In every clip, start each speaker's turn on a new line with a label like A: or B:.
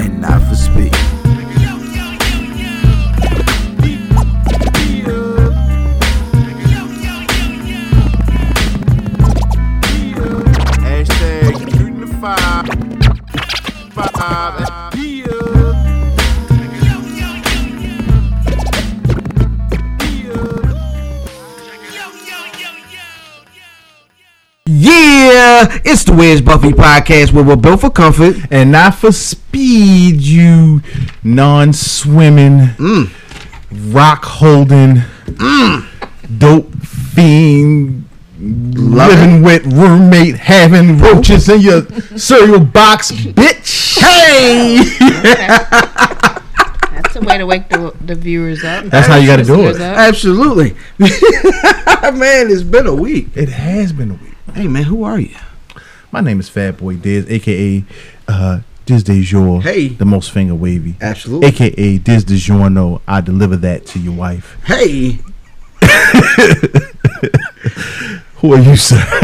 A: and not for speed.
B: Hashtag shooting the five. Five. Yeah.
A: Yeah, it's the Where's Buffy podcast, where we're built for comfort.
C: and not for speed, you non-swimming, rock holding, dope fiend, living with roommate, having roaches in your cereal box, bitch. Hey,
D: That's a way to wake the, the viewers up.
C: That's how you gotta do it.
D: Up.
A: Absolutely. man, it's been a week.
C: it has been a week.
A: Hey, man, who are you?
C: My name is Fat Boy Diz, aka uh, Diz De Jour,
A: Hey.
C: the most finger wavy,
A: Absolutely.
C: aka Diz DiGiorno. I deliver that to your wife.
A: Hey,
C: Who are you, sir?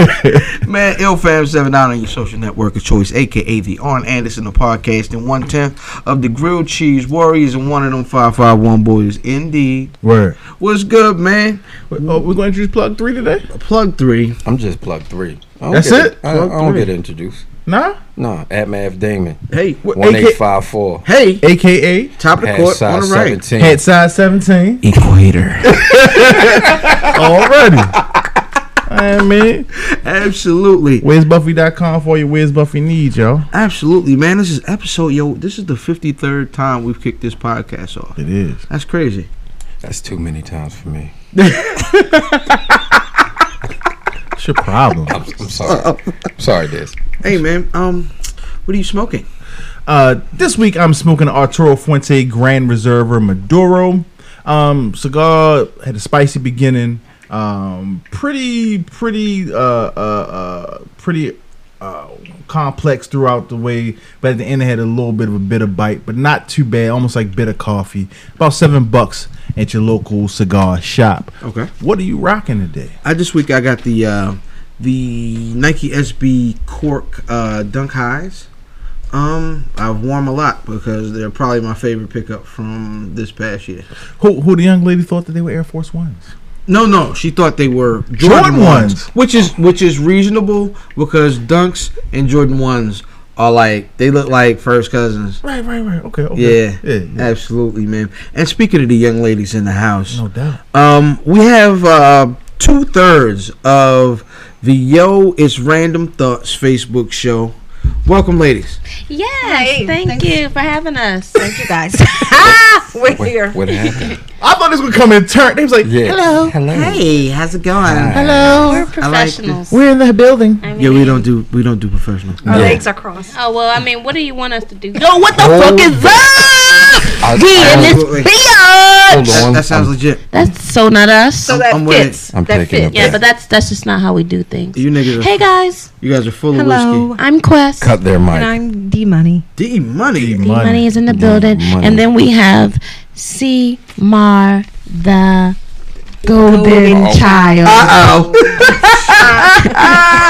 A: man, IlFam79 on your social network of choice, aka the Arn Anderson of podcast, and one tenth of the Grilled Cheese Warriors, and one of them 551 boys. Indeed.
C: Word.
A: What's good, man?
C: Oh, we're going to introduce plug three today.
A: Plug three.
E: I'm just plug three. I don't
C: That's
E: get-
C: it?
E: I, I
A: Plug
E: don't
A: three.
E: get introduced.
C: Nah.
E: No, at Mav Damon.
A: Hey,
C: What,
E: One
C: AK
E: eight five four.
A: hey,
C: AKA
A: top of the
E: Hat
A: court on
E: size
A: the right.
E: seventeen.
C: Head size 17
A: Equator.
C: already. I mean,
A: Absolutely.
C: where's Buffy.com for your where's Buffy needs, yo?
A: Absolutely, man. This is episode, yo, this is the 53rd time we've kicked this podcast off.
C: It is.
A: That's crazy.
E: That's too many times for me.
C: It's your problem.
E: I'm, I'm
A: Oh.
E: sorry. I'm sorry, Diz.
A: Hey, man, um, what are you smoking?
C: Uh, this week I'm smoking Arturo Fuente Grand Reserva Maduro. Um, cigar had a spicy beginning. Um, pretty, pretty, uh, uh, uh pretty uh, complex throughout the way, but at the end it had a little bit of a bitter bite, but not too bad. Almost like bitter coffee. About seven bucks at your local cigar shop.
A: Okay.
C: What are you rocking today?
A: I this week I got the uh, the Nike SB Cork uh, Dunk Highs. Um, I've worn 'em a lot because they're probably my favorite pickup from this past year.
C: Who, who the young lady thought that they were Air Force Ones?
A: No, no, she thought they were Jordan,
C: Jordan
A: ones,
C: ones.
A: which is which is reasonable because Dunks and Jordan ones are like they look like first cousins.
C: Right, right, right. Okay, okay.
A: Yeah,
C: yeah, yeah.
A: absolutely, man. And speaking of the young ladies in the house,
C: no doubt.
A: Um, we have uh, two thirds of the Yo It's Random Thoughts Facebook show. Welcome, ladies.
D: Yes, thank, you for having us.
F: Thank you guys. We're
E: What,
F: here.
E: what happened?
C: I thought this would come in turn. They was like,
E: Yeah. Hello. Hello.
A: Hey, how's it going?
D: We're
C: hello.
D: professionals.
C: We're in the building.
D: I mean,
A: Yeah, we don't do we don't do professional.
F: Our legs are crossed.
D: Oh well, I mean, what do you want us to do?
F: what the fuck is that?
E: I,
A: and
E: I,
A: this-
E: hold
A: That,
E: on.
A: that sounds
E: I'm,
A: legit.
D: That's so not us.
F: So that
A: I'm with it.
F: fits.
E: I'm
F: that
E: taking
F: fits.
E: it
D: yeah, but that's that's just not how we do things.
A: You niggas, are,
D: Hey guys,
A: you guys are full of
F: Hello.
A: whiskey.
D: I'm Quest.
E: cut their mic.
F: And I'm D Money.
A: D money.
D: D Money is in the building,
E: Money.
D: and then we have C Mar the Golden
F: Golden
D: Child,
A: Uh oh.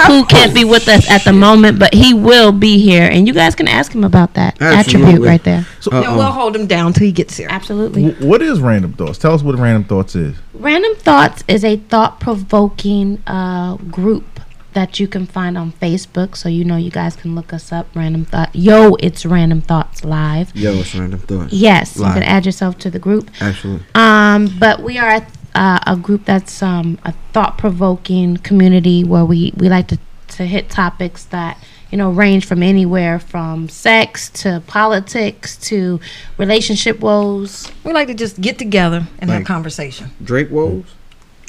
D: who can't be with us at the moment, but he will be here, and you guys can ask him about that
A: Absolutely.
D: attribute right there.
F: No, we'll hold him down till he gets here.
D: Absolutely.
C: W- What is random thoughts? Tell us what random thoughts is.
A: Mm-hmm.
D: Random Thoughts is a thought provoking uh, group that you can find on Facebook. So, you know, you guys can look us up. Random Thought. Yo, it's Random Thoughts Live.
A: Yo, it's random thoughts.
D: Yes,
A: Live.
D: you can add yourself to the group.
A: Absolutely.
D: Um, but we are uh, a group that's um, a thought provoking community where we, we like to, to hit topics that you know range from anywhere from sex to politics to relationship woes.
F: We like to just get together and have
A: Like-
F: conversation.
A: Drake Woes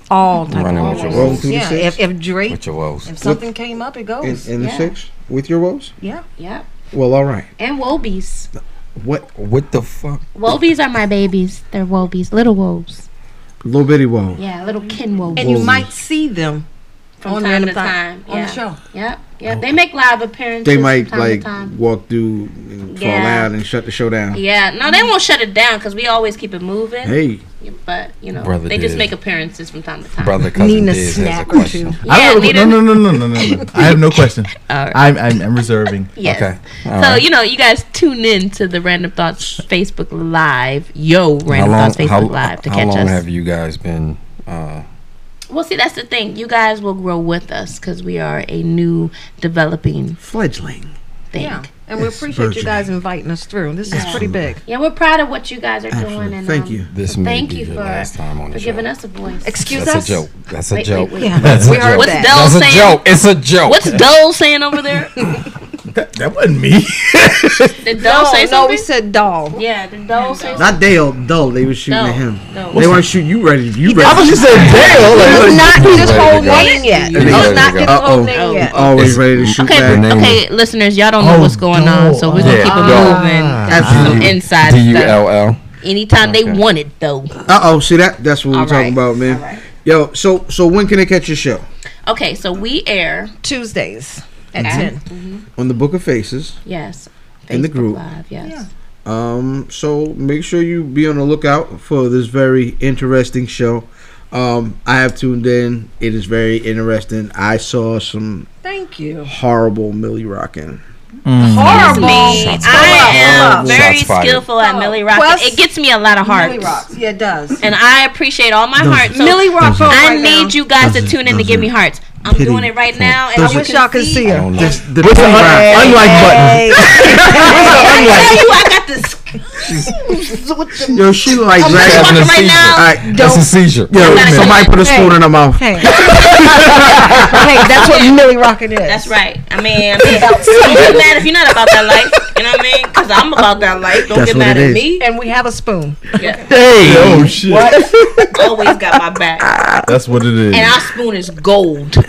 F: All type
E: Running
F: of
E: with your
A: Rolling through the
F: Yeah,
A: six?
F: if, if Drake,
E: with your woes.
F: if something came up, it goes.
A: in, in the
D: Yeah.
A: six with your woes.
F: yeah.
D: Yep.
A: Well, all right.
D: And wobies.
A: What
E: What the fuck?
D: Wobies are my babies. They're wobies, little wobes.
A: little bitty woe?
D: Yeah, little kin wobies.
F: And you might see them
D: From
F: on
D: time
F: Random
D: to
F: Thought-
D: time,
F: on
D: yeah.
F: the show.
D: Yep, yep. They make live appearances.
A: Oh. They might
D: from time to
A: like
D: time.
A: walk through, and fall
D: Yeah.
A: out, and shut the show down.
D: Yeah, no, they won't shut it down because we always keep it moving.
A: Hey,
D: But you know,
E: Brother
D: they just
E: did.
D: make appearances from time to time.
E: Brother cousin
F: Nina
E: Diz has a
F: snack or
E: question.
D: Yeah,
C: I don't have
D: Nita-
C: a, no, no, no, no, no, no, no. I have no question.
D: Alright.
C: I'm, I'm, I'm reserving.
D: Yes.
E: Okay.
D: So
E: All right.
D: you know, you guys tune in to the Random Thoughts Facebook Live, yo
E: how
D: Random
E: long,
D: Thoughts Facebook
E: how,
D: Live to
E: how
D: catch
E: long
D: us.
E: have you guys been? Uh,
D: well, see, that's the thing. You guys will grow with us because we are a new developing
A: fledgling.
D: thing.
F: Yeah.
D: Yeah.
F: And we
A: Yes,
F: appreciate
A: virgin.
F: you guys inviting us through. This is pretty big.
D: we're proud of what you guys are doing.
A: Absolutely.
D: And,
A: Thank
D: um,
A: you.
E: this
D: So
E: may
D: thank
E: be
D: you
E: your
D: for-
E: last time on the
D: for
E: show.
D: giving us a voice.
F: Excuse
E: That's
F: us.
E: a joke. That's a
D: Wait,
E: joke.
D: wait, wait.
F: Yeah,
E: That's
F: we
E: a
F: heard
E: joke.
D: What's
F: that.
D: Dell
E: That's a
D: saying?
E: joke. It's a joke.
D: What's Dole saying over there?
C: That, that wasn't me.
D: Did Dole
F: no,
D: say
F: no,
D: something?
F: we said doll.
D: yeah, did Dole say something?
A: Not Dale. Dull. They were shooting
D: No,
A: at him.
D: no.
A: They weren't shooting you. Ready? You
C: I thought
A: ready?
C: you said Dale.
F: Let's
C: Like,
F: not
E: Ready
F: get his
E: to
F: whole
E: go.
F: name yet.
E: Ready to
F: Let's
E: go.
F: not get his
A: Uh
F: whole name
A: oh.
F: yet.
A: Always
E: It's-
A: ready to shoot
D: Okay,
E: Name
A: back.
D: okay, listeners, y'all don't know
C: Oh,
D: what's going on, so we're gonna
C: yeah,
D: keep it
E: Dole.
D: moving. That's some
A: Absolutely.
D: inside
E: D U
D: stuff.
E: L L.
D: Anytime they
E: Okay.
D: want it, though.
A: Uh oh. See that? That's what we're
D: All
A: talking
D: right,
A: about, man.
D: all right.
A: Yo. So so when can they catch your show?
D: Okay, so we air
F: Tuesdays
D: Uh-huh.
F: at
D: at-
F: 10.
A: On the Book of Faces.
D: yes
A: Mm-hmm. In the
D: Facebook
A: group.
D: Live, yes.
A: Um, so make sure you be on the lookout for this very interesting show. Um, I have tuned in. It is very interesting. I saw some
F: Thank you.
A: horrible Millie rocking.
F: Horrible.
D: Me,
E: Shots
D: I
E: fired.
D: am
E: Shots
D: very
E: fired.
D: skillful at
F: Oh,
D: Millie Rock.
F: plus-
D: It gets me a lot of hearts,
F: Millie rocks. Yeah, it does.
D: and I appreciate all my hearts. So
F: Millie rock vote
D: I
F: right
D: need
F: now.
D: you guys to
A: Those are-
D: tune in to
A: those
D: give
A: are
D: me hearts. I'm
A: pity
D: doing it right now, and
A: Those
D: I
A: are-
F: I
D: wish
F: wish y'all could
E: I
F: see her.
E: don't know.
A: This the
C: What's the
A: Millie rock-
C: un- unlike button?
D: I tell you, I got this.
A: Yo, she like
D: I'm just
A: dragging.
D: walking
E: having a
D: right
A: All
E: seizure.
D: now.
A: right,
E: That's a seizure.
A: yo,
D: minute.
A: somebody put a spoon in her mouth.
F: Hey. hey, that's what Millie Rockin' is.
D: That's right. I mean, I mean, don't get mad if you're not about that life. You know what I mean? Because I'm about that life. Don't
A: That's
D: get
A: what
D: mad
A: it
D: at
A: is.
D: me.
F: And we have a spoon.
C: Hey, oh shit.
D: Always got my back.
C: That's what it is.
D: And our spoon is gold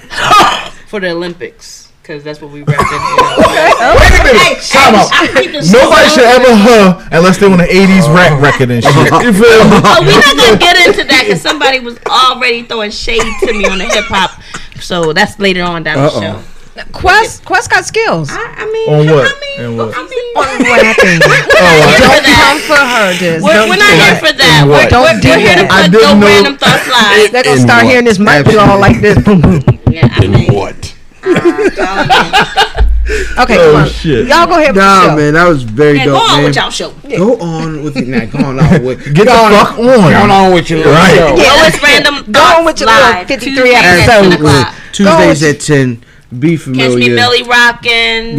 D: for the Olympics. Because that's what we represent.
C: Wait a minute. Time out. Nobody should ever huh unless they want an 80s rap record and shit. You feel me?
D: But we're Oh, not going to get into that because somebody was already throwing shade to me on the hip hop. So that's later on down
A: Uh-oh.
D: the show.
F: Quest, Quest got skills.
D: I, I mean,
C: On what?
D: I mean,
C: And what? Oh,
D: I mean,
F: On
D: we're
F: rapping.
D: not here for
F: Come
D: that.
F: for her, Diz.
D: We're, we're not here for that. We're,
E: Don't
D: we're,
F: do
D: we're here to
F: that.
C: I
D: put
C: didn't
D: no
C: know-
D: random thoughts live.
F: They're gonna
E: In
F: start
E: what?
F: hearing this mic blow like this. Boom, boom.
D: Yeah, I mean,
E: What?
F: Okay,
C: Oh,
F: come on.
C: shit.
F: Y'all go ahead with the
A: Nah,
F: show.
A: man, that was very
D: Yeah, go
A: dope,
D: on
A: man.
D: with y'all show.
A: Go on with it. Nah, go on out with.
C: Get the fuck
A: Going
C: on.
A: on with your little
C: Right.
A: show.
F: Yeah,
D: Oh,
F: let's
D: it's random.
F: Go on
D: Thoughts
F: with your little
D: live.
F: 53
D: Tuesdays at
F: episodes.
D: 10 o'clock.
A: Tuesdays at ten. Be
D: Catch me
A: familiar.
D: Millie rocking.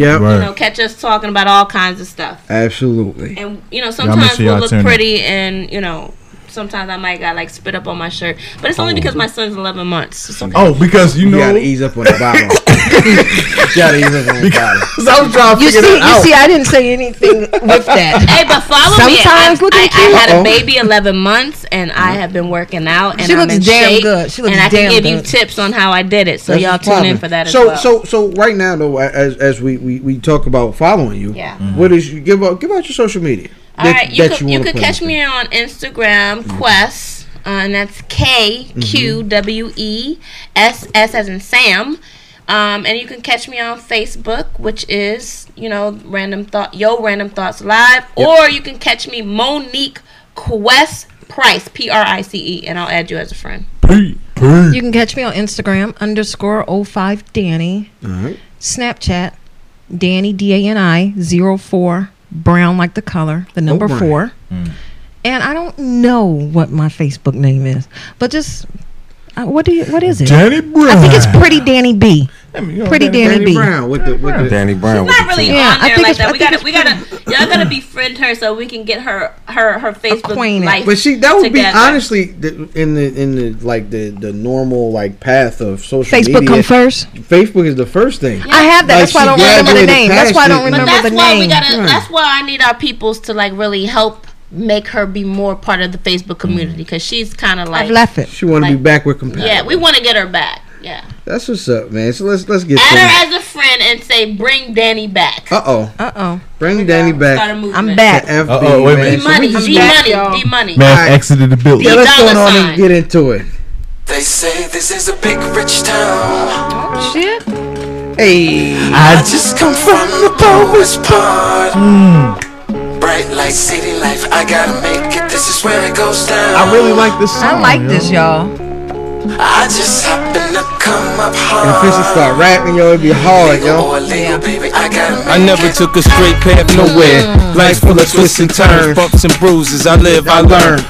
A: Yep.
D: You
C: Right.
D: know, catch us talking about all kinds of stuff.
A: Absolutely.
D: And you know,
C: make
D: sometimes
C: sure
D: we'll
C: y'all
D: look
C: tune in.
D: pretty, and you know, sometimes I might got like spit up on my shirt, but it's only because my son's 11 months. So
C: Oh, because you
A: You
C: know.
A: gotta ease up on the bottle. you gotta ease up on the bottle.
C: Because I was trying to
F: You
C: figure
F: see,
C: that
F: you
C: out.
F: see, I didn't say anything with that.
D: Hey, but follow me.
F: Sometimes
D: I-
F: look
D: I,
F: at
D: I
F: you. Oh.
D: had
A: Uh-oh.
D: a baby 11 months, and I have been working out, and
F: She
D: I'm
F: looks
D: in
F: damn
D: shape,
F: good. She looks
D: and I can
F: damn
D: give you
F: good.
D: tips on how I did it. So
A: That's
D: y'all
A: the
D: tune
A: problem.
D: in for that as
A: so,
D: well.
A: So, so right now though, as as we we, we talk about following you,
D: Yeah.
A: what is you give out give out your social media?
D: All right, you could you
A: wanna
D: could
A: put
D: catch
A: out
D: me on Instagram
F: Mm-hmm.
D: Quest, uh, and that's K Q W E S S as in Sam. Um, and you can catch me on Facebook, which is you know random thought yo random thoughts live, or you can catch me Monique Quest Price P R I C E, and I'll add you as a friend.
F: You can catch me on Instagram underscore 05 Danny,
A: there. All right.
F: Snapchat Danny D A N I 04 brown like the color, the number
A: Brown.
F: four. And I don't know what my Facebook name is, but just uh, what do you what is it?
C: Danny Brown.
F: I think it's Pretty Danny B.
C: I mean, you know,
F: Pretty Danny
A: Danny
F: B.
A: Brown with the with the
E: Danny Brown. with
D: Not
E: the
D: really
E: team.
F: Yeah,
D: on
F: I
D: there
F: think
D: like
F: it's- I
D: that. We
F: think
D: gotta
F: it's
D: we gotta y'all gotta befriend her so we can get her her her Facebook
F: Acquainted.
D: life.
A: but see, that would
D: together.
A: be honestly the, in the in the like the the normal like path of social
F: Facebook
A: media.
F: come first.
A: Facebook is the first thing.
F: I have that.
A: Like,
F: that's why I
A: she
F: don't remember the
A: graduated
F: name. That's why
A: past
F: I don't
A: it. But
F: remember
D: But that's
F: the
D: why we
F: name.
D: gotta.
G: Hmm.
A: Right.
D: That's why I need our peoples to like really help make her be more part of the
G: Hmm.
D: Facebook community because she's kind of like
F: I've left it.
A: She want to be
D: Like-
A: backward compatible.
D: yeah, we want to get her back. Yeah,
A: That's what's up, man. So let's let's get
D: Add
A: things.
D: her as a friend and say, bring Danny back.
A: Uh oh,
G: Uh Hmm. oh.
A: bring Danny
D: Start a
A: back.
D: movement.
G: I'm
A: To
G: back.
A: FB,
C: Uh-oh, wait
A: man.
C: a
D: D
C: minute.
A: So we
D: money,
A: just-
D: D
G: back,
D: money,
G: y'all.
D: D money.
C: Man
A: Alright.
C: exited the building.
A: yeah, let's go
D: dollar
A: on and
D: sign.
A: get into it.
H: They say this is a big rich town.
G: Shit.
A: Hey,
H: I
C: I,
H: just come from the poorest part. Bright light, city life. I gotta make it. This is where it goes down.
C: I really like this song.
G: I like
C: yo.
G: this, y'all.
H: I just happen to come up
A: if this
H: hard.
A: is start rapping, yo, it'd be hard, yo.
H: Or illegal, baby. I gotta make
I: I never
H: it.
I: took a straight path nowhere. Life's full of twists and turns, bumps and bruises. I live, I learn.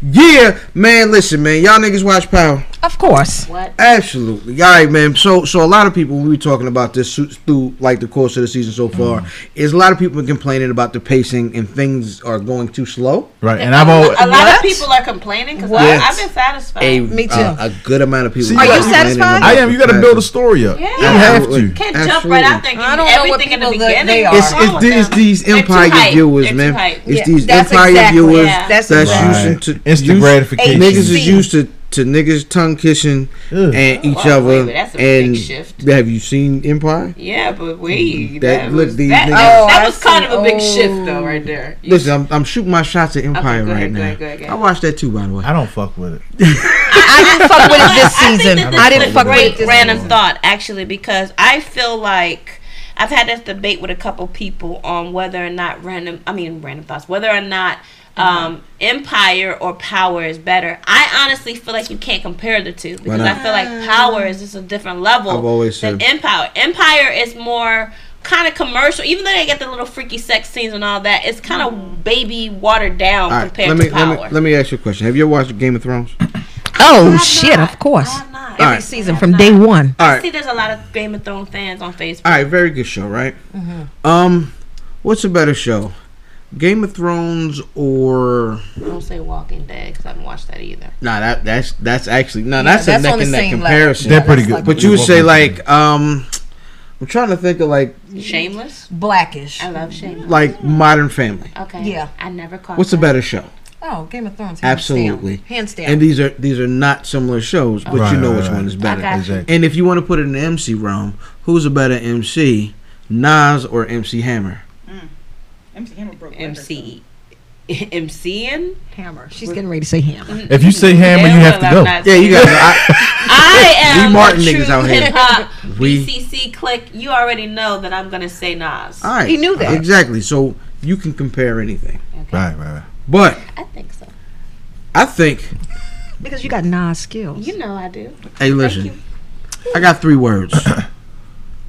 A: Yeah, man. Listen, man. Y'all niggas watch Power.
G: Of course.
A: Absolutely. All right, man. So, so a lot of people we were talking about this su- through like the course of the season so far
C: Mm-hmm.
A: is a lot of people are complaining about the pacing and things are going too slow.
C: Right, and I've always.
D: A lot
G: What?
D: of people are complaining because
A: Yes.
D: I've been satisfied.
G: Me too.
A: Uh, a good amount of people.
C: See, Are you
A: complaining
G: satisfied?
A: about
C: I am. You got to build a
A: the
C: story up.
D: Yeah.
C: You have
A: Absolutely.
C: to.
D: Can't jump right out there.
G: I
D: and
G: don't
D: give
G: know what
D: everything in the
G: people that
D: beginning.
G: they are.
D: What's
A: It's,
D: wrong
A: it's,
D: with
A: these,
D: them?
A: these
D: They're too
A: empire
D: hyped.
A: viewers,
D: They're
A: man.
D: too hyped.
A: It's
G: Yeah,
A: these
G: that's
A: empire
G: exactly-
A: viewers
D: yeah.
G: That's
A: that's
C: right.
A: used to
C: Instant
A: used-
C: gratification.
A: Niggas is
G: HC.
A: used to, to niggas tongue kissing
C: Ugh.
A: and each
D: Wow, wait,
A: other.
D: but that's a
A: and
D: big shift.
A: have you seen Empire?
D: Yeah, but wait.
A: That-
D: That,
A: look,
D: was,
A: these
D: that,
A: niggas-
D: that,
G: Oh, I
D: was kind
G: see.
D: of a big
G: Oh.
D: shift, though, right there. You-
A: Listen, I'm, I'm shooting my shots at Empire
D: Okay, go
A: right
D: ahead, go
A: now.
D: ahead, go ahead, go ahead.
A: I watched that too, by the way.
C: I don't fuck with it.
G: I didn't fuck with it this season.
D: I, think that this
G: I didn't
D: is
G: fuck
D: a
G: with
D: great
G: it this
D: random
G: season.
D: thought actually because I feel like I've had this debate with a couple people on whether or not random I mean random thoughts whether or not
G: Mm-hmm.
D: um, empire or power is better. I honestly feel like you can't compare the two because
A: not?
D: I feel like power is just a different level
A: I've always
D: than
A: said-
D: empire. Empire is more kind of commercial even though they get the little freaky sex scenes and all that it's kind
G: Mm-hmm.
D: of baby watered down
A: All right,
D: compared
A: let me,
D: to power.
A: let me let me ask you a question. Have you ever watched Game of Thrones?
G: Oh
D: I'm
G: shit!
D: not.
G: Of course.
D: I'm not.
A: All
G: Every
A: right.
G: season from day one.
A: All
D: I see
A: right,
D: there's a lot of Game of Thrones fans on Facebook.
A: all right, very good show, right?
G: Mm-hmm.
A: Um, what's a better show, Game of Thrones or
D: Don't say Walking Dead because I haven't watched that either.
A: nah? That that's that's actually no, that's a
G: that's
A: neck
G: on the
A: and neck
G: same level.
A: comparison.
C: They're pretty good.
A: But you would say like um, I'm trying to think of like
D: Shameless.
G: Blackish.
D: I love Shameless.
A: like Modern Family.
D: Okay.
G: Yeah.
D: I never caught.
A: What's a
D: that.
A: better show?
G: Oh, Game of Thrones. hands
A: Absolutely,
G: down. Hands down.
A: And these are these are not similar shows, but
C: Right,
A: you know
C: right,
A: which
C: right.
A: one is
D: I
A: better.
D: got you.
C: Exactly.
A: And if you want to put it in the MC realm, who's a better MC, Nas or MC Hammer?
J: MC Hammer broke
D: MC. MCing.
G: hammer. Mm-hmm. She's getting ready to say hammer.
C: If you say hammer, you have to
D: Hell no, I'm
C: go.
D: not
A: Yeah, you got.
D: I am
A: We Martin
D: we Martin a
A: niggas
D: true
A: out here.
D: hip hop
A: I, we.
D: BCC click. You already know that I'm gonna say Nas.
A: All right.
G: He knew that.
A: exactly. So you can compare anything,
C: Right, right, right.
A: but
D: I think so.
A: I think.
G: Because you got Nas skills.
D: You know I do.
A: Hey, listen. I got three words.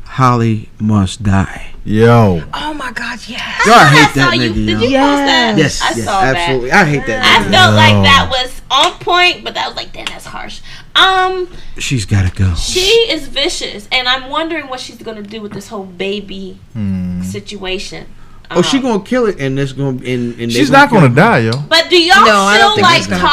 A: Holly must die.
C: Yo,
G: oh my God, yeah.
A: Yo, I hate
D: saw
A: that
D: you.
A: nigga.
D: Did
A: yo.
D: you post that?
A: Yes,
D: I
A: yes,
D: saw that.
A: absolutely. I hate
D: I
A: that nigga.
D: felt
C: No.
D: like that was on point, but that was like, damn, that's harsh. Um,
A: She's gotta go.
D: She is vicious, and I'm wondering what she's gonna do with this whole baby situation.
A: Oh, she
D: Um,
A: gonna kill it, and it's gonna and, and they
C: she's not
A: kill
C: gonna
A: it.
C: die, yo.
D: But do y'all
G: No, I don't
D: feel
G: think
D: like
G: she's gonna die.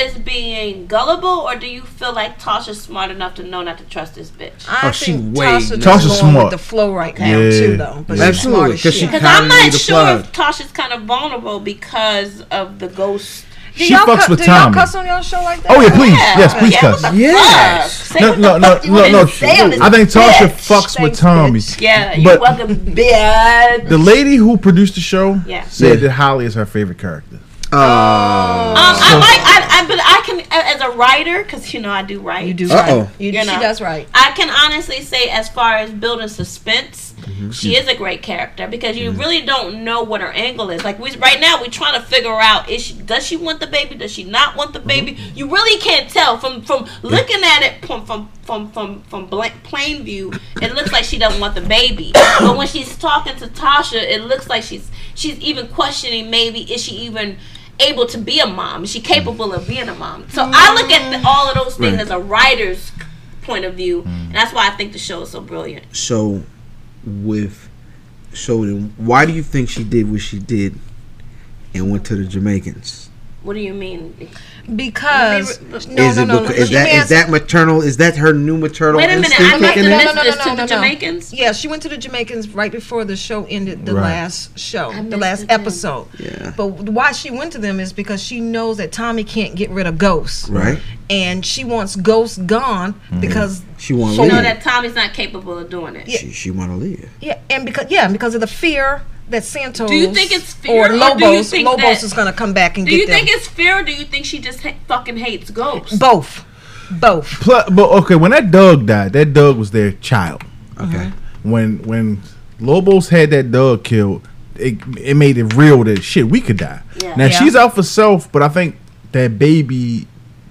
D: Tasha is being gullible, or do you feel like Tasha's smart enough to know not to trust this bitch?
G: I
A: Oh, she way
G: Tasha
A: knows.
G: just
C: Tasha's
G: going
C: smart.
G: With the flow right now
C: Yeah.
G: too, though. But
C: Yeah.
G: she's smart
A: Absolutely,
G: as
A: 'cause she
G: shit.
D: Because
A: Kinda
D: I'm
A: need
D: not
A: a
D: sure
A: plug.
D: if Tasha's kind of vulnerable because of the ghost.
G: Do
C: She
G: y'all
C: fucks
G: cu-
C: with
G: do y'all
C: Tommy.
G: cuss on y'all show like that?
C: Oh yeah, please,
D: Yeah.
C: yes, please
G: Yeah,
C: cuss.
D: What the
A: Yes.
D: fuck? Say
C: No,
D: what
C: no,
D: the
C: no,
D: fuck you
C: no,
D: wanna
C: no.
D: say on this
C: I think Tasha
D: bitch.
C: fucks with
G: Thanks,
C: Tommy.
G: bitch.
D: Yeah, you
C: But-
D: welcome, bitch.
C: The lady who produced the show
D: Yeah.
C: said
A: Yeah.
C: that Holly is her favorite character.
A: Uh,
D: Um, I like, I, I, but I can, a- as a writer, because you know I do write.
G: You do
A: Uh-oh.
G: right. You,
D: You
G: she
D: know.
G: does right.
D: I can honestly say, as far as building suspense, she is a great character because you really don't know what her angle is. Like we right now, we're trying to figure out: is she does she want the baby? Does she not want the baby? You really can't tell from from looking at it from from from from from blank, plain view. It looks like she doesn't want the baby, but when she's talking to Tasha, it looks like she's she's even questioning maybe is she even able to be a mom? Is she capable of being a mom? So I look at the, all of those things
A: Right.
D: as a writer's point of view,
A: Mm.
D: and that's why I think the show is so brilliant.
A: so with so then, why do you think she did what she did and went to the Jamaicans?
D: What do you mean?
F: Because no,
A: is
F: no,
A: it
F: no,
A: becau-
F: no.
A: is
F: She
A: that
F: may
A: is that maternal? Is that her new maternal
D: Wait a minute,
A: instinct
D: I might
A: kicking
D: have
A: in?
D: missed this to the Jamaicans?
F: Yeah, she went to the Jamaicans right before the show ended, the
A: Right.
F: last show, the
D: missed
F: last
D: it then.
F: episode.
A: Yeah.
F: But why she went to them is because she knows that Tommy can't get rid of ghosts.
A: Right. Mm-hmm.
F: And she wants ghosts gone because
A: She want to
D: You
A: leave.
D: know that Tommy's not capable of doing it.
A: She, she want to leave.
F: yeah, and because yeah, because of the fear that Santos
D: Do you think it's fear,
F: or
D: or do you
F: Lobos
D: think
F: Lobos
D: that-
F: is going to come back and
D: Do
F: get
D: you
F: them.
D: think it's fear, or do you think she just ha- fucking hates ghosts?
F: both. Both.
C: Plus, but okay, when that dog died, that dog was their child.
A: Okay.
C: When when Lobos had that dog killed, it it made it real that shit we could die.
D: Yeah.
C: Now
F: Yeah.
C: she's out for self, but I think that baby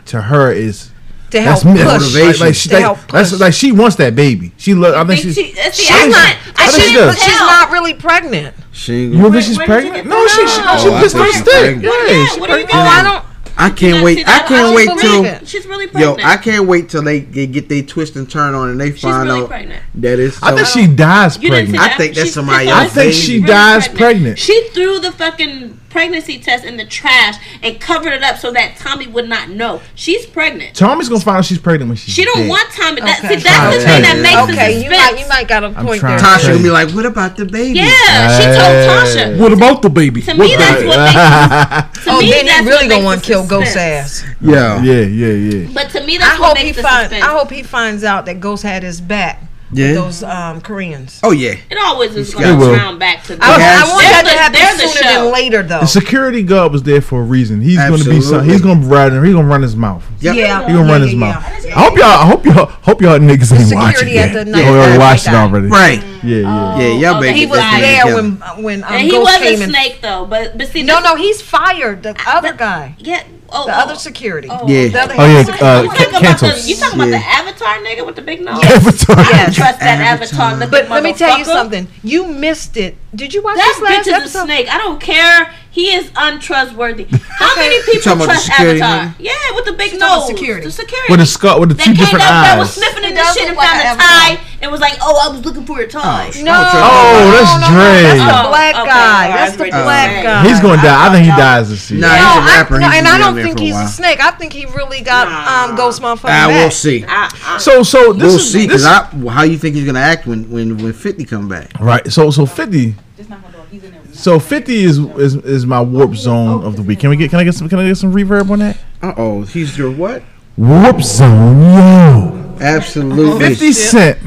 C: to her is
F: To help
C: that's me.
F: push.
C: Like, like she,
F: To
C: like,
F: help
C: that's-
F: push.
C: like she wants that baby. She lo- I think
D: Think
C: she's.
D: she- see,
C: she
D: I'm
C: is-
D: not- I
C: think
D: shouldn't
C: she does.
D: put-
F: She's
D: Hell.
F: not really pregnant.
A: She. ain't
C: You don't
A: gonna-
C: think she's
D: where did you
C: pregnant?
D: get
C: No,
D: that
C: she she,
D: from?
A: Oh,
C: she
A: I
C: pissed
A: think
C: my
A: she's
C: stick.
A: pregnant.
C: Yeah,
D: Yeah,
C: she's
D: what do you
C: pregnant.
D: mean?
F: Oh, I don't.
A: I can't
D: Yeah,
A: wait.
D: see,
A: I
D: that-
A: can't
D: don't
A: wait
F: believe
A: till.
F: it.
D: She's really
A: Yo,
D: pregnant.
A: I can't wait till they, they get their twist and turn on and they find
D: really
A: out
D: pregnant.
A: that it's.
C: I think
A: some-
C: she dies
D: You didn't see
C: pregnant.
A: I
D: that?
A: think that's
D: She-
A: somebody
D: she-
A: else's
C: I think she
A: baby.
C: dies pregnant.
D: She threw the fucking pregnancy test in the trash and covered it up so that Tommy would not know. She's pregnant.
C: Tommy's gonna find out she's pregnant when she's
D: She don't
C: dead.
D: want Tommy. That,
F: Okay.
D: See, that's the
A: Oh,
D: thing
A: yeah.
D: that makes okay,
F: Okay, you might you might got a
C: I'm
F: point
C: trying.
F: there.
C: Tosh-
A: Tasha gonna be like, "What about the baby?"
D: Yeah, she told Tasha.
K: What about the baby?
D: To me, that's what makes. To
F: Oh,
D: me,
F: then
D: that's
F: he
D: what
F: really
D: makes
F: gonna want
D: the
F: to kill Ghost
D: suspense.
F: ass.
A: Yeah.
C: Yeah, yeah, yeah.
D: But to me,
F: I
D: that's what
F: hope he
D: makes the
F: find.
D: suspense.
F: I hope he finds out that Ghost had his back.
A: Yeah.
F: Those um, Koreans.
A: Oh yeah.
D: it always is
A: It
D: going to
A: will.
D: round back to
F: I,
A: It
D: that.
A: has
F: I want
D: to. There's
F: that to
D: the- there's
F: happen
D: the
F: sooner
D: show.
F: than later, though.
C: The security guard was there for a reason. He's gonna be some,
A: Oh. Absolutely.
C: he's gonna ride him. He's gonna run his mouth.
A: Yep.
F: Yeah,
C: He gonna
F: yeah,
C: run
F: Oh, yeah,
C: his
F: yeah.
C: mouth. I hope y'all. I hope y'all. Hope y'all niggas ain't watching.
F: security
C: Yet.
F: at the
C: Oh,
F: night-
C: y'all
F: at
C: watched
F: night time.
C: already.
A: Right.
C: Yeah, yeah.
A: Yeah, y'all
D: Oh,
A: baby.
D: he
F: He was
D: Right.
F: there when uh, when um,
D: And he was
F: Ghost came
D: a
F: in.
D: snake though, but but see,
F: No,
D: this-
F: no, he's fired. The other guy,
D: yeah, oh,
F: the
D: oh,
F: other security.
D: oh,
A: Yeah.
F: The other
C: Oh, yeah,
F: guy.
C: uh,
D: you
C: Ca-
D: talking about the
C: Cantos.
D: you talking about
A: Yeah.
D: the Avatar nigga with the big nose?
C: Avatar.
D: I don't
F: Oh. Yes.
D: trust that
A: Avatar.
D: Avatar. looking
F: But let me tell you
D: motherfucker.
F: something. You missed it. Did you watch this
D: That
F: last
D: bitch is a
F: episode?
D: snake. I don't care. He is untrustworthy. How many people
A: talking about the
D: trust
A: security
D: Avatar?
A: nigga?
D: Yeah, with the big
F: She's talking
D: nose.
F: about security.
D: The security.
C: With the skull, with the
D: that
C: two
D: came
C: different
D: up, that was
C: eyes.
D: sniffing in
F: It
D: the
F: does
D: shit
F: look
D: and
F: like
D: found
F: an
D: a
F: Avatar.
D: tie and was like, "Oh, I was looking for a tie."
F: No.
C: Oh, that's
F: no, no,
C: Dre.
F: That's the
D: Oh,
F: black
D: okay.
F: guy.
D: Oh,
F: That's
D: I
F: the
D: read it.
F: black
D: Okay.
F: guy.
C: He's gonna die. I think he dies this year.
A: Nah,
F: No,
A: he's a
F: I-
A: rapper.
F: no,
A: He's been
F: and I
A: down
F: don't
A: there
F: think
A: for a
F: he's a
A: while.
F: snake. I think he really got um, Ghost Motherfucker
A: Ah,
F: back.
A: we'll see.
D: I,
C: So, so this
A: We'll
C: is
A: see.
C: this,
A: Cause I, how you think he's gonna act when when when Fifty come back?
C: right. So, so fifty.
L: Just not my dog. He's in there.
C: So fifty is is is my warp zone of the week. Can we get? Can I get some? Can I get some reverb on that?
A: Uh oh, he's your what?
C: Warp zone, yo.
A: Absolutely.
C: Fifty Cent.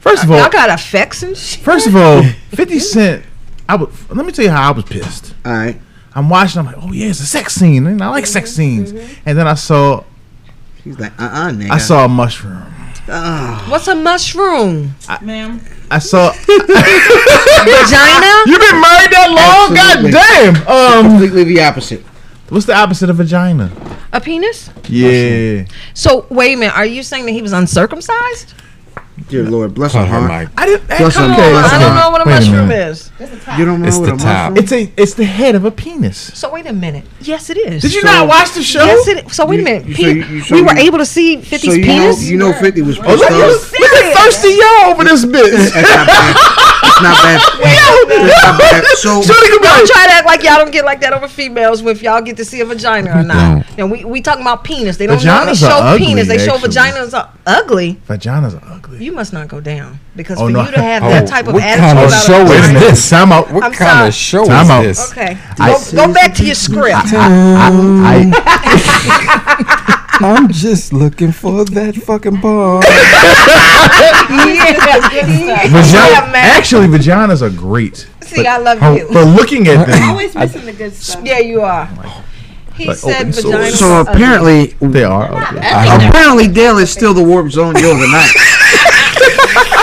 C: First of all,
F: Y'all got effects and shit.
C: First of all, 50 Cent, I was, let me tell you how I was pissed.
A: All right.
C: I'm watching, I'm like, oh yeah, it's a sex scene. And I like sex
F: Mm-hmm,
C: scenes. And then I saw
A: He's like, uh uh nigga.
C: I saw a mushroom.
F: What's a mushroom?
L: Ma'am.
C: I saw
F: Vagina?
C: You've been married that long?
A: Absolutely.
C: God damn. Um
A: completely the opposite.
C: what's the opposite of vagina?
F: A penis?
C: Yeah.
F: So wait a minute. Are you saying that he was uncircumcised?
A: Dear Lord, bless her
E: Cut her
A: heart.
E: mic.
C: I didn't hey,
A: Plus
C: come
A: a-
C: on.
A: plus a-
F: I don't know what a
C: Wait a
F: mushroom
C: minute.
F: is.
A: You don't know
E: It's
A: what
E: the
A: a
E: top.
A: mushroom?
C: It's a it's the head of a penis.
F: So wait a minute. Yes, it is.
C: Did you not watch the show?
F: Yes, it. So wait a
A: You-
F: minute.
A: you-
F: Pe-
A: so you- you- so
F: we were
A: you-
F: able to see 50's
A: so you
F: penis.
A: know, you know, Fifty was
C: Oh,
A: pissed
C: look,
A: off.
C: look, look at thirsty y'all over this bitch.
A: That's not bad. That's not bad. That's not bad. So
C: Shorty could be
F: don't
C: like,
F: try to act like y'all don't get like that over females if y'all get to see a vagina or not.
E: don't.
F: Now we we talking about penis. They don't normally
C: Vaginas
F: show
C: are ugly,
F: penis. They show
C: actually.
F: vaginas are ugly.
C: Vaginas are ugly.
F: You must not go down because
C: Oh,
F: for
C: no.
F: you to have
E: Oh,
F: that type of
E: what
F: attitude
E: kind of
F: about
E: show
F: a
E: is
F: vagina.
E: this?
C: Sam out.
E: What
F: I'm
E: kind
F: sorry.
E: of show
C: Time
E: is
C: out.
E: this?
F: Okay,
C: I-
F: go, go back to your script.
C: I, I,
E: I'm just looking for that fucking ball.
F: yeah.
C: Vagina, Oh,
F: Yeah, man.
C: actually, vaginas are great.
F: See, I love
C: Her-
F: you.
C: For looking at them,
D: always missing the good stuff.
F: Yeah, you are. He
C: Like
F: said
C: open source.
F: vagina.
A: so apparently,
C: they are. ugly.
A: apparently, Dale is still the warp zone deal tonight.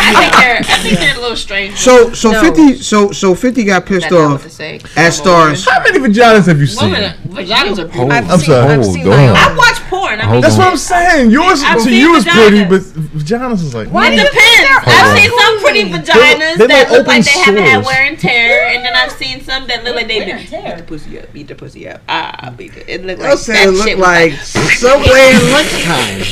D: I think they're I think they're a little strange.
A: So so
F: No.
A: fifty so so fifty got pissed
D: That's not what
A: off
D: to say.
A: at stars.
C: How many vaginas have you seen?
D: Women, vaginas are
E: Oh,
D: beautiful.
F: I've
C: I'm
F: seen,
C: sorry.
F: I've
E: Hold
F: seen my
E: on.
F: own.
D: I watch porn. I mean,
E: Hold
C: That's
E: on.
C: what I'm saying. Yours
D: I've
C: to
D: seen
C: you is pretty,
D: vaginas.
C: but vaginas is like. hmm.
F: Why
D: It
F: do you
D: depends. I've seen some pretty
F: ugly.
D: vaginas
C: They- they
D: that
C: like
D: look like they
C: open
D: haven't had
C: sores.
D: wear and tear, and then I've seen some that look like they've been
L: Tear.
D: the pussy up, beat the pussy up. Ah, beat the, it looked
A: I'm
D: like
A: saying
D: that
A: look
D: shit
A: like Subway and lunchtime.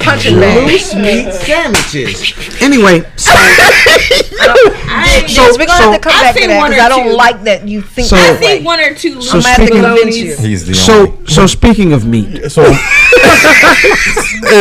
F: punching bag?
A: Loose meat sandwiches. Anyway, so
D: I
F: yes, we're gonna have to come
D: I've
F: back to
D: seen
F: that
D: one
F: because
D: or
F: I don't
D: two.
F: like that you think.
A: So-
F: that
A: I
D: see
F: way.
D: one or two.
A: So
F: I'm gonna have to
A: speaking-
F: convince you.
A: He's
C: the
A: so so speaking of meat,
C: so hey,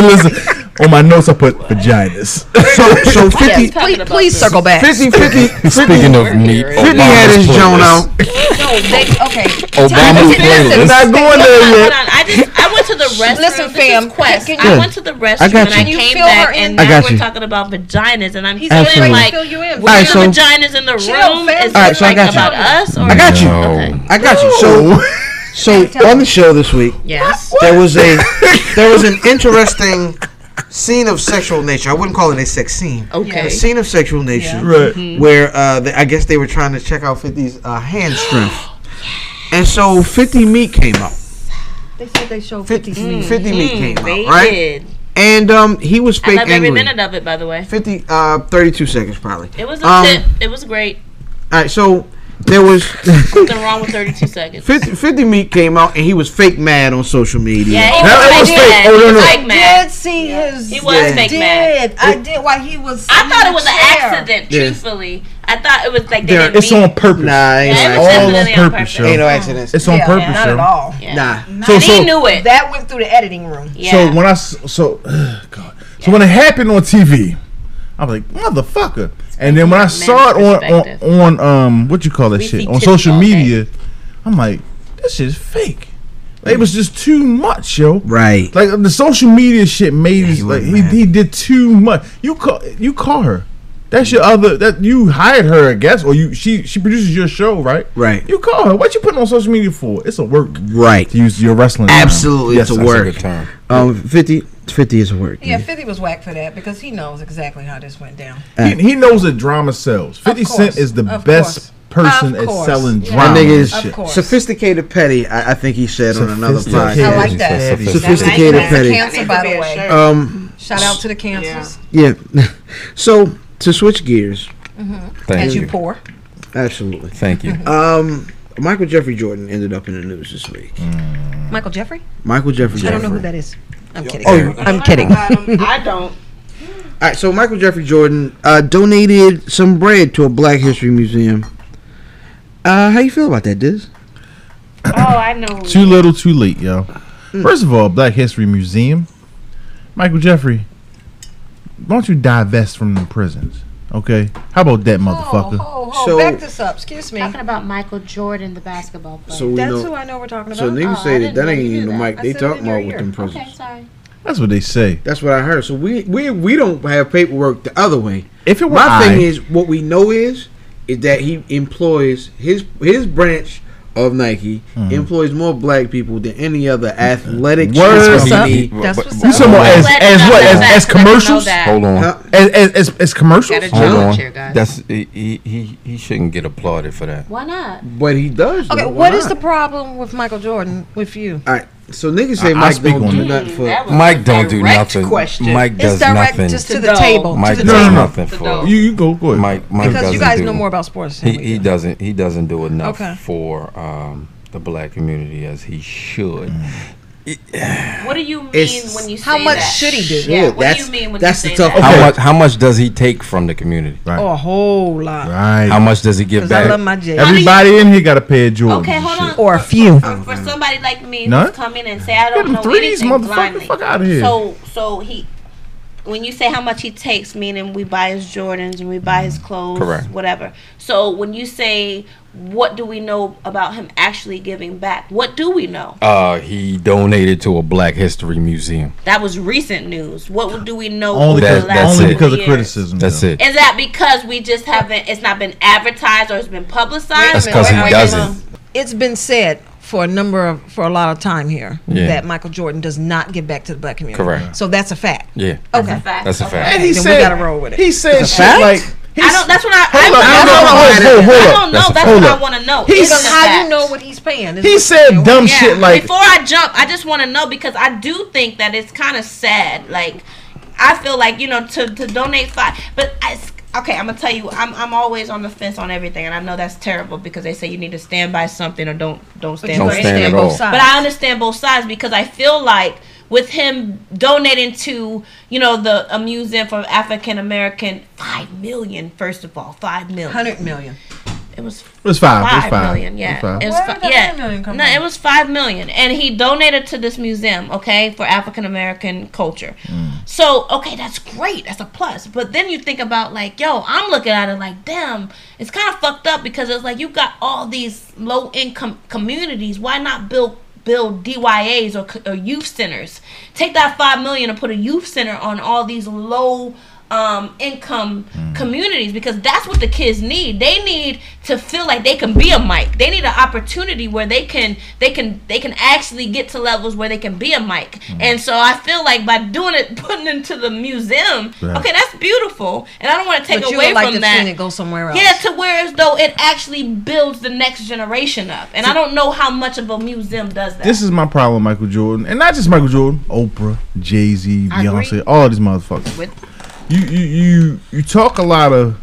C: listen, on my notes I put vaginas.
A: so so
F: Yes,
A: fifty.
F: please, please circle back.
A: 50, 50, 50,
E: Speaking of meat,
A: Fifty had his Joan out.
F: No, they, okay.
E: Obama's
F: Listen,
E: playlist.
C: Not going there
D: Hold
C: yet.
D: on, I just I went to the restroom.
F: Listen,
D: This is
F: fam,
D: Quest.
F: can-
A: Yeah.
D: I went to the restroom
A: got
D: and I
A: you.
F: You
D: came
F: fill her
D: back,
F: in.
D: and
A: I
D: now
A: got
D: we're
A: you.
D: talking about vaginas, and I'm
F: He's
D: feeling
A: Absolutely.
D: like
F: Fill you in.
D: were
A: Alright,
D: the
A: so-
D: vaginas in the room?
F: fam.
D: Is
A: Alright,
D: it
A: so I
D: like
A: got you.
D: about us? Or
A: I got you.
E: No.
A: I got you. So so on the show this week,
D: Yes.
A: there was a there was an interesting scene of sexual nature. I wouldn't call it a sex scene.
D: Okay.
A: A scene of sexual nature
C: Right.
A: where uh, they, I guess they were trying to check out 50's uh, hand strength. And so 50 Meat came up.
F: They said they showed
A: 50,
F: 50
D: Mm.
A: 50, Meat came
D: Mm-hmm. They
A: out, right?
D: did.
A: And um, he was
D: I
A: fake
D: love every
A: angry.
D: minute of it, by the way.
A: 50, uh, 32 seconds probably.
D: It was a
A: Um,
D: tip. It was great.
A: All right, so there was
D: Nothing wrong with 32 seconds.
A: 50, 50 Meat came out and he was fake mad on social media.
D: Yeah, he
C: That
D: was
C: was
D: fake
C: fake.
D: mad.
C: Oh, no,
D: He was
C: no.
D: fake
F: I
D: mad.
F: did see his.
D: He was
A: Yeah.
D: fake
F: did.
D: mad.
F: I did while he was.
D: I
F: in
D: thought
F: the
D: it was an
F: chair.
D: accident.
A: Yeah.
D: Truthfully, I thought it was like they
C: There,
D: didn't
C: it's
D: mean.
C: on purpose.
A: Nah, ain't,
D: Yeah, it
A: no
D: was
C: all
A: accident.
C: on
D: definitely on
C: purpose,
D: purpose.
C: yo.
A: ain't no accidents.
C: It's on
F: Yeah,
C: purpose,
F: Not
C: yo.
F: at all.
D: Yeah.
A: Nah.
C: So
D: And he
C: so
D: knew it.
F: That went through the editing room.
D: yeah.
C: So when I s- so God, so when it happened on TV, I was like motherfucker. And then when I saw it
D: perspective.
C: on on, on um what you call that
D: We see
C: shit on
D: tits
C: social
D: all day.
C: media, I'm like this shit's fake. Like, it was just too much, yo.
A: Right.
C: Like the social media shit made
A: he
C: it like
A: wasn't
C: he,
A: mad.
C: he did too much. You call you call her. That's your other that you hired her, I guess, or you she she produces your show, right?
A: Right.
C: You call her. What you putting on social media for? It's a work
A: Right.
C: to use your wrestling. term.
A: Absolutely, it's a
C: that's
A: work.
C: good term.
A: Um, 50, 50 is a word.
F: Yeah, 50 was whack for that because he knows exactly how this went down.
C: He, he knows that drama sells. Fifty Cent
F: course,
C: is the
F: of
C: best person
F: Of
C: at
F: course.
C: selling
F: Yeah.
C: drama.
A: That nigga is
C: and shit.
F: Of course.
A: Sophisticated petty, I, I think he said on another
C: Sophisticated.
F: I
A: podcast.
F: like that.
A: Sophisticated
F: That's
A: petty.
F: a cancer, by the way.
A: Um,
F: Shout out to the cancers
A: yeah. So to switch gears,
E: Thank
F: as you
E: you.
F: pour.
A: absolutely.
E: Thank you.
F: Uh,
A: Um, Michael Jeffrey Jordan ended up in the news this week.
F: Michael Jeffrey?
A: Michael Jeffrey.
F: I don't know who
A: Jordan.
F: that is. I'm kidding.
A: Oh,
F: I'm kidding.
D: I
A: All
D: don't.
A: right, so Michael Jeffrey Jordan uh, donated some bread to a Black History Museum. Uh, how you feel about that, Diz?
D: Oh, I know.
C: Too little, too late, yo.
F: Mm.
C: First of all, Black History Museum. Michael Jeffrey, why don't you divest from the prisons? Okay, how about that,
F: Oh,
C: motherfucker?
F: ho, ho,
A: So-
F: back this up. Excuse me.
M: Talking about Michael Jordan, the basketball player.
A: So we
F: That's
A: know.
F: who I know we're talking about. Uh,
A: So niggas
M: Oh, I
A: say that
M: didn't
A: that
M: know
A: ain't
M: you
A: even
M: knew
A: the
M: that.
A: mic.
F: I
A: They
F: said it
A: talking
F: in your
A: about with
F: ear.
A: them prisons.
M: okay, sorry.
C: That's what they say.
A: That's what I heard. So we we we don't have paperwork the other way.
C: If it were
A: My
C: I,
A: thing is, what we know is, is that he employs his his branch of Nike employs more black people than any other athletic
C: Word.
A: Word.
F: What's up?
A: company.
F: That's what's
C: you
F: up.
C: talking about as
D: Let
C: as
D: them
C: what
D: know
C: as,
D: that.
C: as
D: Let them know
C: commercials?
D: that.
E: Hold on.
A: Huh?
C: As, as, as, as commercials?
M: Gotta
E: Hold
M: Hold
E: on.
M: Cheer, guys.
E: That's he, he he he shouldn't get applauded for that.
M: Why not?
A: But he does.
F: Okay,
A: though. Why
F: what is the
A: not?
F: problem with Michael Jordan with you?
A: All right. So niggas say
C: I- I
A: Mike
C: speak
A: don't
C: on
A: do
C: it.
A: nothing for.
D: Mm, That was
E: Mike
D: a
E: don't do
D: direct
E: nothing.
D: Question.
E: Mike
F: It's
E: does
F: direct
E: nothing.
F: just to
D: To
F: the
D: dog.
F: table.
E: Mike
F: to
E: does
F: the
C: no,
F: table.
C: no.
E: nothing
D: The
E: for
D: dog.
C: You you go go ahead.
E: Mike. Mike
F: Because
E: doesn't
F: you guys
E: do,
F: know more about sports. than
E: He
F: we
E: he
F: do.
E: doesn't he doesn't do enough
F: Okay.
E: for um, the black community as he should.
F: Mm.
D: What do you mean
A: It's-
D: when you say
F: How much
D: that?
F: should he do?
D: Yeah,
A: Shit,
D: what do
A: that's-
D: you mean when
A: that's the
D: you say
A: tough-
D: that?
E: How
C: Okay.
E: much how much does he take from the community?
C: Right.
F: Oh, a whole lot.
C: Right.
E: How much does he give
F: Because I
E: back?
F: love my J.
C: Everybody in here got a pair of Jordans.
D: Okay,
C: and
D: hold
C: Oh, shit. Um,
D: on.
F: Or a few.
D: For somebody like me
C: None?
D: who's coming and say I
C: Get
D: don't
C: them
D: know
C: threes,
D: anything
C: motherfucker.
D: blindly.
C: Fuck outta here.
D: So so he when you say how much he takes, meaning we buy his Jordans and we buy his clothes,
E: Correct.
D: whatever. So when you say what do we know about him actually giving back? What do we know?
E: Uh, he donated to a Black History Museum.
D: That was recent news. What do we know?
C: Only,
D: over
E: That-
C: because,
D: the last
C: only
D: couple
E: it.
C: because of
D: years?
C: criticism.
E: That's
C: though.
E: it.
D: Is that because we just haven't? It's not been advertised or it's been publicized.
E: That's
F: Wait a
E: 'cause he
F: minute, wait a minute.
E: doesn't.
F: It's been said for a number of for a lot of time here
E: Yeah.
F: that Michael Jordan does not give back to the black community.
E: Correct.
F: So that's a fact.
E: Yeah.
F: Okay.
E: That's a fact.
C: And he
F: Then we
C: said,
F: gotta roll with it.
C: He said shit
F: fact?
C: like, he
D: I don't. That's what I.
C: Hold up,
D: I,
C: I don't know.
D: I
C: Hold-
D: don't know.
C: hold- hold
D: I
C: up.
D: don't know.
E: That's-
D: That's,
C: hold
D: what
C: up.
D: I want to know.
C: He
D: It's
C: said-
D: a
F: Because how do
D: fact.
F: you know what he's paying? Is
C: he
F: what I'm
C: said
F: saying.
C: dumb
D: Yeah.
C: shit like,
D: Before I jump, I just want to know because I do think that it's kind of sad. Like, I feel like you know to to donate five, but I. s- Okay, I'm gonna tell you, I'm I'm always on the fence on everything, and I know that's terrible because they say you need to stand by something or don't don't
F: But you
D: stand by
E: stand
D: anything.
E: at
F: understand
E: all.
F: both sides.
D: But I understand both sides because I feel like with him donating to you know the a museum for African American five million first of all five million
G: Hundred million.
D: it was
C: It was five. It was
D: five
C: five.
D: million,
C: It was
D: yeah.
C: five.
D: It was
G: Where
D: fi-
G: did that
D: yeah.
G: five million come
D: no,
G: from?
D: it was five million, and he donated to this museum, okay, for African American culture.
C: Mm.
D: So, okay, that's great. That's a plus. But then you think about like, yo, I'm looking at it like, damn, it's kind of fucked up because it's like you got all these low income communities. Why not build build DYAs or, c- or youth centers? Take that five million and put a youth center on all these low um, income communities because that's what the kids need. They need to feel like they can be a mic. They need an opportunity where they can they can they can actually get to levels where they can be a mic. And so I feel like by doing it, putting it to the museum,
C: Right.
D: okay, that's beautiful. And I don't want to take
G: but you
D: away
G: would like
D: from
G: to
D: that.
G: see it go somewhere else.
D: Yeah, to where as though it actually builds the next generation up. And I don't know how much of a museum does that.
C: This is my problem, Michael Jordan, and not just Michael Jordan, Oprah, Jay Z,
D: I
C: Beyonce,
D: agree.
C: all these motherfuckers.
D: With-
C: you, you you you talk a lot of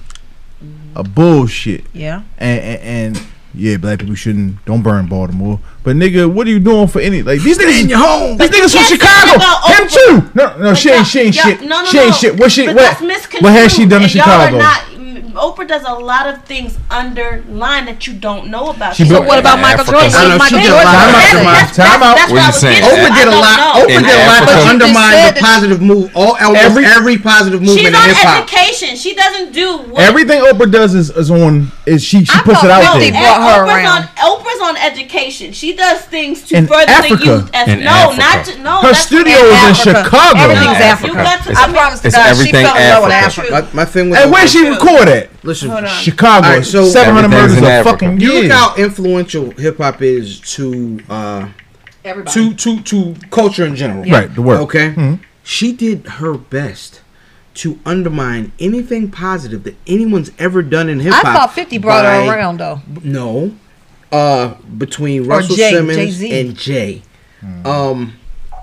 C: a bullshit,
G: Yeah.
C: and, and and yeah, black people shouldn't don't burn Baltimore. But nigga, what are you doing for any like these niggas in your home? These niggas
D: Yes,
C: from Chicago.
D: about
C: Him too. No, no, she
D: But
C: ain't
D: y'all-
C: she ain't
D: y'all-
C: shit.
D: No, no,
C: she ain't
D: no.
C: shit. What she
D: But
C: what?
D: that's misconstrued.
C: What has she done in
D: and
C: Chicago?
D: Y'all are not, m- Oprah does a lot of things underline that you don't know about.
C: She
D: She
C: built-
G: So what about Michael Jordan?
I: Africa. I
A: know, she
G: Michael
A: did a
G: Jordan.
A: lot.
C: Time out,
A: That's-
C: Kamar.
D: that's-
C: Time
D: that's-
C: out.
D: that's what I was
I: saying?
D: getting at.
A: Oprah
D: I
A: did a
D: don't
A: lot.
D: know.
A: Oprah
I: In
A: did a lot
I: Africa.
A: to
I: But you
A: undermine
G: just said
A: the
G: that-
A: positive move. All almost
C: Every-
A: every, positive
D: She's
A: movement in
D: on
A: hip hop.
D: education. She doesn't do what
C: Everything Oprah does is, is on is she she
G: I
C: puts it
G: thought
C: out
G: Melody
C: there.
G: brought her
D: Oprah's
G: around.
D: on Oprah's on education. She does things to
C: In
D: further
C: Africa.
D: the youth. As
I: In
D: no,
I: Africa.
D: not to, no.
C: Her
D: that's-
C: studio
D: and
C: is in
G: Africa.
C: Chicago.
G: Everything's
I: Yeah.
G: Africa.
D: You got to.
G: I
D: I mean,
G: promise to
I: it's
G: God, she
I: everything
G: fell in love with
I: Africa.
G: Africa.
A: My, my thing with
C: And where
A: Oprah-
C: she record at?
A: listen,
D: Hold on.
C: Chicago.
A: All right, so-
C: 700
I: Everything's
C: murders
I: in
C: a
I: Africa.
C: fucking
A: you
C: year.
A: look how influential hip hop is to uh,
G: Everybody.
A: to to to culture in general. Mm-hmm.
C: Right, the word.
A: Okay. She did her best to undermine anything positive that anyone's ever done in hip
G: I
A: hop.
G: thought 50 brought her
A: by-
G: around, though.
A: No. Uh between Russell
G: Jay,
A: Simmons
G: Jay-Z.
A: and Jay. Um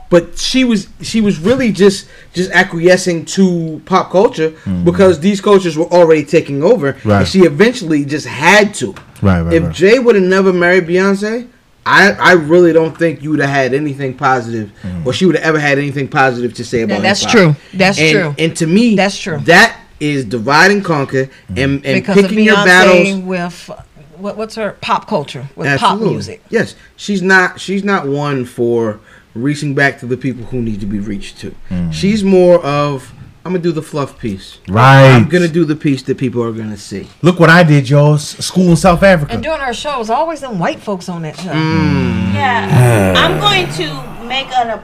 A: but she was she was really just just acquiescing to pop culture because these cultures were already taking over
C: Right.
A: and she eventually just had to.
C: Right, right,
A: if
C: right.
A: Jay would have never married Beyonce, I, I really don't think you would have had anything positive,
C: Mm.
A: or she would have ever had anything positive to say about.
G: that's
A: hip-hop.
G: true. That's
A: and,
G: true.
A: And to me,
G: That's true.
A: That is divide and
C: Mm.
A: conquer, and, and
G: because of
A: picking
G: Beyonce
A: your battles.
G: with uh, what, what's her pop culture with pop
A: Absolutely.
G: music.
A: Yes, she's not. She's not one for reaching back to the people who need to be reached to.
C: Mm.
A: She's more of I'm gonna do the fluff piece.
C: Right.
A: I'm gonna do the piece that people are gonna see.
C: Look what I did, y'all. S- School in South Africa.
G: And during her show, it was always them white folks on that show.
A: Mm.
I: Uh.
D: Yeah, I'm going to make it a,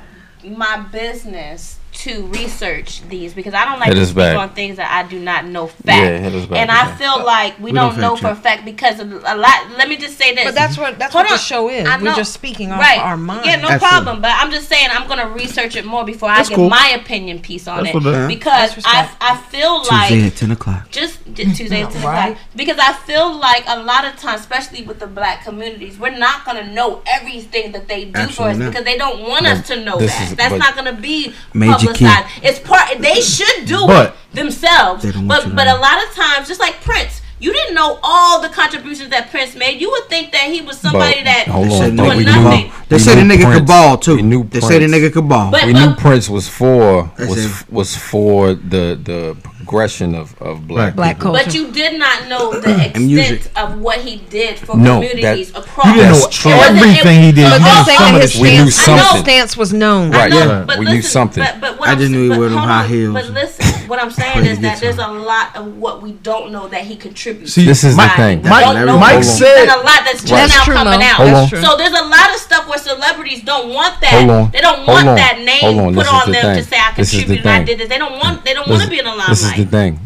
D: my business to research these because I don't like
I: Hit
D: to
I: us
D: speak
I: back.
D: on things that I do not know fact.
I: Yeah, hit us back
D: and
I: with
D: I
I: that.
D: feel like we,
A: don't
D: don't, know
A: fact
D: for a
A: check.
D: fact because of a lot. Let me just say this.
G: But that's what that's
D: Hold
G: what the
D: on.
G: show is.
D: I
G: We're
D: know.
G: just speaking off our mind.
D: Yeah, no
A: Absolutely.
D: problem. But I'm just saying I'm gonna research it more before
C: That's
D: I give
C: cool.
D: my opinion piece on
C: That's
D: it
C: what that-
D: because
G: That's
D: I
G: respect.
D: I feel like
A: Tuesday at ten o'clock.
D: just did Tuesday to the
G: Right.
D: right. because I feel like a lot of times, especially with the black communities, we're not gonna know everything that they do
A: Absolutely
D: for us
A: not.
D: because they don't want us to know
I: this
D: that.
I: is-
D: That's
I: but-
D: not gonna be
A: Major key.
D: publicized. It's part. They should do
C: But-
D: it themselves.
A: They don't want you to
D: But but
A: know.
D: a lot of times, just like Prince. You didn't know all the contributions that Prince made. You would think that he was somebody
I: But-
D: that
I: hold
D: was
I: on,
A: Said
D: doing
I: but we
A: nigga
I: knew-
D: nothing.
A: cabal. They
I: we
A: say the
I: knew
A: nigga
I: Prince.
A: cabal
I: We
A: too.
I: knew
A: They say the
I: Prince.
A: nigga cabal.
D: But-
I: we knew Prince was for
A: That's
I: was
A: it.
I: was for the the progression of of black.
C: Right.
G: Black culture.
D: But you did not know the
A: music.
D: extent of what he did for
I: No, that-
D: communities across.
C: you didn't
I: That's
C: know
I: true.
C: everything he did.
G: but
C: You
G: they
C: knew
G: say
C: some
G: that
C: of
G: his
C: this
I: shit. We knew
G: stance, I know
I: something.
G: stance was known.
I: Right.
D: No,
I: Yeah.
D: but
I: We knew
D: listen,
I: something.
D: But, but what
A: I
D: I'm
A: didn't
D: s-
A: know he
D: but
A: wore them
D: hold
A: high
D: on,
A: heels.
D: But listen, what I'm saying
A: Played
D: is that
A: the
D: there's
A: guitar.
D: a lot of what we don't know that he contributes.
C: See,
I: This is the
D: Right.
I: thing.
D: We
C: Mike-
D: don't know
C: Mike
D: what he's
C: said-
D: done a lot that's just
G: That's
D: now
G: true,
D: coming
G: Mo.
D: out.
I: Hold
G: That's
I: on.
G: true.
D: So there's a lot of stuff where celebrities don't want that.
I: Hold on.
D: They don't
I: Hold
D: want
I: on.
D: that name
I: Hold on.
D: put
I: This is
D: on
I: the
D: them
I: thing.
D: to say I
I: This is the
D: contributed and I
I: thing.
D: did this. They don't want. They don't
I: This-
D: want to be in the
I: This is the
D: limelight.
I: thing,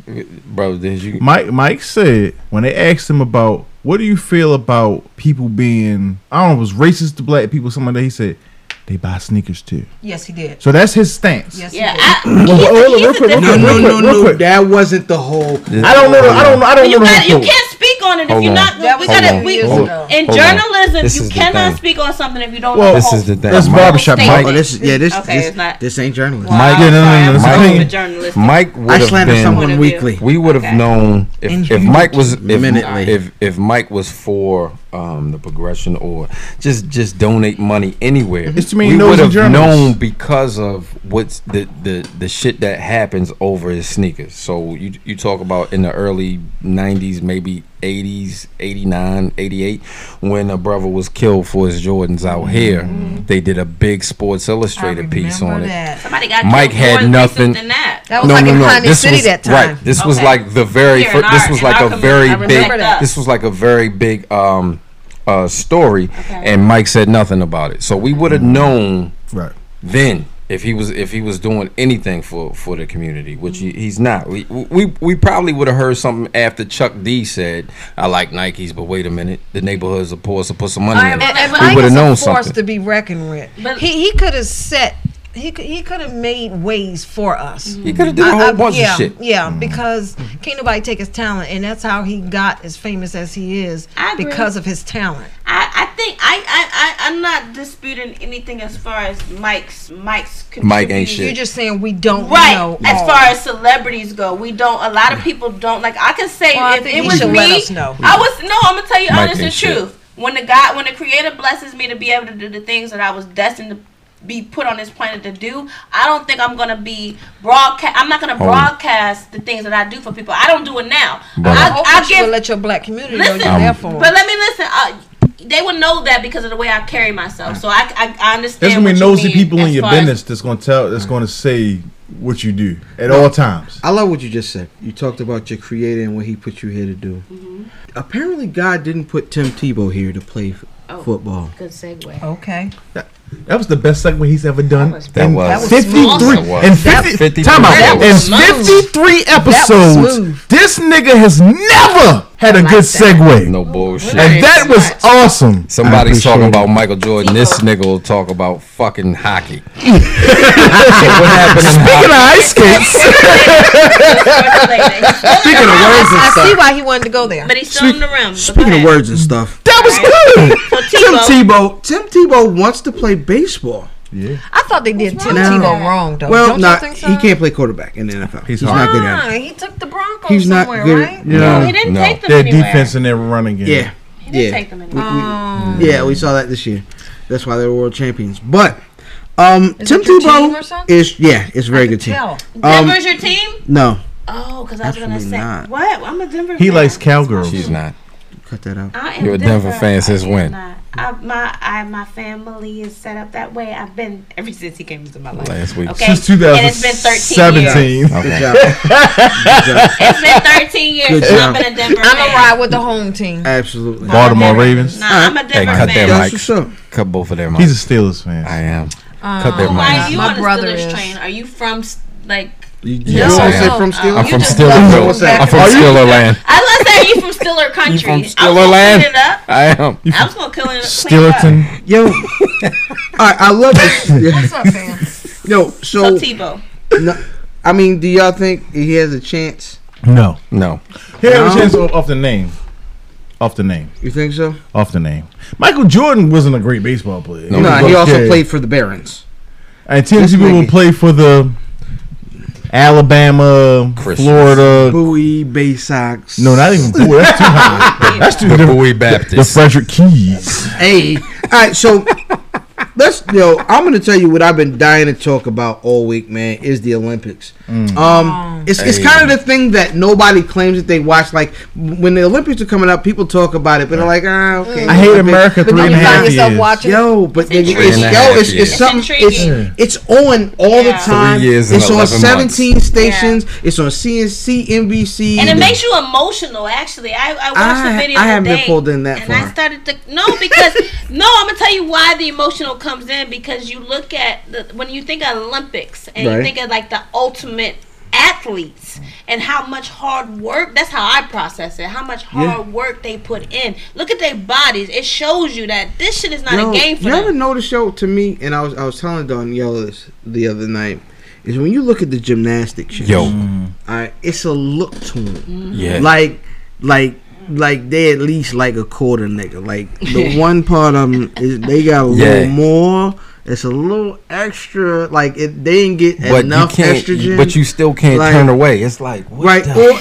I: brother. Did you?
C: Mike Mike said when they asked him about what do you feel about people being I don't know, was racist to black people, something like that, he said, They buy sneakers too.
G: Yes, he did.
C: So that's his stance.
G: Yes,
D: Yeah,
G: he did.
D: I,
C: Well, well, hold on, real quick, real
A: no,
C: quick,
A: no,
C: real
A: no,
C: quick, real
A: no.
C: quick.
A: That wasn't the whole.
C: I don't know. the- I don't know. I don't
D: you,
C: know. the
D: gotta,
C: whole
D: you
C: quote.
D: can't speak on it if
I: Hold
D: you're
I: on.
D: not.
G: That
D: We
G: was
D: gotta.
G: two
D: we,
G: years
I: hold
G: ago.
D: in
I: Hold on.
D: journalism,
I: This
D: you
I: is the
D: cannot
I: thing.
D: speak on something if you don't
C: Well,
D: know. the
I: This
D: whole
I: is the thing.
C: That's
I: Mike-
C: barbershop,
D: statement.
A: Oh, this is yeah. This
D: Okay,
A: this,
D: it's not-
A: this ain't journalism.
I: Mike-
C: Yeah, no, no, no,
D: I'm
C: it's
D: sorry,
I: Mike-
D: I'm a journalist.
I: Mike would
A: I
I: have
A: slander
I: been.
A: someone
D: Point of view.
A: weekly.
I: We would have
D: Okay.
I: known if, if
G: Inhuman.
I: Mike was if,
A: Minutely.
I: if if Mike was for
E: um, the progression or just just donate money anywhere.
C: It's too many
E: we
C: no's
E: would
C: and
E: have
C: journals.
E: known because of what's the, the the shit that happens over his sneakers. So you you talk about in the early '90s, maybe '80s, '89, '88, when a brother was killed for his Jordans out here. They did a big Sports Illustrated piece on it.
D: Somebody got
E: Mike
D: killed more
E: had nothing.
D: than that.
G: That was like in Pioneer City
E: was,
G: that time.
E: Right. This was
G: Okay.
E: like the very.
G: Here
E: Fir-
G: in
E: this
G: our-
E: was
G: in
E: like
G: our
E: a
G: community. I
E: very
G: remember
E: big.
G: that.
E: This was like a very big um, uh, story, and Mike said nothing about it. So we would have
G: Mm-hmm.
E: known
C: right
E: then if he was if he was doing anything for for the community, which he, he's not. We we we probably would have heard something after Chuck D said, "I like Nikes, but wait a minute, the neighborhoods are poor, so put some money in."
G: And, and
E: it." We
G: Mike
E: would
G: is
E: have
G: a
E: known
G: force
E: something.
G: to be reckoned with. he he could have set. He could, he could have made ways for us.
E: He coulda did a
G: I-
E: whole
G: I-
E: bunch of
G: yeah,
E: shit.
G: Yeah, because can't nobody take his talent, and that's how he got as famous as he is
D: agree.
G: because of his talent.
D: I, I think I, I I I'm not disputing anything as far as Mike's Mike's
E: Mike ain't
D: contribution.
E: shit. You're
G: just saying we don't
D: right
G: know
D: as
G: all.
D: far as celebrities go. We don't. A lot of people don't like. I can say
G: Well, I
D: if
G: think
D: it
G: you
D: was
G: should
D: me,
G: let us know.
D: I was no. I'm gonna tell you
G: Mike
D: honest
G: ain't
D: and
G: shit.
D: truth. When the God, when the Creator blesses me to be able to do the things that I was destined to be put on this planet to do, I don't think I'm gonna be broadcast. I'm not gonna
E: Hold on.
D: broadcast the things that I do for people. I don't do it now.
E: But-
D: I,
E: I hope
D: I give
G: let your black community know
D: Listen,
G: you're there for 'em.
D: but let me listen. Uh, they would know that because of the way I carry myself. So I, I, I understand.
C: There's gonna be
D: what
C: nosy
D: you mean
C: people in
D: as
C: your
D: far as-
C: business that's gonna tell that's gonna say what you do at all times.
A: I love what you just said. You talked about your creator and what he put you here to do. Mm-hmm. Apparently, God didn't put Tim Tebow here to play f- football.
D: Good segue.
G: Okay.
C: That was the best segue he's ever done.
A: That
C: in
A: was- that was
C: 53
A: smooth. That was-
C: and
A: that-
C: 50,
A: 53
C: time
A: That
C: out. In
A: was smooth.
C: 53
A: That was smooth.
C: episodes, this nigga has never had a good segue.
E: No bullshit.
C: And that was awesome.
E: Somebody's
C: I
E: talking
C: appreciate
E: about Michael Jordan. This nigga will talk about fucking hockey. so what happened in
C: Speaking of
E: hockey?
C: ice skates.
G: Speaking
A: of words and
G: I, I see
A: stuff.
G: why he wanted to go there.
D: But he's still in the room.
A: Speaking of words and stuff,
C: that was
A: good. Tim Tebow. Tim Tebow wants to play baseball.
C: Yeah.
G: I thought they did Tim
A: Now-
G: Tebow wrong though.
A: Well,
G: Don't
A: not
G: you think so?
A: he can't play quarterback in the NFL. He's, not good at it.
G: Why? He took the Broncos
A: He's not
G: somewhere,
A: good.
G: right?
A: No, no.
C: Their defense and their running game.
A: Yeah, yeah. We- we- Yeah, we saw that this year. That's why they were world champions. But um,
D: Is
A: Tim
D: it your
A: Tebow
D: team or something?
A: is yeah, it's a very good team.
D: Tell.
A: Um,
D: Denver's your team?
A: No,
D: Oh, because I was gonna
A: Absolutely
D: say
A: not.
D: what? I'm a Denver.
C: He
D: fan.
C: likes cowgirls.
E: She's not.
A: Cut that out.
D: I am
E: You're a Denver fan since
D: I am
E: when?
D: not. I, my I, my family is set up that way. I've been ever since he came into my life.
E: Last week.
D: Okay.
E: Since
D: And it's been 13 years.
E: 2017. Okay.
D: It's been 13 years.
A: Good
D: since I've
A: job.
D: been a Denver
G: I'm
D: fan.
G: gonna ride with the home team.
A: Absolutely.
C: Baltimore Ravens.
D: Nah, I'm a
E: Hey,
D: Denver
E: cut
D: fan.
E: their mics. Cut both of their mics.
C: He's a Steelers fan.
E: I am.
G: Um,
E: cut their
D: Why are
E: mics.
D: you
G: My
D: on the
G: brother
D: Steelers
G: is.
D: train? Are you from s- like?
E: Yes, I am.
A: from Steelers?
E: I'm
A: You
E: from
A: just
E: Steelers.
A: love
E: I'm from
A: Are you-
E: Steeler land.
D: I was gonna say, are you from Stiller country?
E: You from
D: I was
E: Steeler
D: gonna
E: land?
D: clean it up.
E: I am.
D: I was gonna kill it. clean it up.
C: Steelerton.
A: Yo, I, I love this.
D: What's up, fam?
A: Yo, so,
D: So Tebow.
A: no, I mean, do y'all think he has a chance?
C: No.
E: No.
C: He had a
A: No.
C: chance off the name. Off the name.
A: You think so?
C: Off the name. Michael Jordan wasn't a great baseball player.
A: No, he also played for the Barons.
C: And Tim
A: This
C: Tebow
A: nigga-
C: will play for the Alabama, Florida.
A: Bowie, Bay Sox.
C: No, not even Bowie. That's too high. That's too
E: The
C: different.
E: Bowie Baptist.
C: The Frederick Keys.
A: Hey, all right, so let's yo. I'm gonna tell you what I've been dying to talk about all week, man. Is the Olympics.
C: Mm.
A: Um, it's it's
E: Hey.
A: kind of the thing that nobody claims that they watch. Like when the Olympics are coming up, people talk about it, but they're like, ah, okay.
C: I hate America
A: But
C: three and a
A: you
C: half
A: find yourself
C: years.
A: watching- Yo, but it's,
C: intriguing.
A: it's,
C: Three and a
A: yo,
C: half
A: it's, it's
C: years.
A: something. It's, it's on all the time.
E: Three years and
A: it's on
E: 11 months.
A: 17 stations. It's on CNC, NBC.
D: And it makes you emotional. Actually, I, I watched
A: I,
D: the video.
A: I haven't
D: today,
A: been pulled in that
D: and
A: far.
D: I started to no because no. I'm gonna tell you why the emotional comes in because you look at the, when you think of Olympics and
A: Right.
D: you think of like the ultimate athletes and how much hard work. That's how I process it. How much
A: Yeah.
D: hard work they put in. Look at their bodies. It shows you that this shit is not
A: Yo,
D: a game for
A: you
D: them.
A: ever know the show to me? And I was I was telling Danielle this the other night is when you look at the gymnastics. Shows,
E: Yo.
D: Mm-hmm.
A: all right, it's a look to them.
E: Yeah.
A: like like like they at least like a quarter nigga. Like the one part of them is they got a
E: Yeah.
A: little more. It's a little extra. Like it, they didn't get
E: But you
A: enough
E: can't.
A: estrogen.
E: But you still can't
A: Like-
E: turn away. It's like
A: right or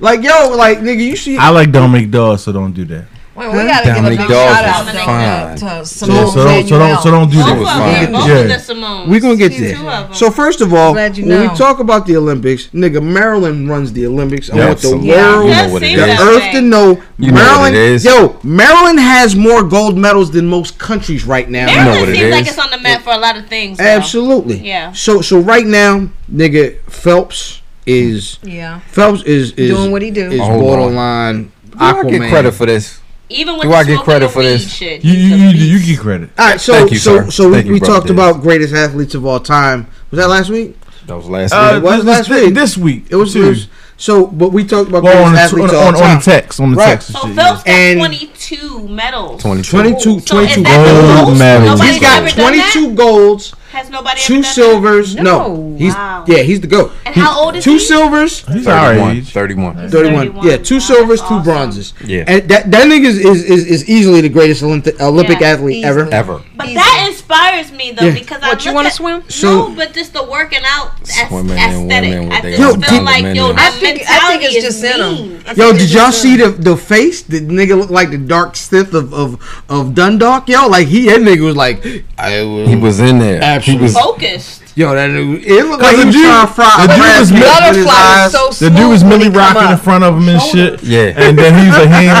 A: like yo like nigga you see
C: I like Dominic Dawes, so don't do that.
F: Wait, we gotta give a
E: Dominique
F: big
E: Dawes
F: shout out
E: was
F: Dominique,
E: fine.
F: uh, to
E: So-
F: Simone
E: so don't- so don't- so don't do
F: Manuel.
E: that. Both of them, both of
A: Yeah.
E: the
D: Simones.
A: We're gonna get
D: Two of
A: there.
D: 'em.
A: So first of all,
D: Glad you
A: when we
D: know.
A: talk about the Olympics, nigga, Maryland runs the Olympics. I
E: Yeah,
A: want the
E: absolutely.
A: world,
E: Yeah, you know what it
A: the
E: is.
A: earth to know
E: You know what
A: Maryland.
E: it is.
A: Yo, Maryland has more gold medals than most countries right now.
D: Maryland seems like it's on the map for a lot of things. though.
A: Absolutely.
D: Yeah.
A: So so right now, nigga, Phelps is
D: Yeah.
A: Phelps is, is
D: Doing what he do.
A: is
E: Hold on.
A: borderline.
E: Do I get
A: Aquaman.
E: credit for this?
D: Even
E: Do I get credit for this?
C: You you, you you get credit.
A: All right, so
E: Thank you,
A: so
E: sir.
A: so
E: Thank
A: we,
E: you,
A: we
E: brother
A: talked
E: Diz.
A: about greatest athletes of all time. Was that last week?
E: That was last
C: Uh,
A: it was
C: this-
A: last
C: this-
A: week.
C: this week,
A: It was, it
C: too.
A: was- so. But we talked about
C: Well, on
A: greatest
C: the-
A: athletes
C: on-
A: of all
C: on- on the
A: time.
C: text, on the text it
D: So
C: says.
D: Phelps got
A: And-
D: 22 medals.
A: 22, 22,
D: So is that the
C: Gold
D: most?
C: medals.
D: Nobody's
A: He's got
D: ever done that?
A: 22 golds,
D: Has nobody ever
A: two
D: done
A: silvers. No,
D: No.
A: he's
D: Wow.
A: yeah, he's the goat.
D: And how old is
A: two
D: he?
A: silvers.
C: He's
E: 31, 31.
A: 31. Yeah, two silvers, two bronzes.
E: Yeah.
A: and that that nigga is is, is, is easily the greatest Olympic Olympic
D: Yeah,
A: athlete ever.
E: Ever.
D: But that inspires me though
A: Yeah.
D: because I what you want to swim? No,
A: So-
D: but just the working out as-
E: Swimming and
D: aesthetic.
E: women
D: I just
E: with their
D: feel
E: own
A: Yo,
D: like yo,
E: compliments.
D: that mentality
F: I think it's
D: is
F: just in 'em.
D: mean.
A: Yo, did y'all see the the face? The nigga looked like the dark Sith of of of Dundalk. Yo, like he that nigga was like I will.
E: He was in there. He was
D: Focused.
A: Yo, that nigga, it looked like
C: the
A: he was
C: dude-
A: trying to fry.
C: the dude
A: Brad
C: was
A: Pitt
C: Butterfly
A: with his eyes.
C: the dude was Millie rocking in front of him and shit.
E: Yeah.
C: And then he was like, he ain't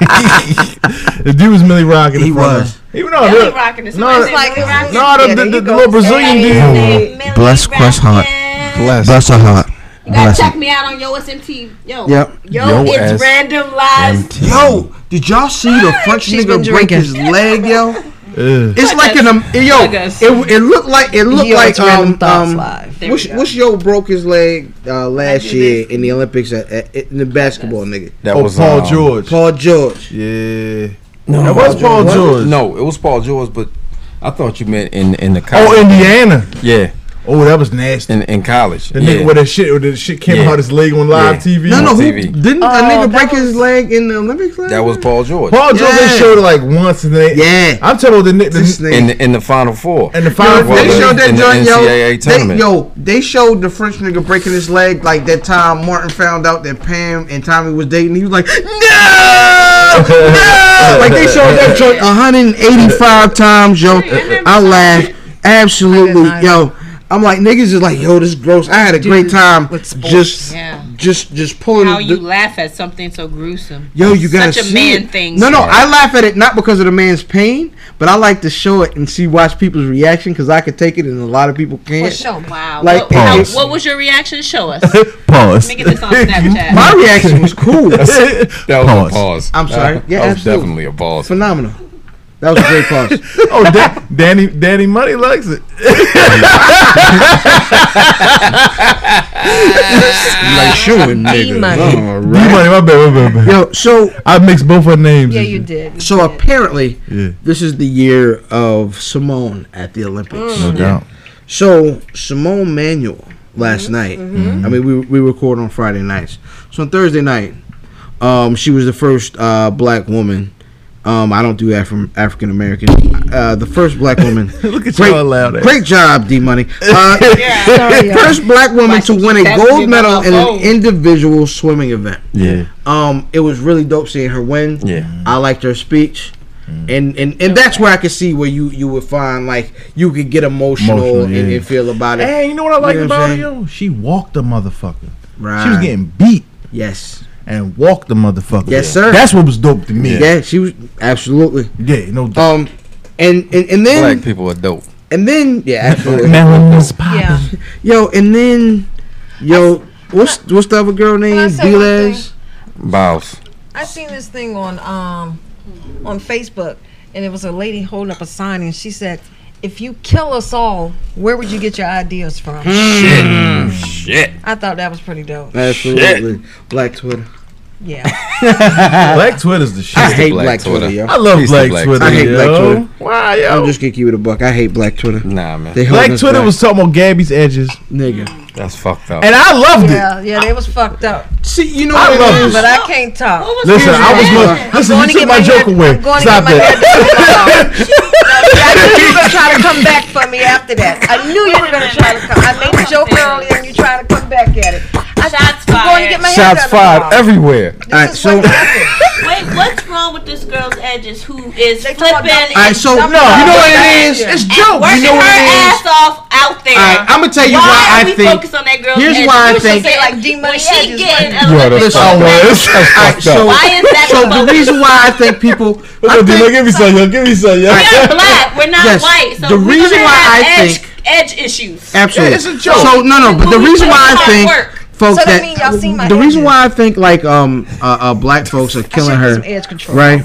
C: that shit. the dude was Millie rocking in front
A: was.
C: of him. Even though
D: Millie
C: the-
D: rocking is
C: no,
D: somebody say Millie rocking?
C: no, the,
D: Yeah,
C: the,
D: there
C: the,
D: you go.
C: little Brazilian
D: Say
C: dude.
D: Millie
A: Bless Crush Hunt.
D: Bless.
A: Bless her heart.
D: You gotta
A: Bless
D: check me out on Yo SMT. Yo.
A: Yep.
D: Yo,
E: Yo
D: it's
E: S-
D: random lives.
A: Yo, did y'all see the French
G: She's
A: nigga
G: been
A: break
G: drinking.
A: his leg, yo?
C: Ugh.
A: It's like an um, yo. It, it looked like it looked
G: Yo,
A: like
G: it's Random
A: um,
G: Thoughts
A: um
G: Live. There
A: which
G: we go.
A: which yo broke his leg uh, last year in the Olympics at, at, in the basketball nigga.
E: That
C: Oh,
E: was
C: Paul
E: um,
C: George.
A: Paul George.
C: yeah.
E: No,
C: That was Paul George.
E: No, it was Paul George, but I thought you meant in in the college.
C: Oh, Indiana.
E: yeah,
C: Oh, that was nasty.
E: in in college.
C: The
E: yeah.
C: nigga with that shit, with that shit came
E: Yeah.
C: out his leg on live
E: Yeah.
C: TV.
A: No,
E: on
A: no, who,
E: TV.
G: Oh,
A: didn't a nigga break his leg in the Olympics? Last
E: that was
A: year?
E: Paul George.
C: Paul George they
A: Yeah.
C: showed it like once, and they.
A: Yeah.
C: I'm talking about the, ni-
A: This
C: the
A: nigga.
E: in the, in the final four.
C: and the
A: Yo,
C: five.
E: Well,
A: they
E: in-
A: showed that
E: in the
A: joint,
E: NCAA
A: yo. They,
E: tournament.
A: yo, they showed the French nigga breaking his leg like that time Martin found out that Pam and Tommy was dating. He was like, no, no. Like they showed that joint 185 times, yo. I laughed absolutely, yo. I'm like niggas is like, yo, this is gross. I had a great time, just,
D: Yeah.
A: just, just pulling.
D: How
A: the-
D: you laugh at something so gruesome.
A: Yo, you gotta
D: Such a
A: see
D: man
A: it.
D: thing.
A: No, no, I laugh at it not because of the man's pain, but I like to show it and see watch people's reaction because I could take it and a lot of people can't.
G: Well, show
D: Wow.
A: Like,
D: what, how-
A: pause.
D: what was your reaction? Show us.
C: Pause.
D: Let me get this on Snapchat.
A: My reaction was cool,
E: That was
C: Pause.
E: a pause.
A: I'm sorry.
E: That-
A: Yeah,
E: that was
A: absolutely.
E: definitely a pause.
A: phenomenal. That was a great pause.
C: Oh, da- Danny, Danny Money likes it.
D: Uh,
A: like shooting
G: D-Money.
C: D Money, my bad, my bad, my bad.
A: Yo, so
C: I mixed both her names.
G: Yeah, you did.
A: so apparently
C: Yeah,
A: this is the year of Simone at the Olympics.
C: no doubt.
A: So Simone Manuel last night.
C: Mm-hmm.
A: I mean, we we record on Friday nights. So on Thursday night, um, she was the first uh, black woman. Um, I don't do Afri- African American. Uh, the first black woman.
C: Look at
A: Great-
C: y'all loud ass.
A: Great job, D Money. Uh,
G: Sorry, y'all.
A: First black woman to win a
D: That's
A: gold
D: me
A: medal
D: about
A: in an
D: gold.
A: individual swimming event.
E: Yeah,
A: Um, it was really dope seeing her win.
E: Yeah. Mm-hmm.
A: I liked her speech. And, and and that's where I could see where you you would find like you could get emotional,
C: Emotional,
A: and,
C: yeah.
A: and feel about it.
C: Hey, you know what I like
A: You know what I'm
C: about her?
A: saying?
C: Yo, she walked the motherfucker.
A: Right.
C: She was getting beat
A: yes,
C: and walked the motherfucker.
A: Yes, sir.
C: That's what was dope to me.
A: yeah.
C: Yeah,
A: she was absolutely.
C: no doubt.
A: Um, and and, and then
E: black people are dope.
A: and then yeah, absolutely.
C: Melon was popping.
F: Yeah.
A: yo, and then yo, what's what's the other girl
F: I
A: named?
F: say one
A: Velez.
E: Bows.
F: I seen this thing on um on Facebook, and it was a lady holding up a sign, and she said, "If you kill us all, where would you get your ideas from?"
E: Shit.
F: I thought that was pretty dope.
A: Absolutely, Black Twitter.
F: Yeah,
C: Black Twitter's the shit.
A: Ah. I hate
E: Black
A: Black, Twitter.
E: Twitter.
A: yo.
C: I love
E: Peace to
C: Black,
E: Black
C: Twitter.
A: Twitter. I hate
C: yo.
A: Black Twitter.
C: Why, yo?
A: I'm just gonna keep it a buck. I hate Black Twitter.
E: Nah, man.
A: They holding
C: Black
A: us
C: Twitter
A: back.
C: was talking about Gabby's edges,
A: nigga.
E: That's fucked up.
C: and I loved it.
F: yeah, yeah. They was fucked up,
A: See, you know
C: I
A: what
C: love
A: it is.
F: but I can't talk.
D: What was
C: Listen, I was
A: Yeah.
C: look. Listen,
F: going
C: you
F: to
C: took
F: get
C: my
F: my
C: joke
F: hair-
C: away.
F: I'm going to
C: Stop
F: get my
C: it.
F: I knew you were gonna try to come back for me after that. I knew you were gonna try to come. I made a joke earlier, and you try to come back at it.
D: Shots
F: I'm going to get
D: fired.
F: my hair
E: Shots
F: done
E: fired
F: tomorrow.
E: everywhere.
A: All right, so
D: Wait, what's wrong with Edge is who is flipping. and
A: All right, so no, you
D: dumping
A: know
D: her
A: what it
D: back
A: is? It's
D: and
A: jokes.
D: Working
A: You know what
D: her
A: it is?
D: ass off out there.
A: All right, I'ma tell you why I
D: are we
A: think-
D: focused on that girl's
A: here's
D: edge?
A: why I
D: We should
A: think-
D: say, like D Money Edge is getting a
A: Yeah,
D: little
A: that's
D: bit
A: fucked up. All right, so,
D: Why is that
A: so
D: fucked
A: the reason why I think people, I think, give me some, yo, give me some, yo.
D: We're black. We're not
A: Yes,
D: white. So
A: the
D: we're
A: reason
D: gonna
A: why
D: have
A: I
D: edge,
A: think-
D: edge issues.
A: Absolutely, So no, no, but the
D: When we
A: reason
D: put
A: why I
D: in hard
A: think,
D: work.
A: folks,
F: So that
A: that,
F: mean y'all seen my
A: the
F: head
A: reason why I think like um uh, uh black folks are killing
F: should've done
A: her,
F: some edge control.
A: right?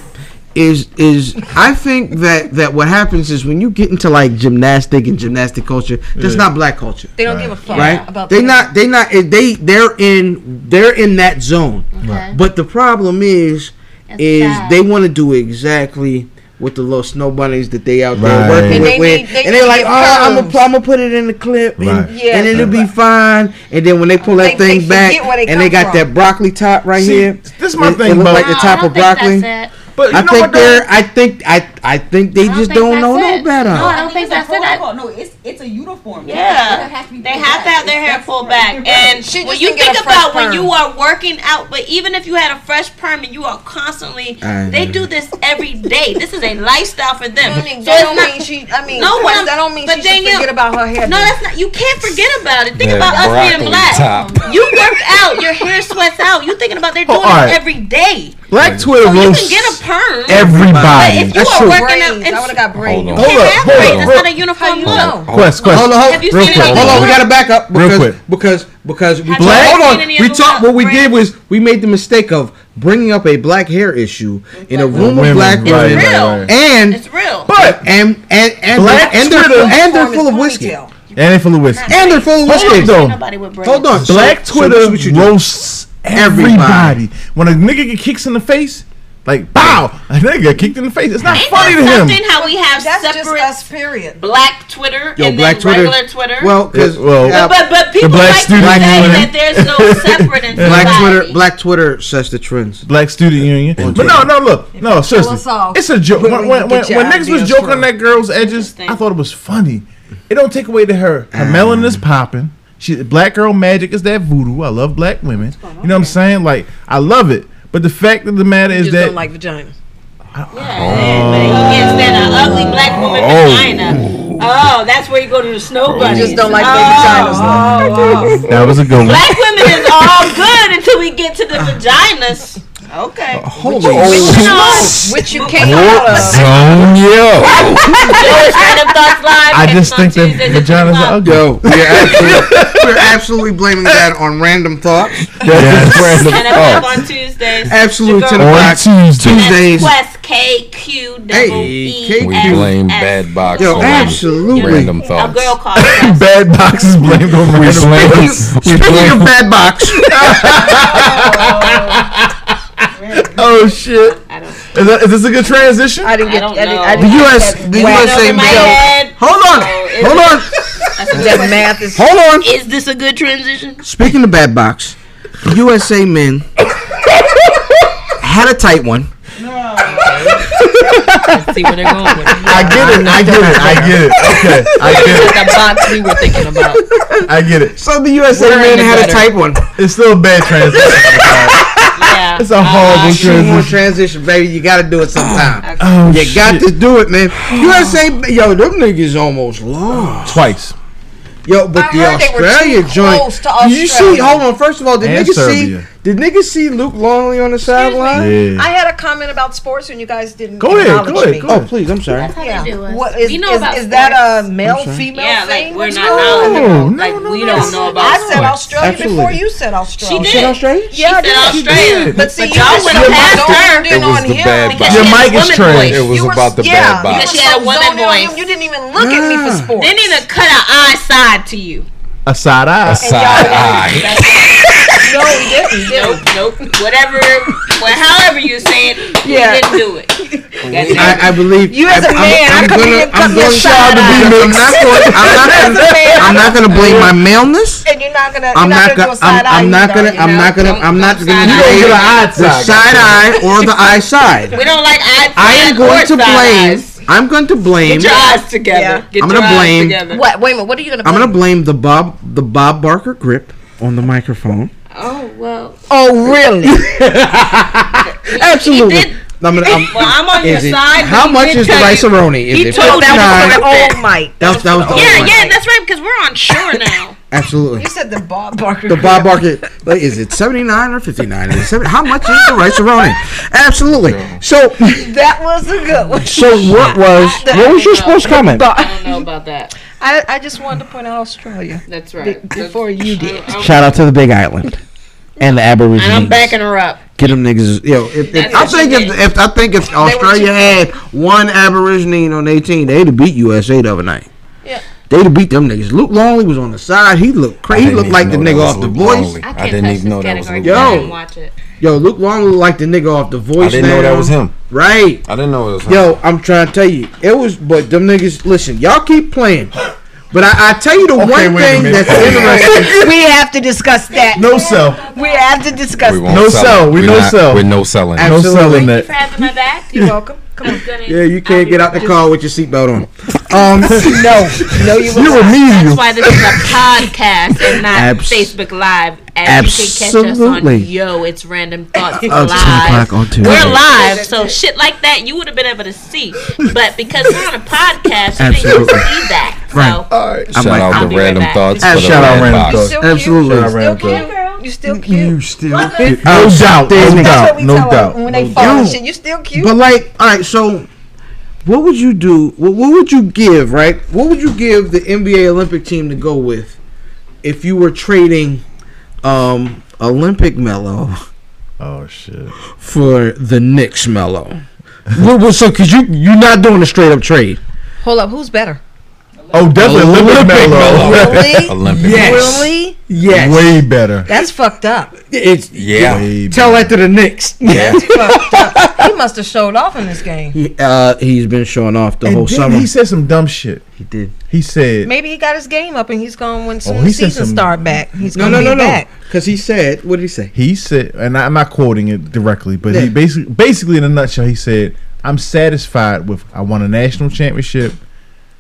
A: Is is I think that that what happens is when you get into like gymnastic and gymnastic culture, that's
F: Yeah.
A: not black culture.
F: They don't give a fuck
A: right?
F: about
A: they
F: that.
A: not they not eh, they they're in they're in that zone.
F: Okay.
A: But the problem is
F: That's
A: is
F: sad.
A: they want to do exactly what the little snow bunnies that they out there
C: Right.
A: working
C: And
A: with,
C: they
A: with.
C: need- they
A: and they're
C: need
A: like,
C: to
A: oh,
C: get
A: I'm
C: perms."
A: gonna I'm gonna put it in the clip,
C: Right.
A: and,
C: Yeah.
A: and it'll be fine. And then when they pull that
C: they
A: thing back,
C: forget where they
A: and they
C: come
A: got
C: from.
A: that broccoli top right
C: See,
A: here,
C: this is my
A: it,
C: thing
A: It look
C: about-
A: like the
C: No, I
A: top
C: don't
A: of
C: think that's
A: broccoli.
N: it.
C: But you
A: I
C: know
A: think
C: what, though?
A: they're. I think I. I think they just
N: think
A: don't know
N: that's
A: no
N: it.
A: better.
N: No, I don't think
J: it's
N: that's
J: a
N: it. I-
J: protocol. No, it's it's a uniform.
D: Uh-huh. Yeah,
J: It has to be
D: they
J: pulled
D: have to
J: back.
D: have their
J: It's-
D: hair
J: that's
D: pulled
J: right.
D: back.
J: You're right.
D: And when you think about when you are working out, but even if you had a fresh perm and you are constantly,
F: I
D: they
F: know.
D: do this every day. This is a lifestyle for them.
F: mean,
D: So
F: that
D: it's
F: don't
D: not-
F: mean she. I mean,
D: No, what I'm-
F: that don't mean
D: but
F: she
D: then
F: should
D: you-
F: forget about her hair.
D: No, that's not. You can't forget about it. Think
F: That
D: about us being
F: broccoli
D: black.
F: top.
D: You work out, your hair sweats out. You thinking about they're
C: Oh,
D: doing
C: all right.
D: it every day.
C: Black Twitter
D: So you can
C: roasts
D: get a perm.
C: everybody.
D: But if you
C: That's
D: are
C: true.
D: working out, and
F: I would have got braids.
C: Hold
D: you
C: on.
D: can't
C: Hold up,
D: have
C: hold
D: braids.
C: up,
D: That's
C: hold-
D: not a uniform look.
C: Quest, quest.
A: Hold on, hold,
D: Have you
A: real
D: seen
A: quick.
D: any
A: Hold on, we
D: other-
A: gotta back up
C: Real
A: because
C: quick.
A: because because we
D: Have you
A: black.
D: seen
A: Hold on,
D: any
A: we
D: other
A: talked. What we
D: black
A: did was we made the mistake of bringing up a black hair issue in a room
C: women,
A: of black
C: right,
A: women,
C: right, right.
A: and
C: It's
D: real.
A: But and and and
C: Black
A: they're, and they're
C: Twitter
A: full, and they're full of whiskey.
C: And they full of whiskey.
A: And they're full of
C: Hold
A: whiskey.
C: up, though.
A: Hold on. So-
C: Black
A: so
C: Twitter
A: this is what you do.
C: roasts everybody. When a nigga get kicks in the face, like bow, a nigga get kicked in the face. It's not
D: Ain't
C: funny
D: that
C: to
D: something
C: him.
D: how we have
F: That's just
D: separate
F: us, period.
D: black Twitter
C: Yo,
D: and
C: black
D: then
C: Twitter-
D: regular Twitter.
A: Well, uh, because
C: well,
D: but, but, but people
A: black
D: like to say
A: student
D: that
A: union.
D: there's no separate in
A: black
D: society.
A: Twitter, black Twitter sets the trends.
C: Black student union. But no, no, look, no, seriously,
F: us off.
C: it's a joke.
F: Where
C: When,
F: we
C: when,
F: can
C: when,
F: get your
C: when niggas was
F: ideas
C: joking
F: from.
C: on that girl's edges, I thought it was funny. It don't take away to her. Her melanin is popping. She black girl magic is that voodoo. I love black women. You know what I'm saying? Like I love it. But the fact of the matter
F: You
C: is
F: just
C: that
F: don't like vagina.
D: Can't stand an ugly black woman
C: Oh.
D: vagina. Oh, that's where you go to the snow bunnies.
F: just don't like
D: oh,
F: big vaginas.
D: oh, oh.
C: that was a good one.
D: Black women is all good until we get to the vaginas. Okay.
A: Holy
F: Which you
D: can't Random thoughts live.
C: I
D: catch
C: just
D: us on
C: think that
D: Tuesdays at
C: vaginas
D: 2
C: are ugly.
D: o'clock.
C: Yo,
A: We're absolutely blaming that on random thoughts.
C: Yes. Random
D: And I'm
C: Oh.
D: up on Tuesdays.
A: Absolutely
D: Your
A: ten
D: girl-
A: o'clock. Tuesdays.
D: Quest KQ double E
A: KQ.
E: We blame bad box.
A: Yo,
E: on
A: absolutely.
E: Random thoughts.
D: girl called.
C: bad boxes blamed on
E: We
C: random
E: blame-
C: people.
E: we
A: Speaking
E: blame-
A: of bad box,
C: Oh shit! Is, that, is this a good transition?
F: I didn't get. I, didn't, I
A: the
F: didn't get
A: U.S.
F: that
A: the
F: whack
A: USA.
F: over my
A: bill-
F: head.
A: Hold on,
D: Oh,
F: it's-
A: hold on.
F: That math is.
A: Hold on.
D: Is this a good transition?
A: Speaking of bad box, the USA men had a tight one.
O: See where they're going with it.
C: I get it. I get it. I get it. Okay, I get it.
O: The box we were thinking about.
C: I get it.
A: So the USA
O: We're in
A: men
O: the
A: had a
O: gutter.
A: tight one.
F: Ah,
C: It's still a bad transition.
O: Yeah.
C: It's a horrible
A: Uh, More
C: transition.
A: transition, baby. You got to do it sometime.
C: Oh,
F: Ah,
A: you got to
C: shit.
A: do it, man. USA, yo, them niggas almost lost.
C: Twice.
A: Yo, but the
F: heard they were too
A: Australia joint.
F: close to
A: Did you see?
F: Australia.
A: Hold on. First of all, did
C: And
A: niggas see?
C: Serbia.
A: Did niggas see Luke Longley on the sideline?
F: I had a comment about sports and you guys didn't.
A: Go ahead.
F: acknowledge
A: Go ahead.
F: me.
A: Go ahead. Oh, please. I'm sorry.
F: Yeah.
D: us.
F: What is,
D: We know
F: is,
D: about
F: is that a male
A: I'm sorry. Oh.
F: female
D: Yeah,
F: thing?
D: like we're
F: What's
D: not
F: going on?
D: knowledgeable.
A: No,
D: like we don't know about.
F: I said
D: sports.
F: Australia before
A: Absolutely.
F: you said Australia.
D: She did.
A: Australia?
D: She said Australia.
F: But see,
D: But
F: you
D: y'all
F: just
D: went past her.
F: zoned in
E: It was
F: on
E: the
F: him.
E: bad
F: because
E: box.
F: she
E: Your
F: had a
E: mic is
F: woman
E: trash.
F: voice.
E: It was
F: You were-
E: about the bad box.
F: yeah, you
D: Because
F: were
D: she had a
F: so
D: woman
F: zoned in on
D: voice.
F: him, You didn't even look at me for sports.
D: They need to cut an eye side to you.
C: A side eye.
E: A side eye.
F: No, he didn't.
D: Nope, nope. Whatever, well, however you say it, you
F: Yeah.
D: didn't do it.
A: I, I believe
F: You as
A: a
F: a man, I couldn't even cut your side eye.
A: I'm not going. I'm not
F: As a man,
A: gonna. I'm not gonna blame my maleness.
F: And you're not gonna.
A: I'm not
F: gonna.
A: gonna. I'm, I'm not gonna. I'm not gonna. I'm not gonna.
C: You gonna get an eye
A: The
C: side.
A: side eye or the eye side.
D: We don't like eye.
A: I am
D: side
A: going
D: or
A: to
D: side
A: blame.
D: eyes.
A: I'm going to blame.
D: Get your eyes together. Get
A: I'm
D: your
A: gonna
D: eyes
A: blame-
D: Together.
F: What? Wait a minute. What are you gonna?
A: I'm gonna blame the Bob the Bob Barker grip on the microphone.
D: Oh well.
F: Oh really?
A: Absolutely. I mean, I'm,
D: Well, I'm on your
A: is it-
D: side,
A: How
D: but he
A: much
D: did
A: is the
D: tell you-
A: riceroni? Is
D: he
A: it
D: told- that was for the
F: Oh,
A: 59?
D: old mic.
A: That was, that was the
D: yeah,
A: old mic.
D: yeah, that's right. Because we're on shore now.
A: Absolutely.
F: said the Bob Barker.
A: The Bob Barker, like, is it 79 or 59? Is it 70, how much is the riceroni? Absolutely. So,
F: That was a good one.
A: so what was, what was your supposed comment?
F: I
O: don't know about that.
F: I, I just wanted to point out Australia.
O: That's right.
F: Be- before you did.
A: Shout out to the Big Island and the Aborigines.
D: And I'm backing her up.
A: Get them niggas, yo. If, if,
D: That's
A: I
D: what she
A: think if, if I think if Australia had one Aborigine on their team, they'd have beat USA the other night.
D: Yeah.
A: They'd have beat them niggas. Luke Longley was on the side. He looked crazy. He
E: didn't
A: looked
E: even
A: like the
E: know that
A: nigga
E: was
A: off the
E: Luke
A: voice.
E: Longley. I I didn't even know that was Luke
A: Yo.
E: Longley.
D: Watch it.
A: Yo, Luke Longley looked like the nigga off the voice.
E: I didn't know that
A: now.
E: was him.
A: Right.
E: I didn't know it was him.
A: Yo, I'm trying to tell you, it was. But them niggas, listen, y'all keep playing. But I, I tell you the one
C: wait a
A: thing
C: minute.
A: that's interesting.
F: we have to discuss that.
C: No sell.
F: We have to discuss
E: We won't
C: No
E: sell.
C: sell. We
E: We're
C: no
E: not-
C: sell.
E: we're no selling.
C: No
A: Absolutely.
C: selling
D: Thank you for
C: that.
D: having my back.
F: You're welcome. Come on.
A: Yeah, you can't get out the car with your seatbelt on. Um,
F: no, no, you
A: you
D: That's
A: remedial.
D: why this is a podcast and not
A: Abs-
D: Facebook Live. As You can catch us
A: absolutely.
D: on Yo, it's Random Thoughts
A: Uh, uh, 10
D: Live.
A: o'clock on Tuesday.
D: We're live, so shit like that you would have been able to see. But because we're on a podcast, you didn't
A: Absolutely.
D: see that. So
A: Right.
E: Shout
A: like,
E: out
A: I'll
E: the
A: be
D: right
E: random
D: back.
E: thoughts.
A: Ab-
E: for the
A: shout out
E: red
A: random
E: box.
A: thoughts. Absolutely.
C: Shout out random
F: Still
C: thoughts.
F: cute, girl. You still cute.
A: You still
F: That's
C: No doubt. No doubt.
F: what
C: No
F: we tell them when
C: doubt.
F: they fall and shit. You still cute.
A: But like, all right, so what would you do? What, what would you give? Right? What would you give the NBA Olympic team to go with if you were trading um Olympic Mellow
C: Oh shit.
A: for the Knicks Mellow? what, what, so, cause you you're not doing a straight up trade.
F: Hold up, who's better?
C: Oh, definitely Olympic Melo.
F: Really?
E: Olympic.
A: Yes.
F: Really?
A: Yes.
C: Way better.
F: That's fucked up.
A: It's
E: Yeah.
C: Way
A: tell that to the Knicks.
E: Yeah.
F: He must have showed off in this game.
A: He, uh, he's been showing off the
C: And
A: whole
C: then
A: summer.
C: He said some dumb shit.
A: He did.
C: He said,
F: Maybe he got his game up and he's going when soon
C: Oh,
F: the
C: he said
F: season
C: some-
F: start back. He's
A: No,
F: gonna
A: no,
F: be
A: no, no.
F: back.
A: Because he said, what did he say?
C: he said, and I'm not quoting it directly, but
A: Yeah.
C: he basically, basically in a nutshell, he said, "I'm satisfied with. I won a national championship.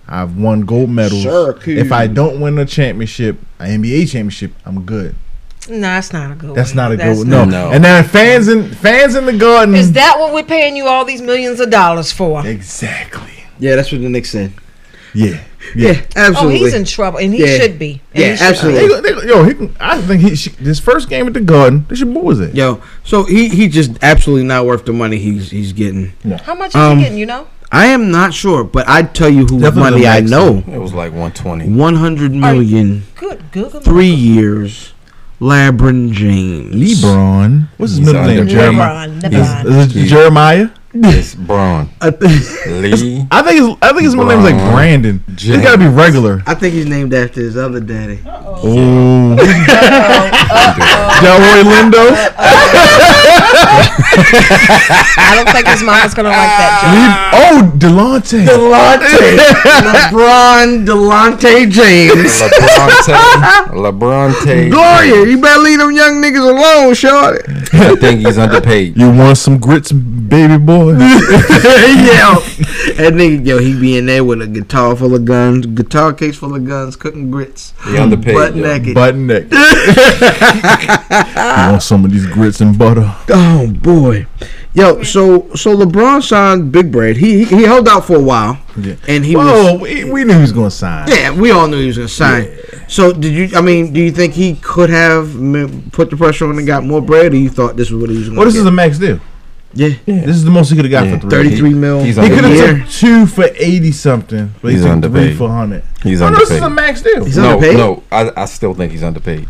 C: I've won gold medals.
A: Syracuse.
C: If I don't win a championship, an NBA championship, I'm good.
F: No, that's not a good one.
C: That's not a good.
F: not-
C: No.
E: No.
C: And then fans in fans in the garden.
F: Is that what we're paying you all these millions of dollars for?
C: exactly?
A: Yeah, that's what the Knicks said.
C: Yeah.
A: Yeah,
F: Oh,
A: absolutely.
F: he's in trouble, and he
A: Yeah.
F: should be. And
A: Yeah,
F: he should
A: absolutely.
C: They go- they go- yo, he can, I think he should, his first game at the garden. They should what was it?
A: Yo, so he he just absolutely not worth the money he's he's getting.
F: be. How much is
A: Um,
F: he getting? You know,
A: I am not sure, but I'd tell you who
C: Definitely
A: money I
C: makes
A: know.
E: It was like 120.
A: One hundred million,
F: good Google.
A: three years, LeBron James.
C: LeBron. What's his
E: He's
C: middle
E: on
C: name?
E: the-
C: Jeremiah.
F: LeBron.
C: Is,
F: LeBron.
C: is it Jeremiah?
E: It's Braun.
A: I, th-
E: Lee.
C: I think his I think his middle name's like
E: Bron
C: Brandon. It's
E: James.
C: gotta be regular.
A: I think he's named after his other daddy.
C: Oh, Delroy Lindo.
F: I don't think his mom is gonna like that.
C: Oh, Delonte.
A: Delonte, LeBron, Delonte James.
E: LeBronte. LeBronte.
A: Ah. Gloria, you better leave them young niggas alone, shorty.
E: I think he's underpaid.
C: You want some grits, baby boy?
A: yeah, that nigga, yo, he be in there with a guitar full of guns, guitar case full of guns, cooking grits,
E: He underpaid.
A: butt
E: yo.
A: naked.
C: Button neck. you want some of these grits and butter?
A: Oh boy, yo, so so LeBron signed Big Brad. He he, he held out for a while,
C: Yeah.
A: and he
C: Whoa,
A: was
C: Oh, we, we knew he was gonna sign.
A: yeah. We all knew he was gonna sign. So did you? I mean, do you think he could have m- put the pressure on and got more bread, or you thought this was what he was? Gonna
C: Well, this
A: get?
C: is a max deal.
A: yeah.
C: This is the most he could have got
E: Yeah.
C: for three.
A: Thirty three mil.
E: He's
C: He
E: under-
C: could
A: Yeah.
C: have took two for eighty something, but he
E: He's
C: took three
E: underpaid.
C: for hundred.
E: He's
C: Oh, no, this is a
E: underpaid.
C: max deal.
A: He's
E: No,
A: underpaid?
E: no. I, I still think he's underpaid.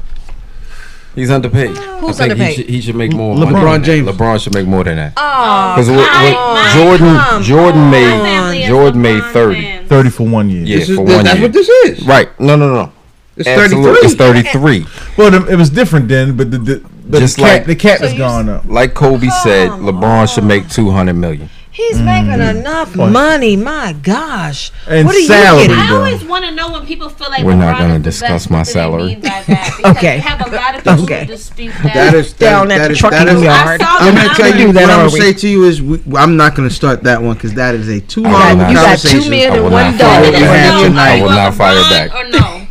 E: He's underpaid.
F: Who's
E: I think
F: underpaid?
E: He should, he should make more.
C: LeBron
E: money than that.
A: James.
E: LeBron should make more than that.
F: Oh,
E: Because what,
D: my
E: what Jordan
F: God.
E: Jordan
D: Family
E: made
D: is
E: Jordan made
D: LeBron
E: thirty.
D: fans.
C: Thirty for one year.
E: Yeah,
A: This is-
E: for one
A: that's
E: year.
A: what this is.
E: right. No, no, no.
A: It's
E: Absolute-
A: thirty
E: It's
A: three.
E: thirty three.
C: Well, the- it was different then, but the, the, but
E: Just
C: the cap,
E: like-
C: the cap
F: So
C: is
F: you s-
C: gone up.
E: Like Kobe said,
F: Come
E: LeBron should make two hundred million.
F: he's making enough
C: Boy.
F: money. My gosh,
C: And
F: what are you
C: salary.
F: getting?
D: I
C: though.
D: always want to know when people feel like
E: We're not
D: LeBron
E: gonna
D: is the
E: discuss
D: best.
E: my
D: What do they
E: salary.
D: mean by that? Because
F: Okay.
D: You have a lot of people
F: Okay.
D: who dispute that.
A: That is
F: Down
A: that,
F: at
A: that
F: the
A: is-
F: trucking
A: that is-
F: yard.
D: I saw
A: I'm
D: the
A: gonna tell
D: numbers.
A: you
F: that,
A: what I'm
F: are
A: gonna
F: we?
A: say to you is we, I'm not gonna start that one because that is a too
E: I
A: long
E: will not-
F: You got two
A: conversation.
F: men
E: I
F: and
E: will
F: one
E: not fire
A: dog.
F: dog.
A: What we
D: Let us
A: have
D: know,
A: tonight.
D: are you
E: I will
D: a
E: not fire
D: LeBron
E: back.
D: Or no.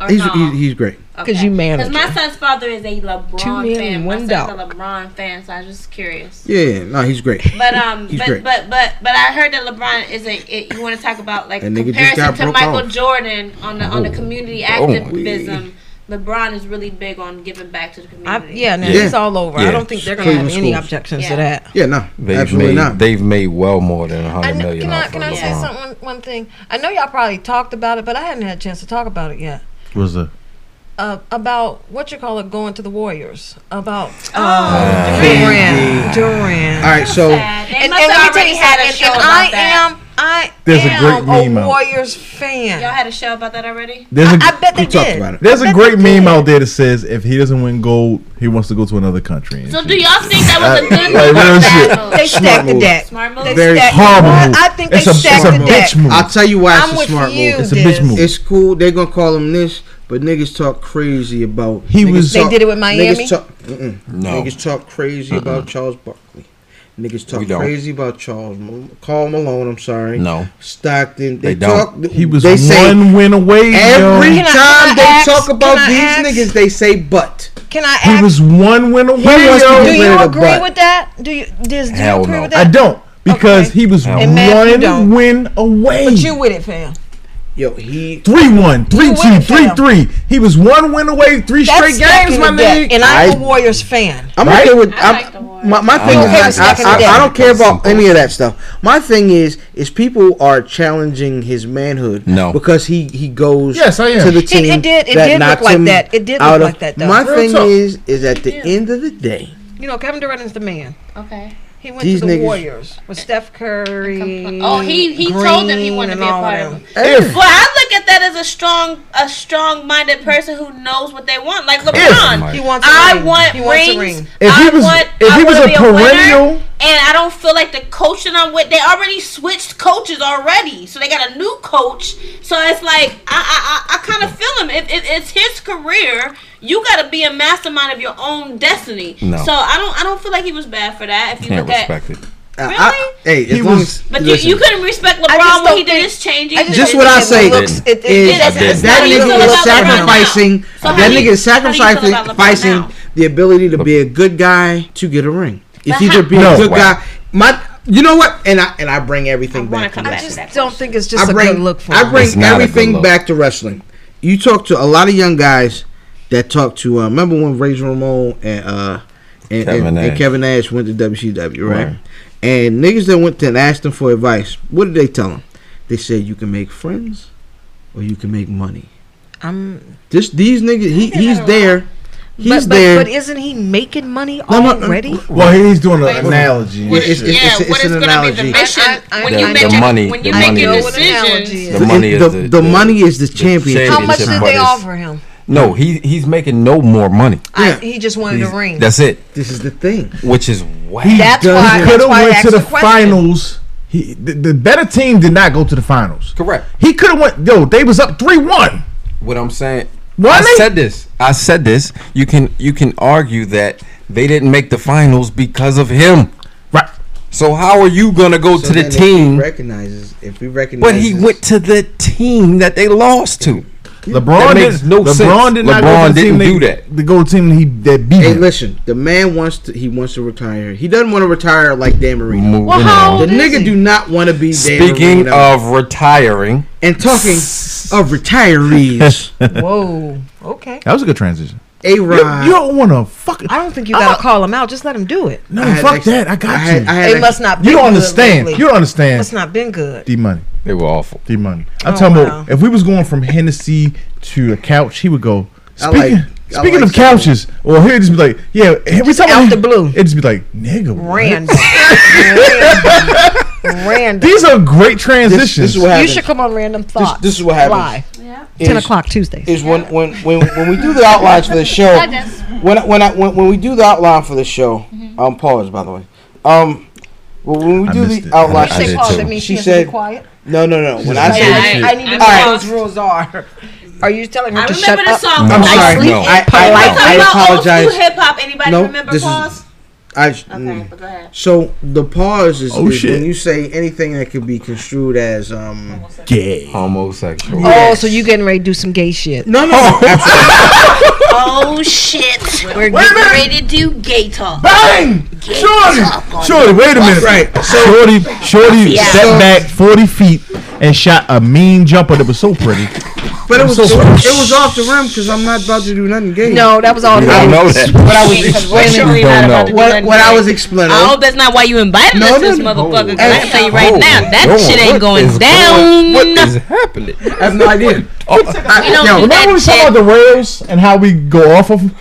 D: Or
A: he's,
D: no?
A: he's he's great.
G: 'Cause you
D: Because
G: manage
D: my
G: it.
D: son's father is a LeBron
G: Two men
D: fan.
G: and
D: my
G: one
D: son's a LeBron fan, so I was just curious.
A: Yeah, no, he's great.
D: But um,
A: He's
D: but,
A: great.
D: but but but I heard that LeBron isn't. It, you want to talk about like
A: That nigga just
D: comparison
A: got
D: to
A: broke
D: Michael
A: off.
D: Jordan on the on the
A: Oh.
D: community
A: Oh, we-
D: activism. LeBron is really big on giving back to the
G: I,
D: community.
G: yeah, now
E: Yeah.
G: it's all over. I
E: Yeah.
G: don't think they're gonna have
E: Cleveland
G: any
E: schools.
G: objections to
D: Yeah.
G: that.
A: Yeah, no,
E: They've
A: absolutely
E: made,
A: not.
E: They've made well more than a hundred
F: know,
E: million.
F: can I
E: off
F: can
E: of
F: I say
E: LeBron.
F: something? One, one thing. I know y'all probably talked about it, but I hadn't had a chance to talk about it yet.
C: Was a
F: Uh, about what you call it, going to the Warriors. About oh,
A: Durant.
F: Durant. Durant.
A: All right, so
F: And, and
D: must
F: let me tell
D: already
F: you
D: had a
F: something.
D: show
F: And
D: about
F: I
D: that.
F: am I
C: There's a great
F: am
C: meme out.
F: Warriors fan.
D: Y'all had a show about that already?
C: There's
F: I
C: a-
F: I bet they
A: We talked
F: did.
A: about it.
C: There's a great meme out there that says if he doesn't win gold, he wants to go to another country.
D: So do y'all think that was a
C: Like,
D: good move? or a
C: real
D: bad
C: shit.
D: move?
F: They
C: Smart
F: stacked the
C: move.
F: deck.
D: Smart move.
F: They
A: Very
F: stacked
C: horrible
F: the
C: move.
F: I think
C: It's a-
F: they
C: it's
F: stacked
C: a
F: the deck.
C: bitch move.
A: I'll tell you why it's
F: I'm
A: a
F: with
A: smart
F: you,
A: move.
C: It's a bitch Diz. move.
A: It's cool. They're gonna call him this, but niggas talk crazy about.
C: He
A: niggas
C: was- They
A: talk-
F: did it with Miami?
A: Niggas talk, mm-mm.
E: No.
A: niggas talk crazy
C: Uh-uh.
A: about Charles Barkley. Niggas
E: We
A: talk
E: don't.
A: crazy about Charles Mal- Carl Malone. I'm sorry.
E: No.
A: Stockton. They,
E: They don't.
A: talk.
C: He was
A: They say
C: one win away.
A: every
C: yo.
F: Can
A: time
F: I- can I
A: they
F: ask-
A: talk about
F: can I
A: these
F: ask-
A: niggas, they say but.
F: Can I
C: he
F: ask?
C: was one win
A: wants
C: away.
A: to
C: yo.
A: get
F: do
A: rid
F: you
A: of the
F: agree
A: butt.
F: with that? Do you Diz, do
E: Hell
F: you agree
E: no.
F: with
C: I
F: that?
C: don't because
F: Okay.
C: he was
F: And Matt, you
C: one
F: don't.
C: win
A: Hmm.
C: away.
F: But you with it, fam.
A: Yo, he.
C: Three one, three
F: You
C: two,
F: win,
C: three
F: fam.
C: three. He was one win away, three
F: That's
C: straight games,
F: stacking
C: my
F: the deck,
C: nigga.
F: and I'm
A: I-
F: a Warriors fan.
A: I'm
C: Right?
A: okay with.
D: I
A: I'm,
D: like the Warriors.
A: my, my
E: I'm
A: thing
E: okay with
A: is, I,
F: second
A: I,
F: day.
A: I don't care about any of that stuff. My thing is, is people are challenging his manhood.
E: No.
A: because he he goes.
C: Yes, I am.
A: To the
C: It-
F: it
A: team
F: did- it
A: that
F: did look
A: knocked
F: like
A: him
F: that. It did look
A: out of-
F: like that, though.
A: My
C: Real
A: thing
C: talk.
A: is, is at the end of the day,
F: You know, Kevin Durant is the man.
D: Okay.
F: He went
A: These
F: to the
A: niggas-
F: Warriors with Steph Curry.
D: Oh, he he told them he wanted to
F: Green
D: be a
F: and all
D: part
F: them.
D: of it. Well, I look at that as a strong, a strong-minded person who knows what they want. Like LeBron,
E: Mike.
F: He wants. a
D: I
F: ring.
D: want
F: He wants a
D: rings.
F: ring.
C: If he
D: I
C: was-
D: want,
C: if
D: I
C: he was
D: wanna
C: a
D: be winner,
C: perennial-
D: and I don't feel like the coach that I'm with, they already switched coaches already, so they got a new coach. So it's like I I, I, I kind of feel him. If, if it's his career, you got to be a mastermind of your own destiny.
E: No.
D: So I don't I don't feel like he was bad for that. If you
E: Can't
D: look at,
E: respect it.
A: I-
D: Really?
A: I- hey,
C: He
A: as long
C: was-
A: as,
D: but
A: listen,
D: you, you couldn't respect
F: just
D: LeBron when
F: don't
D: he did
F: think-
D: his changes.
F: I
A: Just what I
F: it
A: say
F: looks- it- it-
A: is
F: it-
D: that's-
E: that's
A: that
E: how you
A: nigga
E: feel
A: was
E: about LeBron now.
A: sacrificing.
D: So how
A: that
D: do you-
A: nigga is
D: how do you feel about
A: sacrificing
D: LeBron now?
A: sacrificing the ability to be a good guy to get a ring. It's either be a
C: No.
A: good
E: Wow.
A: guy. My, you know what? And I and I bring everything
D: wanna
A: back. to
D: come
F: I
A: wrestling.
D: back.
F: just
D: That's
F: don't
D: what-
F: think it's just a good look for
A: I
F: him.
A: bring
E: It's not a good
A: everything
E: look.
A: back to wrestling. You talk to a lot of young guys that talk to. Uh, remember when Razor Ramon and uh, and
E: Kevin
A: Kevin, and,
E: Nash.
A: and Kevin Nash went to WCW, right?
E: Right.
A: And niggas that went to and asked them for advice. What did they tell them? They said you can make friends, or you can make money.
F: I'm,
A: This these niggas, he, he's there, he's
F: but, but,
A: there.
F: but isn't he making money
A: No, no, no.
F: already?
C: Well, he's doing an analogy.
A: Yeah, it's- it's-
D: yeah, what
A: an
D: is going to be
A: analogy.
D: the mission
F: I- I-
D: when
F: The-
D: you
F: the
D: make your-
E: money-
D: when you
E: the
D: make your
E: money-
D: decisions?
E: The money is the- the-
A: money is the
E: the
A: championship.
F: How much
E: Championship
F: did they
E: brothers.
F: offer him?
E: No, he he's making no more money.
A: Yeah.
F: I, he just wanted
E: He's-
F: a ring.
E: That's it.
A: This is the thing.
E: Which is whack.
F: That's
A: does-
F: why.
A: He
C: could
F: That's
C: have
F: why I
C: went
F: asked
C: to the
F: the question.
C: finals. He the, the better team did not go to the finals.
E: Correct.
C: He could have went. Yo, they was up three one.
E: What I'm saying.
C: Why
E: I
C: they-
E: said this. I said this. You can you can argue that they didn't make the finals because of him.
C: Right.
E: So how are you gonna go
A: So
E: to the
A: then if he
E: team?
A: recognizes if he recognizes.
E: But he went to the team that they lost to.
C: LeBron
E: makes
C: did
E: no
C: LeBron
E: sense.
C: Did not go
E: LeBron
C: to the team
E: didn't do
C: they,
E: that.
C: The gold team he that beat
A: Hey,
C: him.
A: listen, the man wants to. He wants to retire. He doesn't want to retire like Dan Marino.
E: Moving
F: Well,
E: on.
F: how
A: The
F: old is
A: nigga
F: he?
A: do not want to be Dan
E: Speaking
A: Marino.
E: of retiring,
A: and talking of retirees,
F: Whoa. Okay.
C: That was a good transition.
A: A
C: You,
A: Rod.
C: you don't want to fuck.
F: I don't think you
C: I'm
F: gotta
C: a-
F: call him out. Just let him do it.
C: No,
A: I had
C: fuck
A: extra-
C: that. I got
A: I had-
C: you.
A: I had
F: It
A: ex-
F: must not.
C: you
F: been
C: don't
F: good
C: understand.
F: lately.
C: You don't understand.
F: Must not been good.
C: D money.
E: they were awful.
C: D money. I'm
F: Oh,
C: talking
F: wow.
C: about if we was going from Hennessy to the couch, he would go.
A: I
C: Speaking,
A: like- I
C: speaking
A: like
C: of couches, or he'd just be like, yeah, we
F: Just
C: talking
F: out
C: about-
F: the blue.
C: It'd just be like, nigga, what?
F: Random. Random. Random.
C: These are great
A: this, this
C: transitions.
A: is what
F: You
A: happens.
F: should come on random thoughts.
A: this is what happens.
F: Live.
D: Yeah.
F: Ten
A: Is-
F: o'clock Tuesdays.
A: is when when when, when we do the outlines for the show.
D: I guess.
A: When I- when I when, when we do the outline for the show,
F: Mm-hmm.
A: um, pause by the way. Um, well, when we
C: I
A: do
C: missed
A: the
C: it.
A: outline,
E: I did
F: pause.
E: too.
F: That means
A: She
F: she, has to
A: said-
F: be quiet.
A: no, no, no. When I
F: I,
A: say,
D: Yeah,
F: I, I need to know
A: Alright.
F: what those rules are. Are you telling her
D: I
F: to
D: remember
F: shut
D: the
F: up?
D: song.
A: I'm
D: Nice.
A: sorry,
E: No.
A: I,
D: We're
A: I,
D: talking
A: I
D: about old
A: apologize.
D: school hip hop. Anybody
A: No,
D: remember
A: this is-
D: Pause?
A: I okay,
F: mm.
D: but go ahead.
A: So the pause is,
E: Oh,
A: is
E: shit.
A: when you say anything that could be construed as um
C: gay,
E: homosexual.
F: Oh, so you getting ready to do some gay shit?
A: No, no.
D: oh shit. We're
F: Wait a
D: getting
F: minute.
D: ready to do gay talk.
C: Bang!
D: Gay
C: Shorty,
D: talk on
C: shorty,
D: the
C: wait a minute.
D: bus.
C: shorty, shorty
D: Yeah.
C: stepped back forty feet and shot a mean jumper that was so pretty.
A: But it was
C: So
A: it,
C: sorry.
A: was- it was off the rim because I'm not about to do nothing gay.
F: No, that was all
A: You
F: gay.
A: don't know that.
F: What I was
A: Because
F: explaining-
A: we're surely
F: You don't
A: not about
F: know.
A: to do
F: What-
A: nothing
F: what I
A: gay.
F: was explaining-
D: I hope that's not why you invited
F: No,
D: us to this
F: no, no.
D: motherfucker. 'cause I can tell you right
F: Oh,
D: now, that
F: yo,
D: shit ain't
F: what
D: going
F: is
D: down.
F: going- what
E: is happening?
A: I have no idea.
D: We don't
C: Yo,
D: do
C: remember
D: that
C: when we talking about the rails and how we go off of them?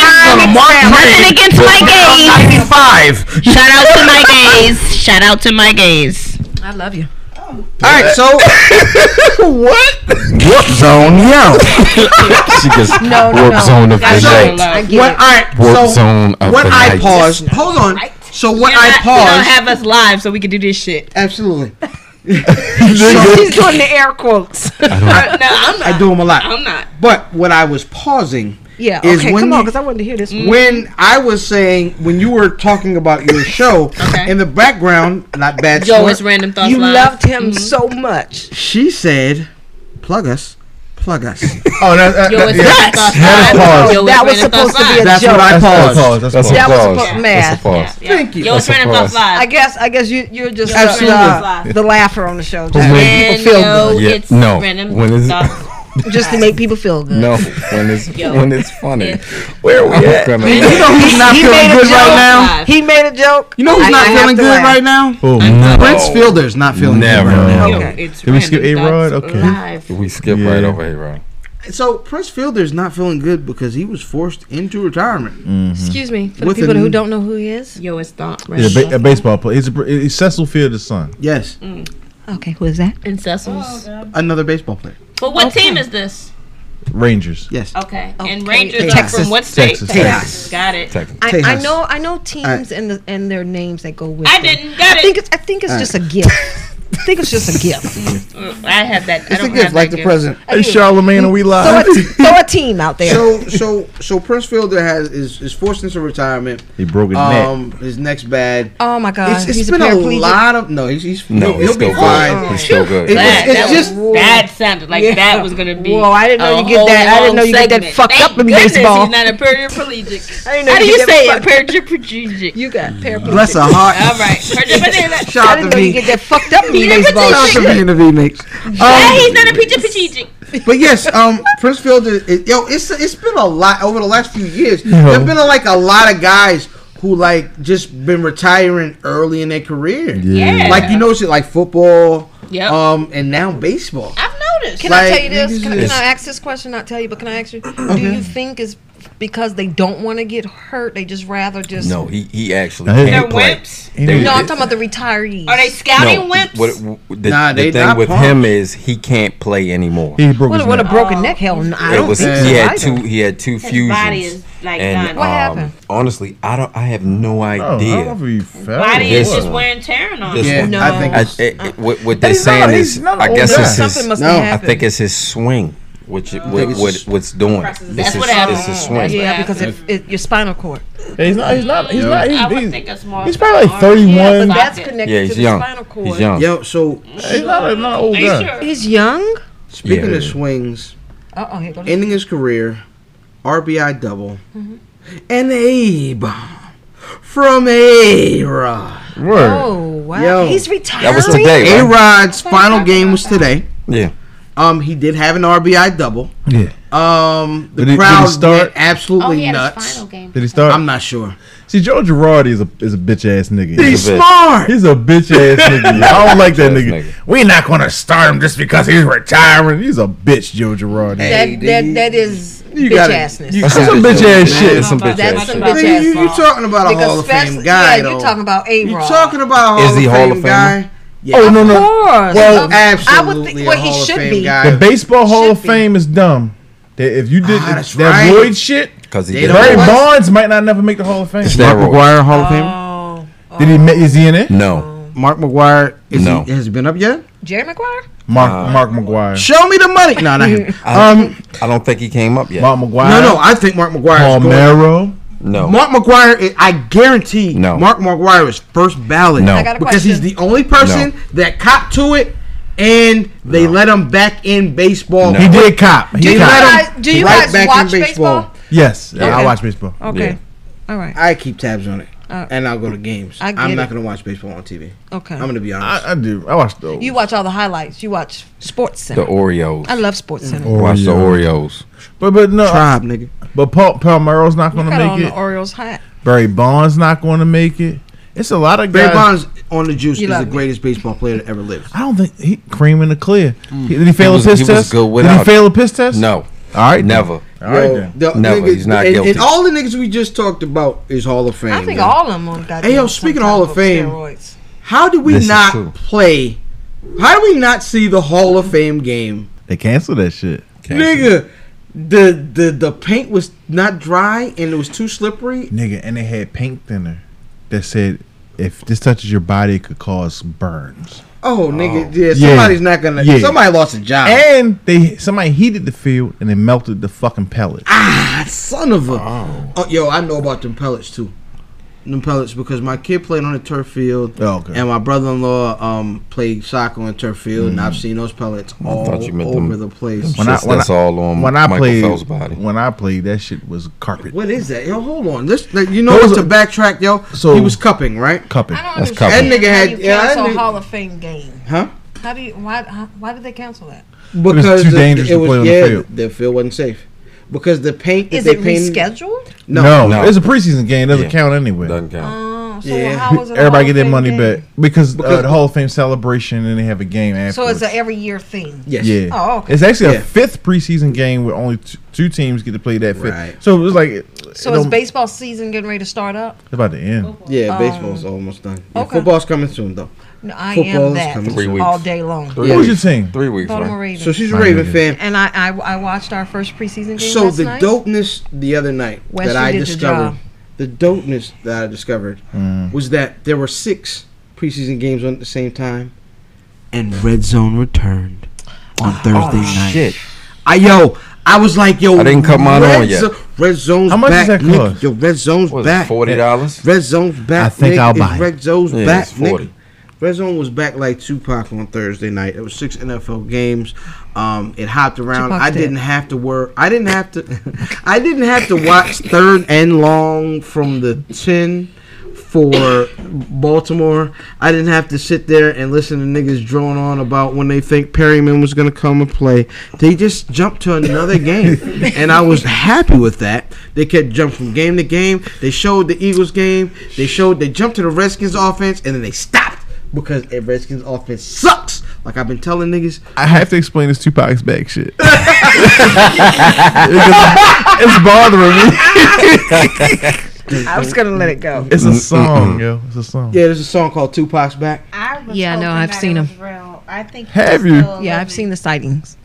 D: Nothing against my gays. Shout out to my gays. Shout out to my gays.
F: I love you.
A: All right, so
C: what?
P: Warp zone, yo. she gets
F: no,
P: warp
A: no.
P: zone of the
A: That's
P: night.
A: all I get What- it. all right,
P: Warp
A: so
P: zone of
A: what
P: the
A: I
P: night.
A: paused. Hold on. So what
O: You're
A: I
O: not- You don't
A: paused.
O: have us live, so we can do this shit.
A: Absolutely.
F: She's doing the air quotes.
A: I do them a lot.
D: I'm not.
A: But what I was pausing.
F: Yeah.
A: Is
F: Okay.
A: when
F: Come on,
A: you-
F: because I wanted to hear this. one.
A: When I was saying when you were talking about your show in the background, not bad.
F: Yo,
A: sport,
F: it's random thoughts
A: You
F: live. Mm-hmm.
A: loved
F: him so much.
A: She said, "Plug us, plug us."
C: oh, that,
F: Yo, it's yeah. random thoughts Had a live. pause. Yo, it's That was random supposed thoughts to be live. a
A: That's
F: joke.
A: what I
F: That's- that's
A: paused.
F: a pause, that's a That's a pause. pause. That was a pause. That's a
A: Math.
F: pause. Yeah.
A: Thank you.
F: Yo, it's That's a random thoughts pause. live.
Q: I guess I guess you you're just uh,
A: Absolutely.
Q: uh, the laugher on the show. Just to
E: When-
Q: make people feel good.
E: Yeah, no. When is it?
Q: Just to make people feel good.
E: No, when it's
Q: Yo.
E: when it's funny. Where are we at?
Q: He made a joke. He made a joke.
A: You know who's
Q: I-
A: not
Q: I have
A: feeling
Q: to
A: good
Q: laugh.
A: right now?
C: Oh,
A: Prince Fielder's not feeling
E: Never.
A: good right now.
E: Okay.
C: Did we skip A Rod? Okay.
E: We skip right over here, Rod.
A: So Prince Fielder's not feeling good because he was forced into retirement.
O: Excuse me,
A: for the With people an- who don't
O: know who he is. Yo, it's not right.
C: Yeah, ba- a baseball player. He's, a, br- he's Cecil Fielder's son.
A: Yes.
F: Okay, who is that?
D: And
A: Another baseball player.
D: But what team is this?
C: Rangers.
A: Yes.
D: Okay. And Rangers are
C: Texas.
D: from what state?
C: Texas. Texas.
D: Got it.
C: Texas.
F: I, I know I know teams
D: Alright.
F: and the, and their names that go with.
D: I
F: them.
D: didn't get
F: I
D: it.
F: think it's I think it's just a gift. I think it's just a gift.
D: Mm, I have that. I
A: It's a
D: don't
A: gift
D: have that
A: like the
D: gift.
A: president.
C: Hey, Charlemagne, are we live?
F: Throw a, throw a team out there.
A: So so so Prince Fielder has is, is forced into retirement.
C: He broke his neck.
A: um, His neck's bad.
F: Oh my God,
A: It's,
F: he's
A: it's
F: a
A: been a,
F: paraplegic?
A: lot of no. He's, he's
E: No,
A: he'll,
E: he's
A: he'll be
E: still good.
A: fine.
E: He's still good.
A: It was-
D: That,
A: it's
D: that
A: just
D: was, that sounded like
F: Yeah.
D: that was gonna be.
F: Whoa, I didn't know
D: a
F: you get that- I
D: whole
F: didn't know you
D: long
F: get that
D: segment.
F: fucked
D: Thank
F: up in
D: goodness
F: baseball.
D: He's not a paraplegic.
F: I didn't know
D: How do
F: you
D: you
F: get
D: say
F: that
D: it? Paraplegic.
F: You got paraplegic.
A: Bless her heart.
D: All right. Paraplegic.
A: Shout out to
F: You
A: me.
F: get that fucked up in
D: He's a
F: baseball.
A: Shout out to me and the V-Mix.
D: Yeah,
A: Um,
D: he's not a paraplegic.
A: but yes, um, Prince Fielder. It, yo, it's it's been a lot over the last few years.
C: Yo.
A: There've been like a lot of guys who like just been retiring early in their career.
D: Yeah.
A: Like you know shit like football.
D: Yep.
A: Um, and now baseball.
F: Can I
A: Like,
F: tell you this? Can, I-
A: it's-
F: can I ask this question? Not tell you, but can I ask you? Do you think it's because they don't want to get hurt? They just rather just
E: No, he he actually
C: Hey. They're
E: can't play.
D: wimps?
E: They-
F: No, I'm
E: they-
F: talking about the retirees.
D: Are they scouting
E: no,
D: wimps?
E: What, w- the,
A: Nah,
E: the
A: they
E: thing
A: not
E: with
A: punk.
E: him is he can't play anymore.
C: He broke
F: What,
C: his
F: what a
C: neck.
F: broken neck? Hell, no, I
E: it
F: don't
E: was
F: think
E: he
F: so
E: had
F: either.
E: two he had two
D: His
E: fusions.
D: body is, like,
E: and,
D: done. What
E: um,
F: happened?
E: Honestly, I don't. I have no
C: Oh, I don't know
E: idea.
C: if he fell.
D: Body
E: This
D: is just
E: one.
D: wearing Terranol.
E: This
A: Yeah,
E: one.
A: I think
E: I,
A: it's-
E: it- it- what, what they're
C: He's not-
E: saying
C: he's
E: is,
C: not an
E: I
C: old
E: guess
C: guy.
E: it's
F: Something
E: his.
F: must
A: have
E: I
F: happened.
E: think it's his swing, which it- what, what what's doing. It's
D: Oh. That's
E: his-
D: what happened.
E: It's his swing.
F: Yeah, because if it, your spinal cord.
C: Yeah, He's not. He's not. He's
E: Yeah.
C: not. He's,
D: I would
C: he's-
D: think it's more.
C: he's
D: of an
C: probably like
D: arm.
C: 31.
F: But
C: Yeah,
F: that's connected
E: Yeah,
F: to
E: he's
F: the
E: young.
F: spinal cord.
E: He's young.
A: Yo, so
C: he's not, he's not an old
D: Are you
C: guy.
D: sure?
F: He's young.
A: speaking
E: Yeah.
A: of swings,
F: Uh oh, here goes.
A: ending his career, RBI double, and a bomb from a Rod.
C: Word.
F: Oh wow,
A: Yo.
F: he's retiring.
E: That was today.
A: A
E: right?
A: Rod's final game was today.
E: Yeah.
A: Um, he did have an RBI double.
C: Yeah.
A: Um, the
C: Did he- did he
A: crowd
C: start?
A: went
F: Oh,
A: absolutely
R: he had his
A: nuts.
R: final game.
C: Did he start?
A: I'm not sure.
C: See, Joe Girardi is a is a bitch ass
A: He's
C: nigga.
E: He's a bitch.
A: smart.
C: He's a bitch ass nigga. I don't like that
E: Bitch-ass
C: nigga.
E: nigga.
C: we not gonna start him just because he's retiring. He's a bitch, Joe Girardi.
A: Hey,
F: That, that
A: dude.
F: that is
A: You
F: bitch
A: gotta-
F: assness.
A: you
C: That's
A: gotta-
C: some bitch ass
E: Yeah,
C: shit.
E: it's some bitch
F: That's
E: ass
F: some
E: shit.
F: bitch ass.
A: you, you
F: fault.
A: talking about a
F: Because
A: Hall of Fame
F: especially-
A: guy,
F: yeah,
A: though.
F: you're talking about A
A: You
F: Rod.
A: talking about a Hall
E: Is he
A: of
E: Hall
A: Fame
E: of Famer?
A: guy? Yeah.
C: Oh no no.
F: course.
C: Well,
F: Of- Um, I
A: absolutely
F: would think well
A: a
F: he
A: Hall of
F: should
A: Fame
F: be.
A: guy.
C: The baseball Hall of
F: Should be.
C: Fame is dumb. That if you did
A: Ah, that's
C: that
A: right.
C: Lloyd shit,
E: Because he
A: They
E: did
A: don't
C: Barry
A: What?
C: Bonds might not never make the Hall of Fame.
E: Mark
A: McGuire Hall of Famer.
F: Oh,
C: Did he? ma- Is he in
E: Mm.
C: it?
E: No.
A: Mark McGuire is
E: No.
A: he, has he been up yet?
F: Jerry Maguire.
C: Mark
E: Uh,
C: Mark McGuire.
A: Show me the money. No, not him.
E: I don't-
A: Um,
E: I don't think he came up yet.
C: Mark McGuire.
A: no, no. I think Mark McGuire. is going-
C: Palmero.
E: No.
A: Mark McGuire, is, I guarantee
E: No.
A: Mark McGuire is first ballot.
E: No. I got a
A: Because he's the only person that copped to it and they let him back in baseball.
C: No. He did cop. He
A: they
C: cop.
A: let him
F: guys- do you
A: right
F: guys
A: back
F: watch
A: in baseball.
F: baseball?
C: Yes,
A: Yeah.
C: I watch baseball.
F: Okay. All right.
A: I keep tabs on it.
F: Uh,
A: and I'll go to games.
F: I
A: I
F: get
A: am not
F: it. Oh.
A: going to watch baseball on TV.
F: Okay.
A: I'm going to be honest.
C: I, I do. I watch those.
F: You watch all the highlights. You watch Sports Center.
E: The Oreos.
F: I love
A: Mm.
F: Sports Center.
E: Watch the Oreos.
C: But but
E: uh,
C: no
A: tribe, nigga.
C: But Paul Palmero's not going to
F: Got on
C: make
F: the
C: it.
F: Orioles hat.
C: Barry Bonds not going to make it. It's a lot of
A: Barry
C: guys.
A: Bonds on the juice
F: You
A: is the
F: love me.
A: greatest baseball player that ever lived.
C: I don't think he cream in the clear. He- Did he fail
E: was-
C: a piss
E: Mm. he was
C: test?
E: good
C: Did he
E: without
C: fail
E: it.
C: a piss test?
E: No.
C: All right.
E: Never.
C: All right.
A: Yo,
C: then.
A: the
E: Never,
A: niggas-
E: he's not
A: and,
E: guilty.
A: And all the niggas we just talked about is Hall of Fame.
F: I think
A: yo.
F: all of them on got.
A: Hey, yo, speaking of Hall of Fame,
F: steroids.
A: How do we
C: This is true.
A: not play? How do we not see the Hall of Fame game,
C: They canceled that shit.
A: nigga? The the the paint was not dry and it was too slippery.
C: Nigga, and they had paint thinner that said if this touches your body, it could cause burns.
A: Oh, nigga, yeah,
C: Yeah.
A: somebody's not gonna.
C: Yeah.
A: Somebody lost a job.
C: And they somebody heated the field and they melted the fucking pellet.
A: ah, son of a. Oh. yo, I know about them pellets too. Them pellets because my kid played on the turf field.
C: Oh, okay.
A: And my brother-in-law um played soccer on the turf field, and I've seen those pellets all
E: thought you meant
A: over
E: them-
A: the place.
E: them shits that's all on
C: when I
E: Michael
C: played,
E: Phelps' body.
C: When I played, that shit was carpet
A: What is that? Yo, hold on. This, like, you know,
C: Those
A: what to
C: are-
A: backtrack, yo.
C: So-
A: So he was cupping, right?
C: cupping.
F: I don't
E: That's
F: understand
A: That nigga
F: how
A: had-
F: you
A: yeah, that
F: cancel a
A: nigga-
F: Hall of Fame game.
A: Huh?
F: How do you? Why? How, why did they cancel that?
A: Because
C: too
A: the-
C: dangerous to play on the
A: yeah,
C: field.
A: The field wasn't safe because the paint that
F: Is
A: they
F: it
A: painted.
F: rescheduled?
A: No,
C: No,
E: No.
C: it's a preseason game. It doesn't
E: Yeah.
C: count anyway.
E: Doesn't count.
F: Oh, so
A: Yeah.
F: how was it a
C: Everybody
F: Hall
C: get
F: of
C: their
F: Fame
C: money
F: game?
C: back because, uh,
A: Because-
C: the Hall of Fame celebration and they have a game after.
F: So it's an every year thing.
A: Yes.
C: yeah.
F: Oh, okay.
C: It's actually
A: Yeah.
C: a fifth preseason game where only t- two teams get to play that fifth.
A: Right.
C: So it was like
F: So is baseball season getting ready to start up?
C: about to end.
A: Yeah, baseball's almost done. Yeah,
F: Um, okay.
A: Football's coming soon though.
F: No, I
A: Football
F: am
A: is
F: that
A: coming
E: Three soon.
F: all
E: weeks.
F: day long.
E: Three
A: Yeah.
C: What was your
E: weeks.
C: team?
E: Three weeks,
F: Baltimore
E: right?
F: Ravens.
A: So she's a
C: My
A: Raven
C: nigga.
A: fan.
F: and I, I I watched our first preseason game.
A: So
F: last
A: the
F: night.
A: dopeness the other night
F: Wes,
A: that
F: you
A: I
F: did your
A: discovered,
F: job.
A: the dopeness that I discovered
C: Mm.
A: was that there were six preseason games on at the same time, and Red Zone returned on
F: Ah,
A: Thursday
F: oh,
A: night.
E: Shit.
A: I yo, I was like yo.
E: I didn't cut mine
A: Red
E: on yet.
A: Zo- red zone's
C: How much does
A: back.
C: that
A: nigga.
C: cost?
A: Yo, red zone's
E: What is
A: back.
E: it, forty dollars?
A: Red zone's back.
C: I think
A: nigga.
C: I'll
A: It's
C: buy it.
A: Red zone's
E: Yeah,
A: back.
E: it's
A: Nigga.
E: 40.
A: Red zone was back like Tupac on Thursday night. It was six NFL games. Um, it hopped around.
F: Tupac's
A: I
F: dead.
A: didn't have to work. I didn't have to. I didn't have to watch third and long from the ten for Baltimore. I didn't have to sit there and listen to niggas drone on about when they think Perryman was gonna come and play. They just jumped to another game, and I was happy with that. They kept jumping from game to game. They showed the Eagles game. They showed they jumped to the Redskins offense, and then they stopped because the Redskins offense sucks. Like I've been telling niggas,
C: I have to explain this Tupac's back shit. it's bothering me.
F: I was gonna let it go.
C: It's a song, yo. It's a song.
A: yeah, there's a song called Tupac's Back
J: I was
G: Yeah, no,
J: hoping
G: I've
J: that
G: seen
J: it
G: 'em.
J: was real. I think
C: Have
J: he's
C: you?
J: still
G: Yeah, I've
J: living.
G: seen the sightings.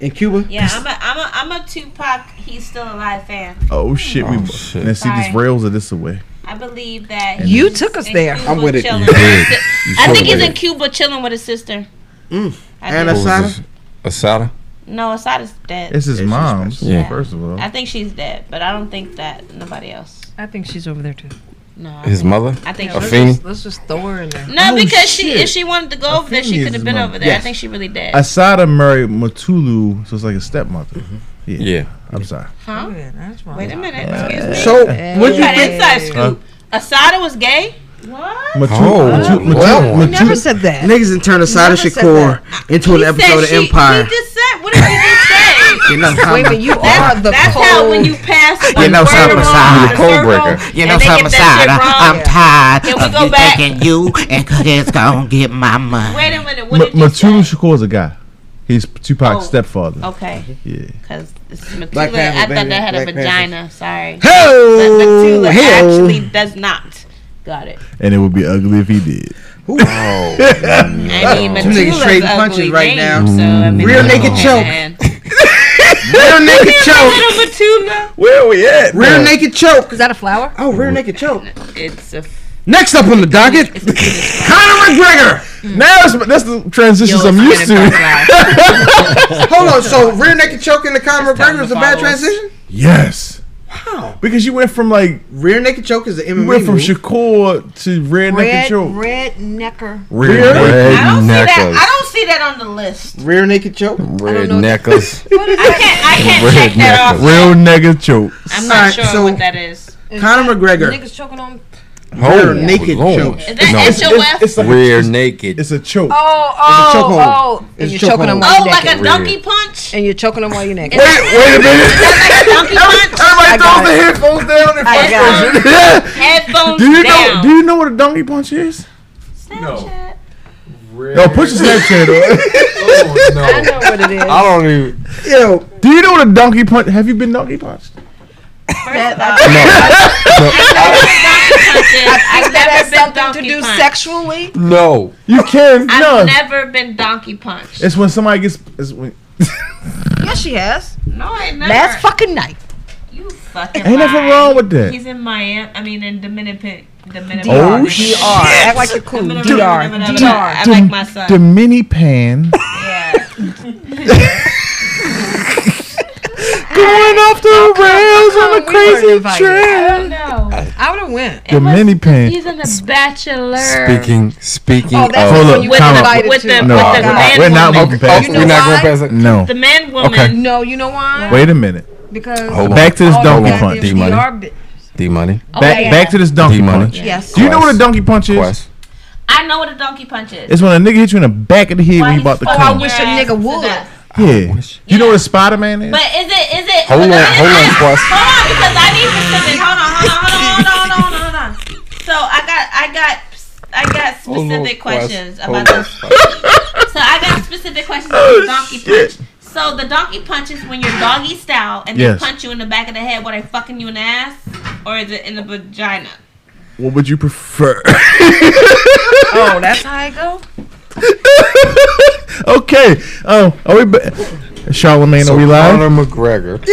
A: in Cuba.
D: Yeah, I'm a, I'm a, I'm a Tupac. He's still alive fan.
C: Oh shit, we
E: Oh, shit.
C: and see these
D: Sorry.
C: rails are this away.
D: I believe that
F: You
D: he's
F: took us
D: in
F: there.
D: Cuba
A: I'm with it.
D: chilling
A: You
D: with his
E: did.
D: si-
E: You
D: I
E: took
D: think he's
E: me
D: in
E: there.
D: Cuba chilling with his sister.
A: Mm.
D: I
A: And
D: think-
A: Asada?
E: Asada?
D: no, Asada's dead.
C: It's his
A: It's
C: mom's.
E: Yeah.
C: First of all,
D: I think she's dead, but I don't think that nobody else.
F: I think she's over there too.
D: No, I
E: His
D: think-
E: mother?
D: I think
E: A
D: she-
E: fiend?
F: Let's just throw her in there.
D: No,
C: Oh,
D: because she
C: shit.
D: if she wanted to go over there, she
C: Ophelia is
D: could have been
C: my-
D: over there.
A: Yes.
D: I think she really did.
C: Asada married Matulu, so it's like a stepmother.
A: Mm-hmm.
C: Yeah.
E: Yeah.
C: I'm sorry.
D: huh?
F: Yeah, that's why.
D: Wait a minute. Excuse me.
A: So what
D: You
A: you
D: got
A: think?
D: inside scoop. Asada was gay. What?
C: Matu,
E: Oh,
C: Matu, Matu,
E: well.
C: Matu-
F: You never said that.
A: Niggas done turned Asada
F: said
A: Shakur into an
D: He
A: episode
D: said
A: of
D: she-
A: Empire.
D: He just said. What did he just say?
A: You know,
F: Wait a minute, you are the
D: That's
F: cold.
D: how when you pass one
A: You know
D: word
A: something,
D: around
A: Asada.
D: the
E: You're a code
D: circle,
E: breaker.
D: and they get that shit wrong.
A: tired
D: Can we go back?
A: you and it's gonna get my money.
D: Wait a minute. What did
C: Ma-
D: you
C: Matulu
D: say?
C: Shakur is a guy. He's Tupac's
D: Oh.
C: stepfather.
D: Okay,
C: Yeah.
D: because Matula,
A: Black Panther,
D: I thought
A: baby.
D: that had
A: Black
D: a
A: Panther.
D: vagina. Sorry. But
A: Hey,
D: Matula actually does not. Got it.
C: And it would be ugly if he did.
E: Oh, man.
D: I mean,
A: Two niggas
D: Matula's
A: trading
D: ugly
A: punches right
D: name,
A: now.
D: So, I mean,
A: Real
D: come
A: naked
D: on,
A: choke.
D: man.
A: real naked choke.
D: Little Matula.
C: Where we at?
A: Real naked choke.
F: Is that a flower?
A: Oh, real naked choke.
D: It's a
A: Next up on the docket, Conor McGregor.
F: Mm.
C: Now it's, that's the transitions I'm used to.
A: Hold on. So real naked choke into Conor
D: Just tell
A: McGregor is a
D: him to
A: bad
D: follow us.
A: transition?
C: Yes.
A: Wow.
C: Because you went from like
A: rear naked choke is the MMA.
C: You went from
A: move.
C: Shakur to rear naked
F: Red,
C: choke.
F: red necker.
C: Rear
D: I don't see that. I don't see that on the list.
A: Rear naked choke.
E: Red neckers.
D: I can't check that off.
C: Real nigga choke.
D: I'm not sure what that is.
A: Conor McGregor.
F: Niggas choking on.
A: Rear naked
E: Lord.
A: choke.
D: Is that SOF?
C: It's like a-
E: Rear naked.
C: It's a choke.
F: Oh,
A: It's a
F: oh,
A: chokehold.
F: oh. And
A: It's a
F: you're choking
A: chokehold.
F: them while
D: Oh,
F: you're
D: like
F: naked.
D: a donkey punch.
F: And you're choking them while you're naked.
C: wait a minute.
D: Donkey
C: Oh Everybody
D: punch.
F: I got
C: throws the
F: it.
C: headphones down and
F: I got
C: fucking-
D: Headphones
C: Oh, Do you
D: down.
C: know? Do you know what a donkey punch is?
D: Snapchat.
C: Yo, push your Snapchat up.
F: I know what it is.
E: I don't even.
A: Yo,
C: Do you know what a donkey punch? Have you been donkey punched?
D: I've never been
F: to
D: donkey
F: do
D: punched.
F: sexually.
E: No.
C: You can. No.
D: I've never been donkey punched.
C: It's when somebody gets. It's when,
F: Yes, she has.
D: No, I never.
F: Last fucking night.
D: you fucking.
C: Ain't nothing
D: lying.
C: wrong with that.
D: He's in Miami. I mean, in Dominican. Dominican.
C: Oh,
D: Republic.
C: shit.
F: Act like you're cool.
D: Dominican
F: DR.
D: Republic.
F: DR.
D: I like my son.
C: The mini pan.
D: yeah.
C: Going off the rails on a
F: we weren't
C: crazy
F: invited?
C: trail.
D: No.
F: I would have went.
C: The mini pan.
D: He's in the Bachelor.
E: Speaking. Speaking
F: Oh,
E: of.
F: that's when
C: up,
F: you
D: With
C: Time
F: were
C: out.
D: the,
F: invited
D: with
F: to.
D: the,
C: No,
D: with
C: we're
D: the
C: not-
D: man
C: we're not
D: woman.
C: moving past
F: You
E: we're
F: know
E: not going
F: why?
E: past it.
C: No.
D: The man woman.
E: Okay.
F: No, you know why?
C: Wait a minute.
F: Because
E: Hold
C: Back
E: on.
C: to this
D: Oh,
F: all
C: donkey
F: goddamn
C: punch.
E: D Money.
F: DR bi-
E: D money.
C: Back,
D: yeah.
C: back to this donkey
E: D-Money.
C: punch.
F: Yes.
C: Do you know what a donkey punch is?
E: Quest.
D: I know what a donkey punch is.
C: It's when a nigga hit you in the back of the head
D: Why
C: when you
D: he's
C: about to
D: fucking
F: I
C: come.
F: wish a
D: your ass
F: nigga
D: to
F: would.
D: death.
C: Yeah. You know what a Spider Man is?
D: But is it is it but
E: Hold on,
D: is it-
E: hold on,
D: I-
E: Quest.
D: Hold on, because I need to sit in. Hold on, hold on, hold on, hold on, hold on, hold on, hold on. So I got I got I got
E: Hold on,
D: specific
E: Quest.
D: questions
E: Oh, Hold
D: about
E: on, Oh,
D: this. So I got specific questions about the donkey punch. So the donkey punch is when you're doggy style and
C: Yes.
D: they punch you in the back of the head while they fucking you in the ass, or is it in the vagina?
C: What would you prefer?
F: Oh, that's how it go.
C: okay. Oh, are we? Ba- Charlemagne, are we live?
E: Conor McGregor.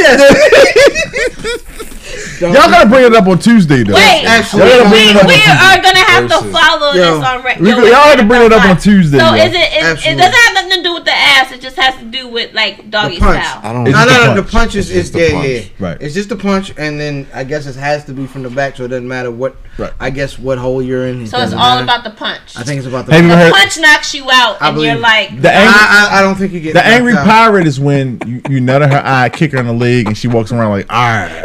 C: Y'all gotta bring it up on Tuesday though.
D: Wait,
A: Actually,
C: Y'all gotta bring
D: we,
C: it up on
D: we
C: Tuesday.
D: are gonna have to
E: Versus-
D: follow
A: Yo,
D: this on record.
C: We, y'all had to bring it up on Tuesday.
D: So
C: y'all.
D: is it? It, it
A: Absolutely.
D: doesn't have nothing to do with the ass. It just has to do with like doggy
A: The punch.
D: style.
E: I don't
C: It's
A: No,
C: just
A: no,
C: the
A: no. The
C: punch.
A: punch is,
E: It's
A: is
E: just the
A: yeah,
E: punch.
A: yeah.
C: Right.
A: It's just the punch, and then I guess it has to be from the back, so it doesn't matter what.
C: Right.
A: I guess what hole you're in. it
D: So it's
A: doesn't
D: all
A: matter.
D: about the punch.
A: I think it's about the.
C: Have you
D: the
C: ever heard
D: punch knocks you out,
A: I
D: and you're
A: believe-
D: like,
C: the angry?
A: I, I, I don't think you get
C: the angry
A: knocked out.
C: pirate is when you, you nut in her eye, kick her in the leg, and she walks around like, all right.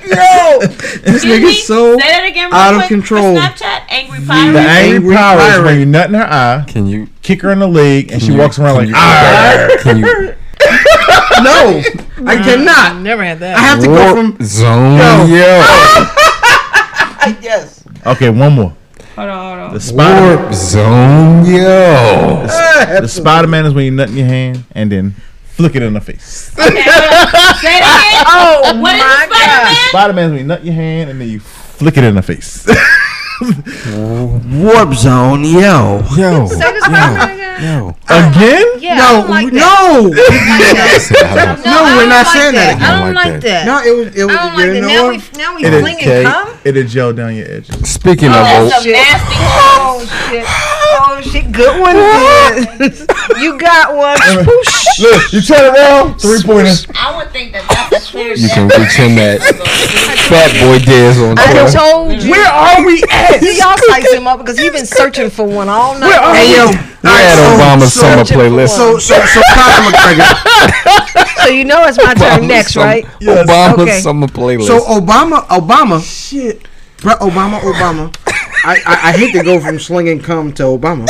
A: This
D: "Excuse me?"
A: nigga's so.
D: Say that again, real
A: out of
D: quick, for
A: control.
D: Snapchat, angry
C: The
D: pirate.
C: angry,
A: angry
C: pirate, is
A: pirate.
C: when you nut in her eye,
E: Can you?
C: kick her in the leg, and she
E: can you-
C: walks around
E: can
C: like,
E: you-
C: ah.
E: Can you?
A: No, I cannot.
F: Never had
A: I
F: that.
A: have to go
E: Warp
A: from.
E: zone.
A: Yo.
E: Yeah.
A: Yes.
C: Okay, one more.
D: Hold on, hold
C: The
D: on.
C: spider,
E: Warp zone. Yo.
C: the Spider Man is when you nut in your hand and then flick it in the face.
D: Okay, hold on. Say it again.
A: Ah,
F: Oh,
D: What is
F: my
D: the Spider Man?
C: Spider Man is when you nut your hand and then you flick it in the face.
A: Warp zone, yo.
E: Yo.
F: Say this
E: Yo.
F: Spider-Man again.
E: Yo.
C: Again?
F: Yeah, I
A: no,
F: don't like that.
A: no,
E: Yo.
A: No,
F: I
A: we're
F: don't
A: not
F: like
A: saying that
F: I
E: again.
F: don't like that.
A: no. It was. It was.
F: I don't
A: you
F: like that.
A: know
F: Now
A: what?
F: we now we
C: It is
F: flinging
E: cake.
F: cum.
C: It'll gel down your edges.
E: Speaking of old,
D: That's a nasty
F: Oh shit! Oh shit! Good one. sis. you got one.
C: Look, you turn around, three pointers.
D: I would think that that's a clear
E: you can
D: definition.
E: reach him at Fat Boy Diz on
F: I done
E: Twitter.
F: told you.
C: Where are we at?
F: See, y'all size him up because he been searching for one all night.
C: Where are
A: Hey yo,
E: We're at
A: all
E: Obama's
A: right, so-
E: summer
F: so-
E: playlist.
A: So, so, so, so Conor McGregor.
F: So you know it's my turn next,
E: summer,
F: right?
E: Obama's
F: Okay.
E: summer playlist.
A: So oh, Obama, Obama, shit, bro, Obama, Obama. I, I, I hate to go from slinging cum to Obama.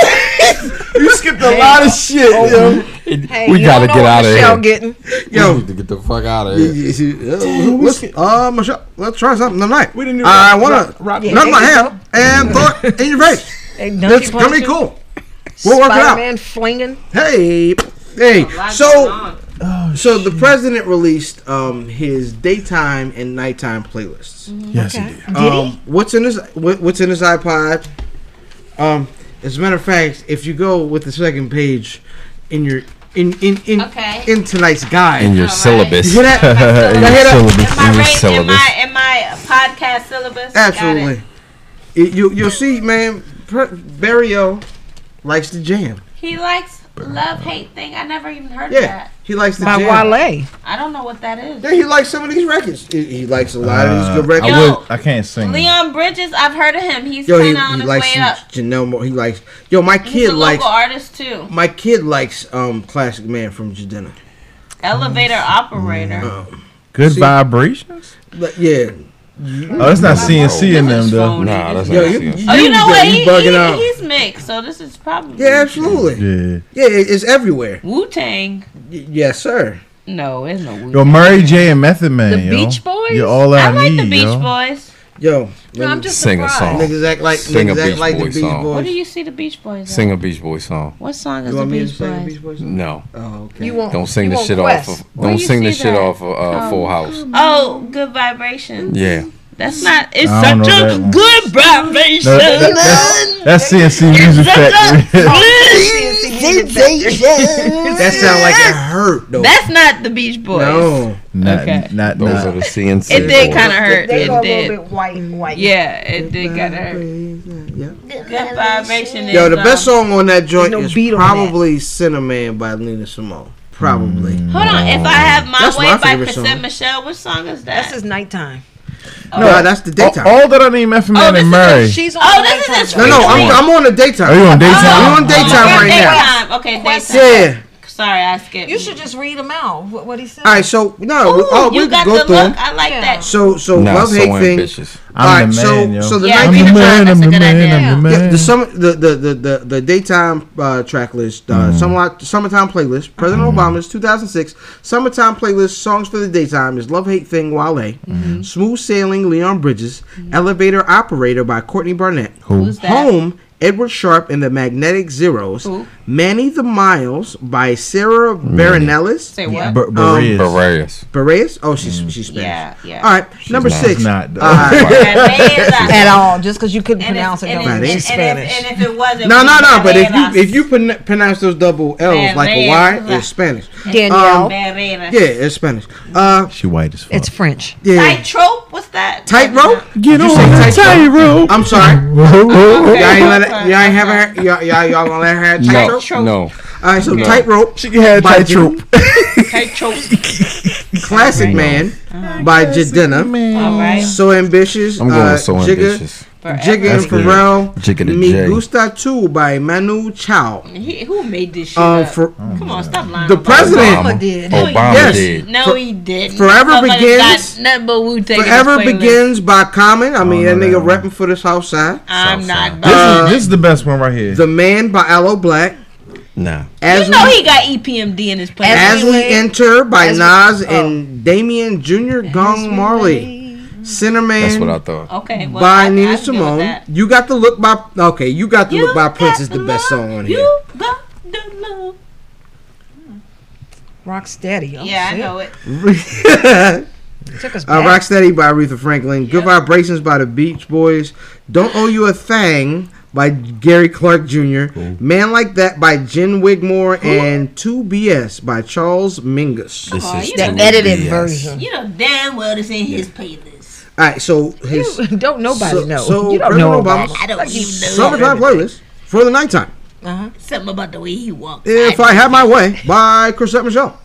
C: You skipped a lot of shit. yo.
F: Hey,
E: We
F: you
E: gotta
F: don't know
E: get
F: what
E: outta here.
F: Michelle Getting.
E: we
A: Yo,
E: need to get the fuck out of here.
A: you see, uh, let's uh, Michelle, let's try something tonight.
C: We didn't do
A: I
C: Rob-
A: wanna
C: Rob- Rob-
A: knock my
F: Yeah,
A: hand and throw it in your face.
F: Hey,
A: It's gonna be cool. We'll work it out.
F: Spider-Man flinging.
A: Hey, hey.
D: Lock it
A: So,
D: on.
A: so the president released um his daytime and nighttime playlists.
C: Yes, he did.
A: Um, what's in this? What, what's in this iPod? Um, as a matter of fact, if you go with the second page in your in in in
D: Okay.
A: in tonight's
E: In
A: guide,
E: your
D: Alright.
E: syllabus.
A: You hear that?
E: in
A: You
E: your
A: hear that?
E: syllabus.
D: In my,
E: In your
D: race, in
E: syllabus.
D: my in my podcast syllabus. Got it.
A: absolutely, it, you you'll see, man. Pre- Barrio likes to jam.
D: He likes love hate thing. I never even heard
A: Yeah,
D: of that.
A: he likes the By jam. Wale.
D: I don't know what that is.
A: Yeah, he likes some of these records. He, he likes a lot
E: Uh,
A: of these good
C: I,
A: records.
C: would, I can't sing.
D: Leon Bridges. I've heard of him. He's
A: Yo, he,
D: kind of on
A: he
D: his
A: likes
D: way
A: some
D: up.
A: Janelle Monae. He likes yo. My
D: He's
A: kid
D: a
A: likes
D: local artist too.
A: my kid likes um classic man from Jadena.
D: Elevator
A: Mm.
D: operator.
C: Good vibrations.
A: But yeah.
C: Oh, that's not CNC in them though.
E: Nah, that's
A: Yo,
E: not
A: you-
E: CNC.
D: Oh, you
A: yeah,
D: know what?
A: you
D: He,
A: bugging
D: he-
A: out.
D: he's mixed, so this is probably
A: Yeah, absolutely.
C: Yeah.
A: Yeah, it- it's everywhere.
D: Wu Tang.
A: yes, sir.
D: No, it's no Wu.
C: Yo, Murray J and Method Man.
D: The
C: yo.
D: Beach Boys?
C: You're all I,
D: I like
C: need,
D: the Beach
C: yo.
D: Boys.
A: Yo,
D: No, I'm just
E: Sing a song.
A: Niggas act like
E: Sing a
A: niggas act
E: Beach
A: like the
E: Boys
A: Beach
E: song.
A: Boys.
D: What do you see the Beach Boys?
E: Sing a Beach Boy song.
D: What song
A: You
D: is the
A: want me to
D: Beach
A: sing the
D: Boys?
A: Beach Boys?
E: No.
A: Oh, okay.
D: You won't-
E: Don't sing
D: you
E: the
D: won't
E: shit
D: quest.
E: off. Of,
D: Where
E: don't
D: you
E: sing the
D: see
E: shit
D: that?
E: off of uh,
D: Um,
E: Full House.
D: Oh, good vibrations.
E: Yeah.
D: That's not. It's
E: I don't
D: such
E: know
D: a
E: that one.
D: good
C: No,
D: vibration.
C: that- that- that's CNC Music
D: Factory.
A: That sound like it hurt though.
D: That's not the Beach Boys.
A: no.
C: Not,
D: Okay.
C: not,
E: Those
C: not.
E: are the CNC.
D: It did
E: boys.
D: kind of hurt.
F: They
D: It
F: go a
D: did.
F: little bit white, white.
D: Yeah, it did kind of hurt.
A: Yeah.
D: Good vibration.
A: Yo,
D: is,
A: the best
D: um,
A: song on that joint
D: no
A: is
D: beat on
A: probably Cinnamon by Lena Simone. Probably.
D: Hold on, if I have my
A: That's
D: way
A: my
D: by
A: favorite
D: Cassette
A: song.
D: Michelle, what song is that? This
F: is nighttime.
A: No, that's the daytime.
C: All, all that I need, Method Man and Murray.
F: She's on
D: Oh, this is
A: no, no, I'm, I'm on the daytime.
C: Are you on daytime?
A: I'm on daytime
D: We're
A: right now.
D: daytime. Okay, daytime.
A: Yeah.
D: Sorry, I skipped.
F: You should just read them out. What, what he said.
A: All right, so no, we, oh,
D: you
A: we
D: got
A: can go
D: the
A: through.
D: look.
A: them.
D: I like that.
A: So, so
E: Nah,
A: love
E: so
A: hate thing.
E: ambitious.
A: All
C: I'm the
A: so
C: man, yo.
A: so the
D: Yeah,
A: night
D: read the track. That's a good idea.
C: I'm the
A: Yeah,
C: man.
A: the summer, the the the the, the daytime uh, track list, uh,
C: Mm-hmm.
A: summer, summertime playlist, President Obama's 2006 summertime playlist, songs for the daytime is Love Hate Thing, Wale,
C: Mm-hmm.
A: Smooth Sailing, Leon Bridges, Elevator Operator by Courtney Barnett,
C: Who?
D: Mm-hmm. Who's that?
A: Home, Edward Sharp and the Magnetic Zeros,
D: Who?
A: Manny the Miles by Sarah Bareilles,
D: Say what?
C: Bar-
A: um,
C: Barrios.
E: Barrios.
A: Bareilles. Oh, she's
C: Mm.
A: she's Spanish.
D: Yeah, yeah.
A: All right, number
E: not.
A: six.
C: Not, though.
A: Uh,
F: At all, just because you couldn't
D: And if,
F: pronounce it
D: and, if,
F: no,
D: and,
A: Right.
F: in
D: if, and, if,
F: Spanish.
D: and if it wasn't,
A: No,
D: we
A: no, no. But if
D: Barreras.
A: you if you pron- pronounce those double L's like a Y,
D: Barreras.
A: it's Spanish.
F: Danielle.
A: Um,
D: Barreras.
A: yeah, it's Spanish. Uh,
C: She white as fuck.
G: It's French.
A: yeah.
D: Tight trope? What's that?
A: Tightrope?
C: Get
A: you say
C: on
A: tight
C: tightrope.
A: I'm sorry. Y'all
D: Okay.
A: ain't let it, y'all ain't have her. Y'all y'all, y'all gonna let her have
E: No,
A: tightrope?
E: no.
A: All right, so
E: No.
A: tightrope.
C: She had
A: By
C: tightrope.
D: Tight trope.
A: Classic man
D: Uh-huh.
A: by Jadena.
D: All right.
A: So ambitious.
E: I'm going
A: uh,
E: with so
A: Jigga,
E: ambitious.
D: Forever.
A: Jigga and
C: That's good.
A: Pharrell.
E: Jigga the
A: Me
E: J.
A: gusta too by Manu Chao.
D: He, who made this shit
A: Um,
D: up?
A: for
D: Come on, stop lying.
A: the
D: about it.
A: president.
E: Obama
F: did.
E: Obama
A: Yes.
E: did.
D: No,
A: For-
D: he didn't.
A: Forever
D: Nobody's
A: Begins-
D: Got nothing but Wu Tang.
A: Forever begins by Common.
E: Oh,
A: I mean,
C: I
A: that
C: don't know
A: nigga
C: that one.
A: repping for this South Side.
D: I'm not.
C: This,
D: buying
C: is, this is the best one right here.
A: The Man by Aloe Black.
E: Nah.
D: it.
A: As
D: you know
A: we,
D: he got E EPMD in his place.
A: as we enter by
F: As We-
A: Nas
F: oh.
A: and Damian Jr. Gong Marley.
E: That's what I
A: Cinnamon
E: thought.
D: okay, well, I-
A: by
D: I can deal
A: Nina
D: with
A: Simone.
D: that.
A: You got the look by okay. You got the
D: You
A: look by
D: got
A: Prince is the
D: the
A: best
D: love,
A: song on here.
D: You got the love.
F: Rocksteady. Oh,
D: Yeah, I
F: shit.
D: know it.
F: Took us
A: Uh,
F: back.
A: Rocksteady by Aretha Franklin. Good Vibrations by the Beach Boys. Don't Owe You a Thing by Gary Clark Jr. Man Like That by Jen Wigmore. And 2BS by Charles Mingus.
E: This
D: Aw,
E: is
D: Oh, you the
E: too
F: edited
E: BS.
F: version.
D: You know damn well it's in his playlist.
A: All right, so his
F: You don't nobody
A: so,
F: know.
A: So
F: you don't
A: President
F: know about.
A: Obama's
D: I don't even know
A: summertime playlist for the nighttime.
F: Uh-huh.
D: something about the way he walks.
A: If I Have My Way by Chrisette Michelle.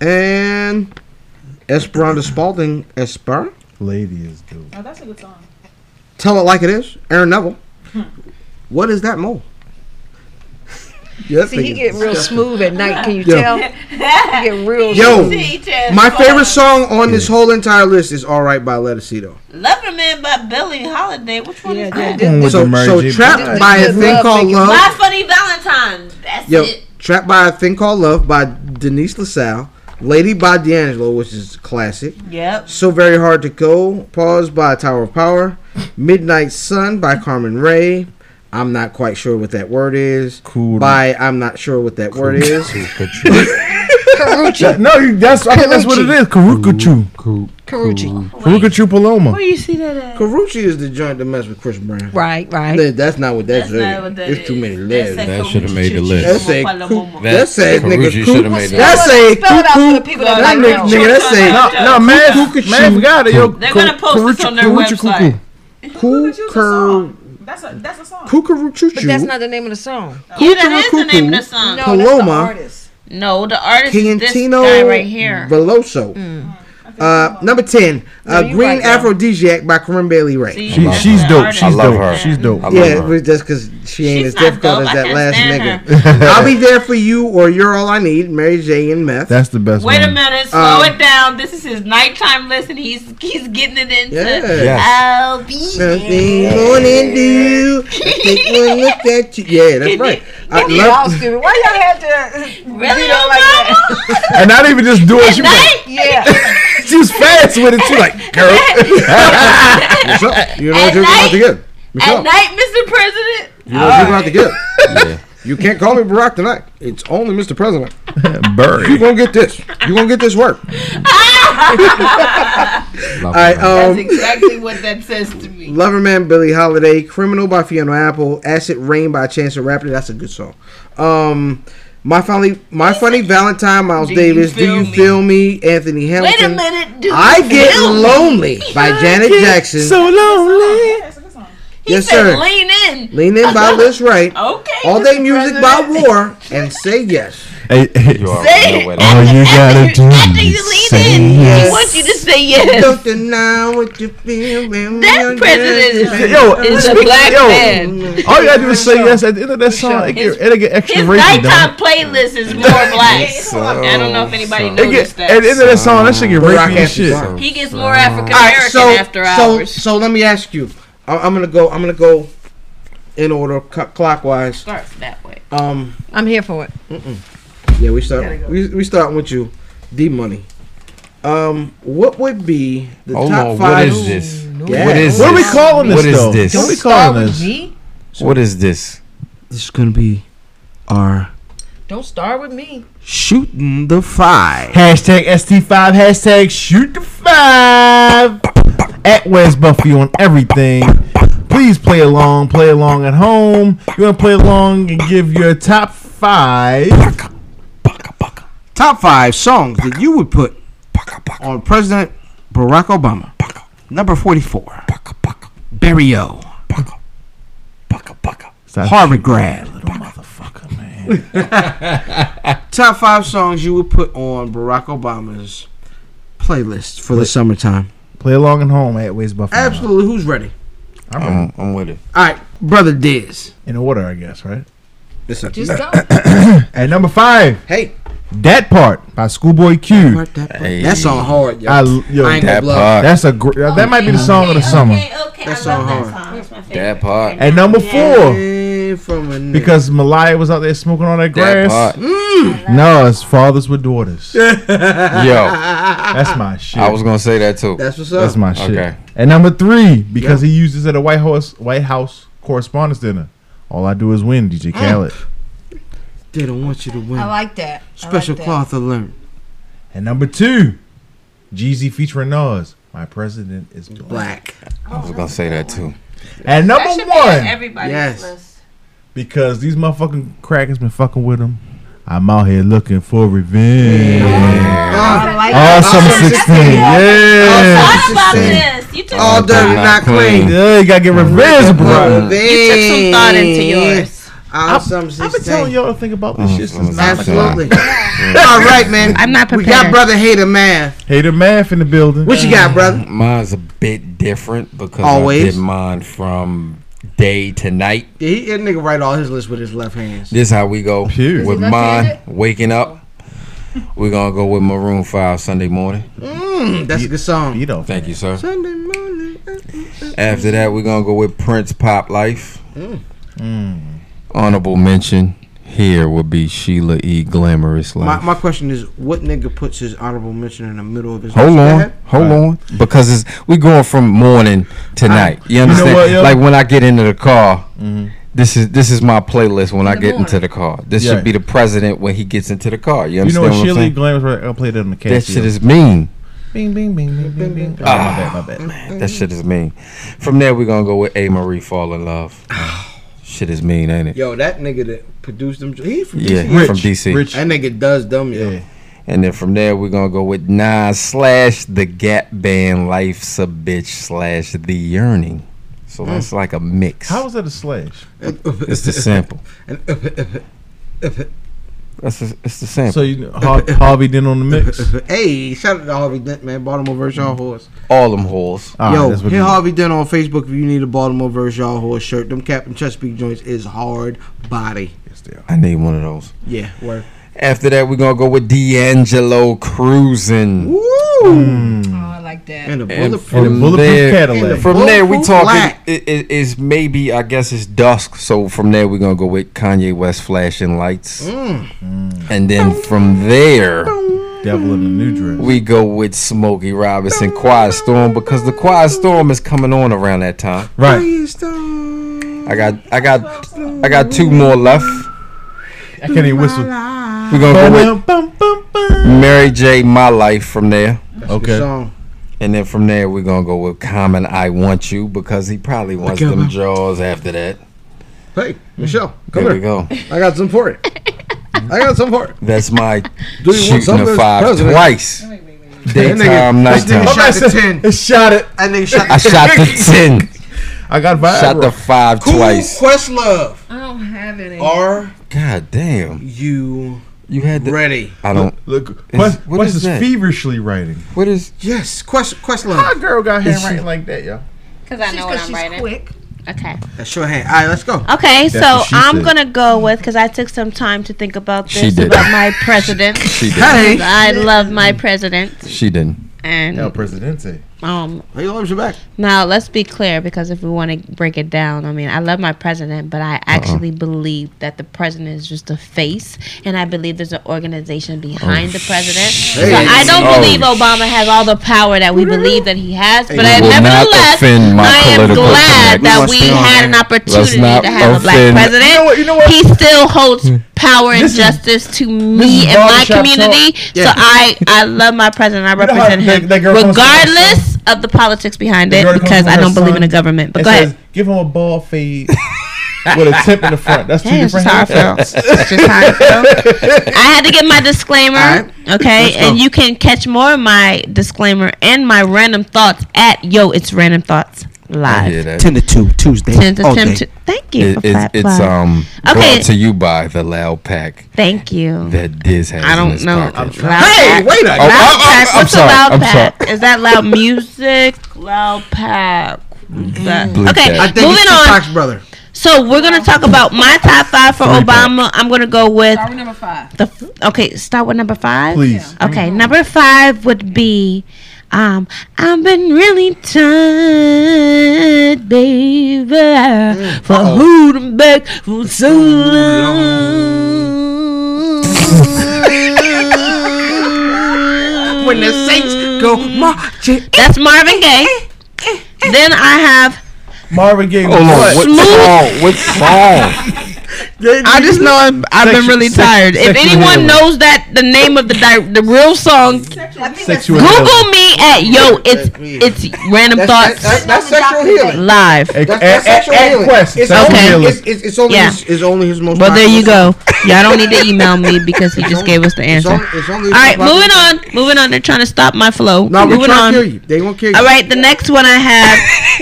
A: And Esperanza Spalding, Esper.
C: Lady is dope.
J: Oh, that's a good song.
A: Tell It Like It Is, Aaron Neville. What is that mole? Yeah, that
F: See, he
A: thing
F: get
A: is-
F: real smooth at night. Can you
A: Yeah.
F: tell? He get real.
A: Yo,
F: smooth.
A: My favorite song on this whole entire list is "All Right" by Lettucito.
D: Lover Man by Billie Holiday. Which one is that?
C: Going with
A: So,
C: the Mary
A: so
C: J.
A: "Trapped"
C: Blige.
A: by a
F: Good
A: thing
F: love
A: called
F: making
A: Love.
D: My Funny Valentine. That's
A: Yo,
D: it.
A: "Trapped by a Thing Called Love" by Denise LaSalle. "Lady" by D'Angelo, which is classic.
D: Yep.
A: "So Very Hard to Go." Pause by Tower of Power. "Midnight Sun" by Carmen Ray. I'm not quite sure what that word is.
C: Cool.
A: By I'm not sure what that word is.
C: Yeah, no, you, that's I think that's what it is. Karukachu.
F: Karuchi.
C: Karukachu Paloma.
D: Where you see that at?
A: Karuchi is the joint that mess with Chris Brown.
F: Right, right.
A: That- That's not what that's.
D: That's not what
A: is.
D: that
A: it's too
D: is.
A: many
D: That's
A: letters.
D: a
E: That shoulda
D: kabuki
E: made the list.
A: That's a
D: Momo,
A: coup-
D: Momo.
A: That said, nigga,
E: Karuchi
A: coup-
E: should have made
F: Spell it
E: that.
A: That's a
F: out- spell it out for the people that
A: That
F: don't
A: nigga,
F: know.
A: nigga, that's a
D: No,
C: No, man, man forgot it. Yo,
D: They're gonna post this on their website.
J: Who could use a
A: Kukur
J: song? That's a that's a song.
A: Kookaroo Choo
F: But that's
A: Choo.
F: not the name of the song.
D: Yeah, that is the name of the song.
F: No, that's the
A: Paloma.
F: artist.
D: No, the artist is this guy
A: Quintino
D: right here.
A: Veloso. Uh, number 10, uh,
D: you
A: Green
D: right, though.
A: Aphrodisiac by Corinne Bailey Ray.
D: See,
C: She, she's dope. She's dope. She's dope.
A: Yeah, but just because she ain't as difficult as that last nigga. I'll be there for you or you're all I need, Mary J. and Meth. Um,
C: That's the best
D: Wait a minute, slow it down. This is his nighttime listen. He's he's getting it into.
A: Yeah. Yes.
D: I'll be
A: Nothing
D: there.
A: gonna do. Take one look at you. Yeah, that's right. I
F: You all
A: love,
F: stupid. Why y'all had to really like that?
C: And not even just do it. She was, like,
F: Yeah.
C: she was fast with it. She like, girl.
A: you know what you're about to get.
D: At
A: Michelle,
D: night, Mr. President.
A: you know what you're about to get. You can't call me Barack tonight. It's only Mr. President.
C: Bird.
A: You're going to get this. You're going to get this work. All right,
D: That's
A: um,
D: exactly what that says to me.
A: Loverman, Billie Holiday, Criminal by Fiona Apple, Acid Rain by Chance the Rapper. That's a good song. Um, my funny, my funny Valentine, Miles
D: Do You
A: Davis. do
D: Feel
A: you
D: Me?
A: feel me, Anthony
D: Wait a
A: Hamilton?
D: minute, dude.
A: I get lonely by Janet Jackson.
D: lonely. He
A: yes,
D: said,
A: sir.
D: "Lean in."
A: Lean in by Liz Wright.
D: Okay.
A: All
D: Mr.
A: day music by
D: President.
A: War and say yes.
C: Hey, hey.
D: Say it.
C: All Oh, you gotta do is say
D: He
C: yes.
D: wants you to say yes.
A: Don't deny what you feel. when
D: That
A: you're
D: president
A: dead.
D: is,
C: Yo,
D: is a
C: speak-
D: black
C: yo,
D: man.
C: All you gotta do is say yes at the end of that song. It
D: His-
C: get, it'll get extra
D: His
C: rating.
D: nighttime
C: dog.
D: playlist is more black. I don't know if anybody
C: It
D: knows
C: get,
D: that.
C: at the end of that song, that shit get
A: Barack
C: rapey and
A: Anthony
C: shit.
A: Brown.
D: He gets more African
A: All right,
D: American
A: so
D: after
A: so
D: hours.
A: so let me ask you. I, I'm gonna go. I'm gonna go in order co- clockwise.
D: Starts that way.
A: Um,
F: I'm here for it.
A: yeah, we start. We we starting with you, D Money. Um, what would be the
E: Hold
A: top
E: on,
A: five?
E: what is this?
A: Yeah.
E: What is
C: What are we
E: this?
C: calling this,
E: What is
C: though?
E: this?
C: What are we
E: Don't
C: calling this?
F: Me?
E: What is this?
A: This is gonna be our
F: Don't start with me.
A: shooting the five.
C: Hashtag ST5, hashtag shoot the five. At Wes Buffy on everything. Please play along, play along at home. You want to play along and give your top five.
A: Top five songs that you would put on President Barack Obama. Number forty-four. Barrio. Harvard grad. Top five songs you would put on Barack Obama's playlist for the summertime.
C: Play along at home at Wes Buffy.
A: Absolutely. Who's ready?
C: I'm ready.
E: I'm with it.
A: All right, brother Diz.
C: In order, I guess, right?
A: Yes, sir.
F: Just go.
C: At number five,
A: Hey,
C: That Part by Schoolboy Q.
A: that song Hmm. hard, yo.
C: I, yo,
A: I ain't
C: that
A: gonna blow.
C: part. That's a gr- that might be the song of the summer.
D: Okay,
A: That song hard.
E: That part.
C: At number four,
A: Eh, From a nigga.
C: because Malaya was out there smoking on that
E: That
C: grass.
E: part.
C: No, it's fathers with daughters.
E: Yo,
C: That's my shit.
E: I was gonna say that too.
A: that's what's up.
C: That's my shit.
E: Okay.
C: And number three, because he used this at a White House White House Correspondence Dinner. All I do is win, DJ
D: Mm.
C: Khaled.
A: they don't want you to win.
F: I like that.
A: Special
F: I like
A: cloth alert.
C: And number two, Jeezy featuring Nas. My president is black.
A: Black.
E: I was gonna say that too.
C: And number
D: That should be on
C: one,
D: everybody's
A: Yes.
D: list.
C: because these motherfucking crackers been fucking with him. I'm out here looking for revenge.
A: Ah,
F: I like
C: All summer
A: Awesome
C: 16. Yeah.
D: What about
A: Sixteen.
D: this? You took,
A: All dirty, not clean.
C: Yeah, you gotta get revenge, bro.
D: you took some thought into yours.
A: Awesome
C: I've been telling
A: 16.
C: y'all to think about
E: Mm,
C: this shit since
A: Absolutely. All right, man.
N: I'm not
A: We got
N: prepared.
A: brother hater man.
C: Hater math in the building.
A: What you got, brother?
E: Mine's a bit different because I
A: Always.
E: did mine from day to night.
A: Yeah, he, that nigga write all his list with his left hands.
E: This is how we go
C: Phew.
E: with mine. Waking up, we're gonna go with Maroon Five Sunday morning.
A: Mm, that's a good song.
C: You know,
E: Thank you, sir.
A: Sunday morning.
E: After that, we're gonna go with Prince Pop Life.
C: Mm.
E: Honorable mention here would be Sheila E. Glamorous
A: My,
E: Life.
A: my question is, what nigga puts his honorable mention in the middle of his?
E: Hold
A: list?
E: on, hold on, because it's we going from morning to night. You understand?
C: what, yo? Mm-hmm.
E: like when I get into the car, this is this is my playlist when I
F: the
E: get
F: morning.
E: into the car. This
C: Yeah.
E: should be the president when he gets into the car. You
C: You know
E: understand
C: what?
E: what, I'm
C: Sheila E.
E: saying?
C: Glam is right. I'll play that on the
E: That
C: case.
E: shit is Ah, mean.
C: Bing, bing, bing, bing, bing, bing. Oh, my bad, my bad.
E: That shit is mean. From there, we're gonna go with A. Marie Fall in Love. shit is mean, ain't it?
A: Yo, that nigga that produced them, he from
E: Yeah,
A: DC.
E: from DC.
C: Rich.
A: That nigga does dumb yo.
C: Yeah.
E: And then from there, we're gonna go with Nas slash the Gap Band, Life's a Bitch slash the Yearning. It's So that's like a mix.
C: Hmm. How is that a slash?
E: It's the sample. That's the, it's the sample.
C: So you Har- Harvey Dent on the mix.
A: hey, shout out to Harvey Dent, man. Baltimore versus y'all horse.
E: all them holes.
C: Ah.
A: Yo, hit Harvey Dent on Facebook if you need a Baltimore versus y'all horse shirt. Them Captain Chesapeake joints is hard body.
E: I need one of those.
A: Yeah, word.
E: After that, we're gonna go with D'Angelo cruising. Woo!
F: I like that.
A: Mm. And a
E: from there, From there, we talking. It, it, it's maybe I guess it's dusk. So from there, we're gonna go with Kanye West flashing lights,
A: Mm.
E: and then from there,
C: Devil in a New Dress.
E: We go with Smokey Robinson Quiet Storm because the Quiet Storm is coming on around that time. I got. I got. I got two more left.
C: I can't even whistle.
E: We're gonna go with Mary J. My Life from there.
C: Okay. song.
E: And then from there we're gonna go with Common I Want You because he probably wants
A: Okay,
E: them
A: man.
E: jaws after that.
A: Hey, Michelle, come
E: There
A: here.
E: we go.
A: I got some for it. I got some for it.
E: That's my
A: Do you want some
E: shooting
A: of
E: a
A: this
E: five
A: president?
E: twice. Daytime,
A: That nigga-
E: nighttime.
A: This nigga shot the ten.
C: It shot it.
A: That nigga shot.
E: I shot the ten.
C: I got
A: Viagra.
E: Shot the five
A: Cool
E: twice.
A: Quest love.
F: I don't have
D: Um,
F: any.
A: Are
E: God damn.
A: you
E: You had the,
A: ready?
E: I don't.
C: Look,
E: Is-
C: Quest,
E: what
C: Quest
E: is
C: is,
E: that?
C: feverishly writing.
E: What is?
A: Yes, Quest Quest
C: My
A: love.
C: girl got
A: Is she-
C: handwriting like that, yo.
D: Because I know what I'm writing.
F: quick.
D: Okay.
A: That's your hand. All right, let's go.
D: Okay,
A: That's
D: so
A: what she
D: I'm
A: said.
D: gonna go with because I took some time to think about this
E: She did.
D: about my president.
E: She did.
A: Hey.
D: I love my president,
E: She didn't.
D: and
C: El Presidente.
D: um.
A: Hey, loves your back.
D: Now let's be clear because if we want to break it down, I mean, I love my president, but
A: Uh-uh.
D: I actually believe that the president is just a face, and I believe there's an organization behind the president. So I don't
E: Oh,
D: believe Obama has all the power that we believe that he has, but
E: We
D: I,
E: will not
D: nevertheless,
E: offend my
D: I am
E: political
D: glad
E: correct.
D: that
E: Let's
D: we
E: not-
D: had an
E: let's
D: opportunity
E: not
D: to have a black
E: offend- Hmm.
D: president.
E: You know what- you know what?
D: He still holds power and
E: This is-
D: justice to me and my
E: barbershop talk.
D: community.
E: Yeah.
D: So I, I love my president. I
E: know how
D: represent
E: that-
D: him,
E: that girl comes to my
D: regardless of the politics behind
C: The girl
D: it,
C: that comes
D: because
C: from
D: I
C: her
D: don't believe
C: son
D: in a government. But
C: and
D: go
C: says,
D: ahead.
C: Give him a ball fade with a tip in the front. That's two
D: Hey, it's
C: different
D: just how I
C: haircuts.
D: I had to get my disclaimer, okay? And you can catch more of my disclaimer and my random thoughts at Yo, it's Random Thoughts
E: I
D: Live.
E: hear that.
A: 10 to 2 Tuesday.
D: 10 to 10 to- thank you
E: It-
D: for
E: it's
D: that,
E: it's
D: bye.
E: um
D: Okay.
E: brought to you by the Loud Pack
D: Thank you.
E: that Diz has.
D: I
E: in
D: don't
E: his
D: know.
E: pocket.
D: Hey,
A: wait a
E: oh,
D: Loud
E: oh,
D: pack.
E: oh, I'm
D: What's a
E: sorry,
D: loud
E: I'm
D: pack?
E: sorry.
D: Is that loud music? Loud pack. That-
E: Bleep
D: Okay,
E: that. I
A: think
D: moving
A: it's
D: on.
A: Tupac's brother.
D: So we're gonna talk about my top five for Obama. I'm gonna go with
F: Star number five.
D: the f- okay. Start with number five,
C: Please.
D: Okay, number five would be, um, I've been really tired, baby,
A: Mm.
D: for holding back for so long.
A: When the Saints go marching.
D: That's Marvin Gaye. then I have.
C: Marvin Gaye.
E: Hold on, what song? What song?
D: I just know I'm, I've been
C: Sexu-
D: really
C: sex-
D: tired. If
C: sexual
D: anyone
C: healing.
D: knows that the name of the di- the real song,
C: Sexual
D: Google
C: healing.
D: me at yo. It's it's random thoughts
A: That's, that's sexual healing.
D: live.
A: That's, that's sexual healing.
C: Quest.
A: It's,
C: Sexual
A: only,
C: healing.
A: it's, it's, it's only
D: Yeah.
A: his, it's only his most.
D: Well, there
A: popular
D: you go.
A: song.
D: Y'all don't need to email me because he just gave us the
A: It's
D: answer.
A: only, it's only
D: All right, moving on. Moving on. They're trying to stop my flow.
A: No, we're
D: moving
A: trying
D: on.
A: to kill you. They won't kill you.
D: All right, the next one I have,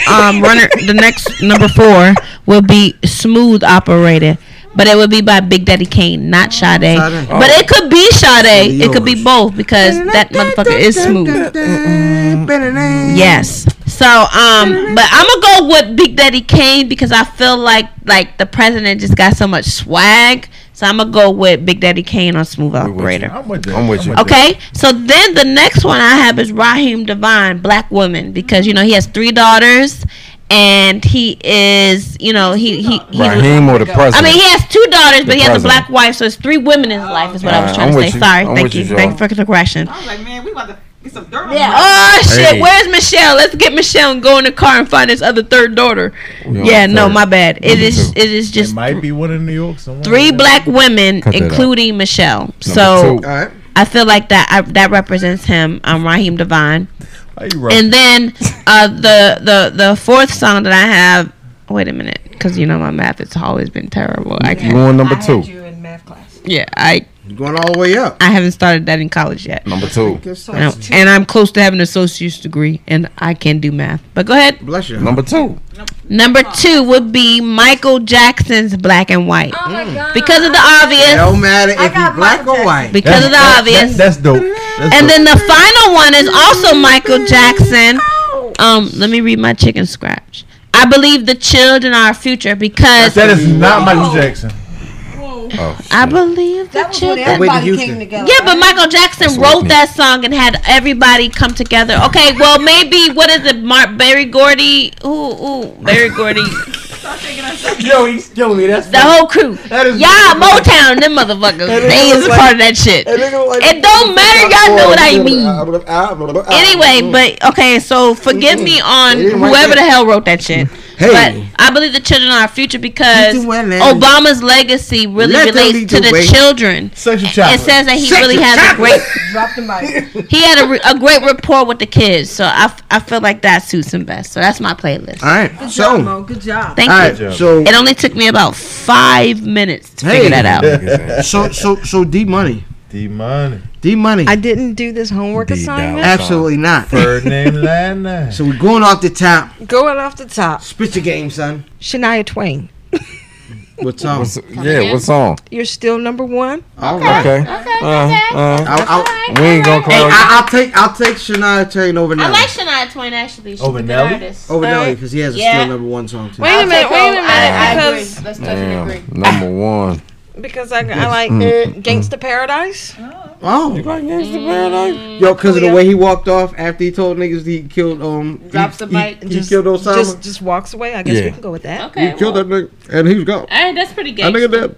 D: um, runner. The next number four will be Smooth Operator, but it would be by Big Daddy Kane, not Sade.
A: Sade. Oh.
D: But it could be Sade. It could be
A: Yours.
D: both because that motherfucker is smooth. Yes. So, um, but I'm gonna go with Big Daddy Kane because I feel like like the president just got so much swag. So I'm gonna go with Big Daddy Kane on Smooth Operator.
C: I'm with you.
E: I'm with you.
D: Okay, so then the next one I have is Raheem Divine, black woman, because you know he has three daughters, and he is, you know, he he. he
E: Raheem or the president?
D: I mean, he has two daughters, but
E: The
D: he has a
E: president.
D: black wife, so it's three women in his life. Is what I was
E: Uh,
D: trying
E: I'm
D: to
E: with
D: say.
E: you.
D: Sorry,
E: I'm
D: thank
E: with
D: you,
E: you,
D: thanks
E: Joe.
D: for the correction.
J: I was like, man, we about to get some dirt
D: Yeah.
J: on
D: Oh
E: Hey.
D: shit, where's Michelle? Let's get Michelle and go in the car and find his other third daughter.
E: We on
D: yeah,
E: the
D: no,
E: third.
D: my bad. It
E: Me
D: is
E: too.
D: it is
C: It
D: just
C: might be one in New York somewhere.
D: three black women,
E: Cut that out.
D: including Michelle. so
E: two.
A: All right.
D: I feel like that I, that represents him, um, Raheem Devine.
C: Are you right?
D: And then uh, the the the fourth song that I have. Wait a minute, because you know my math has always been terrible. I
E: You
D: can't.
E: on number two?
F: you in math class.
D: Yeah, I
A: Going all the way up.
D: I haven't started that in college yet.
E: Number two.
D: And, I'm- and I'm close to having an associate's degree, and I can't do math. But go ahead.
A: Bless you.
E: Number two.
D: Number two would be Michael Jackson's Black and White. Mm. Because of the obvious.
A: No matter if you black or white.
D: Because of the obvious.
C: That's dope. That's
D: and
C: dope.
D: then the final one is also Michael Jackson. Um, let me read my chicken scratch. I believe the children are our future because
C: that is not Michael Jackson.
E: Oh,
D: I believe the children.
C: everybody Whitney came Houston.
S: together.
D: Yeah, but Michael Jackson
S: That's
D: wrote
S: Whitney.
D: that song and had everybody come together. Okay, well maybe what is it? Mark Barry Gordy. Ooh, ooh, Barry Gordy.
C: Yo, he's killing me. That's
D: the whole crew. Y'all Motown, them motherfuckers.
T: And it
D: They
T: was
D: is
T: like-
D: part of that shit.
T: and it was like-
D: It don't matter. Y'all know what I mean.
T: Mm.
D: Anyway, but okay, so forgive me on
T: They didn't write
D: whoever
T: that.
D: the hell wrote that shit.
T: Hey.
D: But I believe the children are our future because
T: You do well, man.
D: Obama's legacy really
T: Let them lead
D: relates to
T: the
D: the
T: way.
D: children.
C: Sexual
D: It says that he really has a great
S: Drop the mic.
D: he had a, re- a great rapport with the kids. So I, f- I feel like that suits him best. So that's my playlist.
A: All right.
S: Good
A: so
S: job, Mo. Good job.
D: Thank
A: All
D: you.
A: right, so-
D: it only took me about five minutes to figure that out.
A: so so so D money.
C: D money.
A: D money.
F: I didn't do this homework assignment.
A: Absolutely not.
C: Ferdinand Lana.
A: So we're going off the top.
F: Going off the top.
A: Spit your game, son.
F: Shania Twain.
A: What song?
E: yeah, what song?
F: You're still number one.
A: All
E: Okay.
A: right.
E: Uh, uh,
A: I'll, I'll,
E: we ain't gonna
A: Hey,
E: call
A: I, I'll take I'll take Shania Twain over
U: I
A: Nelly.
U: like Shania Twain actually. She's
A: over
U: a good
A: Nelly.
U: artist.
A: Over Nelly
U: Alright.
A: because he has a
U: Yeah.
A: still number one song too.
F: Wait a
U: I'll
F: minute,
U: take
F: wait a
U: over.
F: minute,
U: I- I
F: because-
U: agree. Let's touch and agree.
E: Damn, number one.
F: Because I, I like
E: Mm.
F: uh, Gangsta Paradise.
A: Oh, you
E: like Gangsta Paradise?
A: Yo, because of the way he walked off after he told niggas he killed um he-
F: Drops the
A: he-
F: mic.
A: He,
F: Just-
A: killed Osama.
F: Just, just walks away. I guess
A: Yeah.
F: we can go with that.
A: he killed that nigga and he was gone.
U: All right, that's pretty gay. uh,
A: That nigga dead.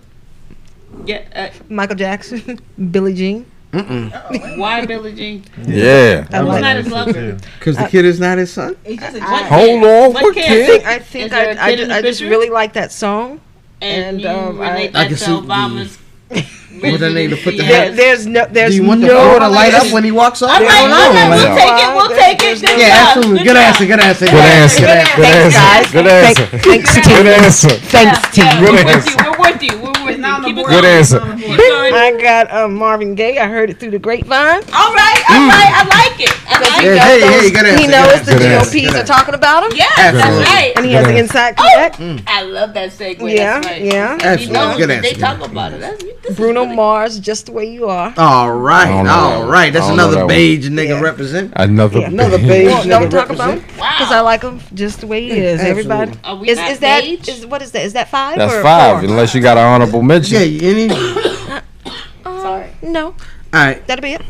U: Yeah.
F: Michael Jackson, Billie Jean.
A: Mm-mm.
U: Uh, why Billie Jean?
E: Yeah.
F: I
U: Who's
F: like
U: not his lover?
A: Because the kid is not his son.
U: He's just a
F: I-
E: Hold on, what
F: I
E: kid?
F: think I, think
U: Is there a
F: I, I,
U: kid
F: ju-
U: in the
F: I just
U: picture?
F: really like that song.
U: And,
F: And, um,
U: you relate
A: I-
U: that
A: I can
U: to
A: see
U: Obama's.
A: With that nigga to put the
F: There-
A: hat.
F: there's no, there's
A: Do you want the
F: no.
A: phone to light up when he walks off?
F: I'm like,
U: okay,
A: Light
U: we'll
A: up.
U: take it. We'll take it. Good
A: Yeah,
U: job.
A: absolutely. Good answer. Good answer.
E: Good answer. Good answer. Good answer.
F: Thanks,
E: Good
F: team.
E: answer.
F: Thanks, team.
E: Good answer.
U: We're with you. We're with you. Keep it
E: Good answer.
F: I got um, Marvin Gaye. I heard it through the grapevine.
U: All right, all
A: Mm.
U: right. I like it. I like
F: He
U: it.
F: knows
A: hey,
F: those-
A: hey, good
F: He
A: answer, good
F: knows the
A: answer, good answer,
F: GOPs
A: good
F: are talking about him.
U: Yeah,
A: Absolutely.
U: that's right.
F: And he has the
A: Good
F: inside track.
U: I love that segue.
F: Yeah,
U: that's right.
F: yeah.
A: Absolutely.
U: You know,
A: Good
U: they
A: answer.
U: talk about it. That's,
F: Bruno Mars, Just the Way You Are.
A: All
E: I
A: right.
E: don't know that
A: All
E: one.
A: right. That's
E: I don't know
A: another
E: that one.
A: beige nigga represent.
E: Another
A: Another
E: big-
A: beige
F: Well,
A: nigga
F: don't talk about him
A: represent.
F: because I like him just the way he is. Everybody,
U: Are we
F: is,
U: not
F: is that
U: beige?
F: is what is that? Is that five?
E: That's
F: or
E: five,
F: Four?
E: unless you got an honorable mention.
A: Yeah, you need. All
U: Sorry.
F: Um, No,
A: right.
F: that'll be it.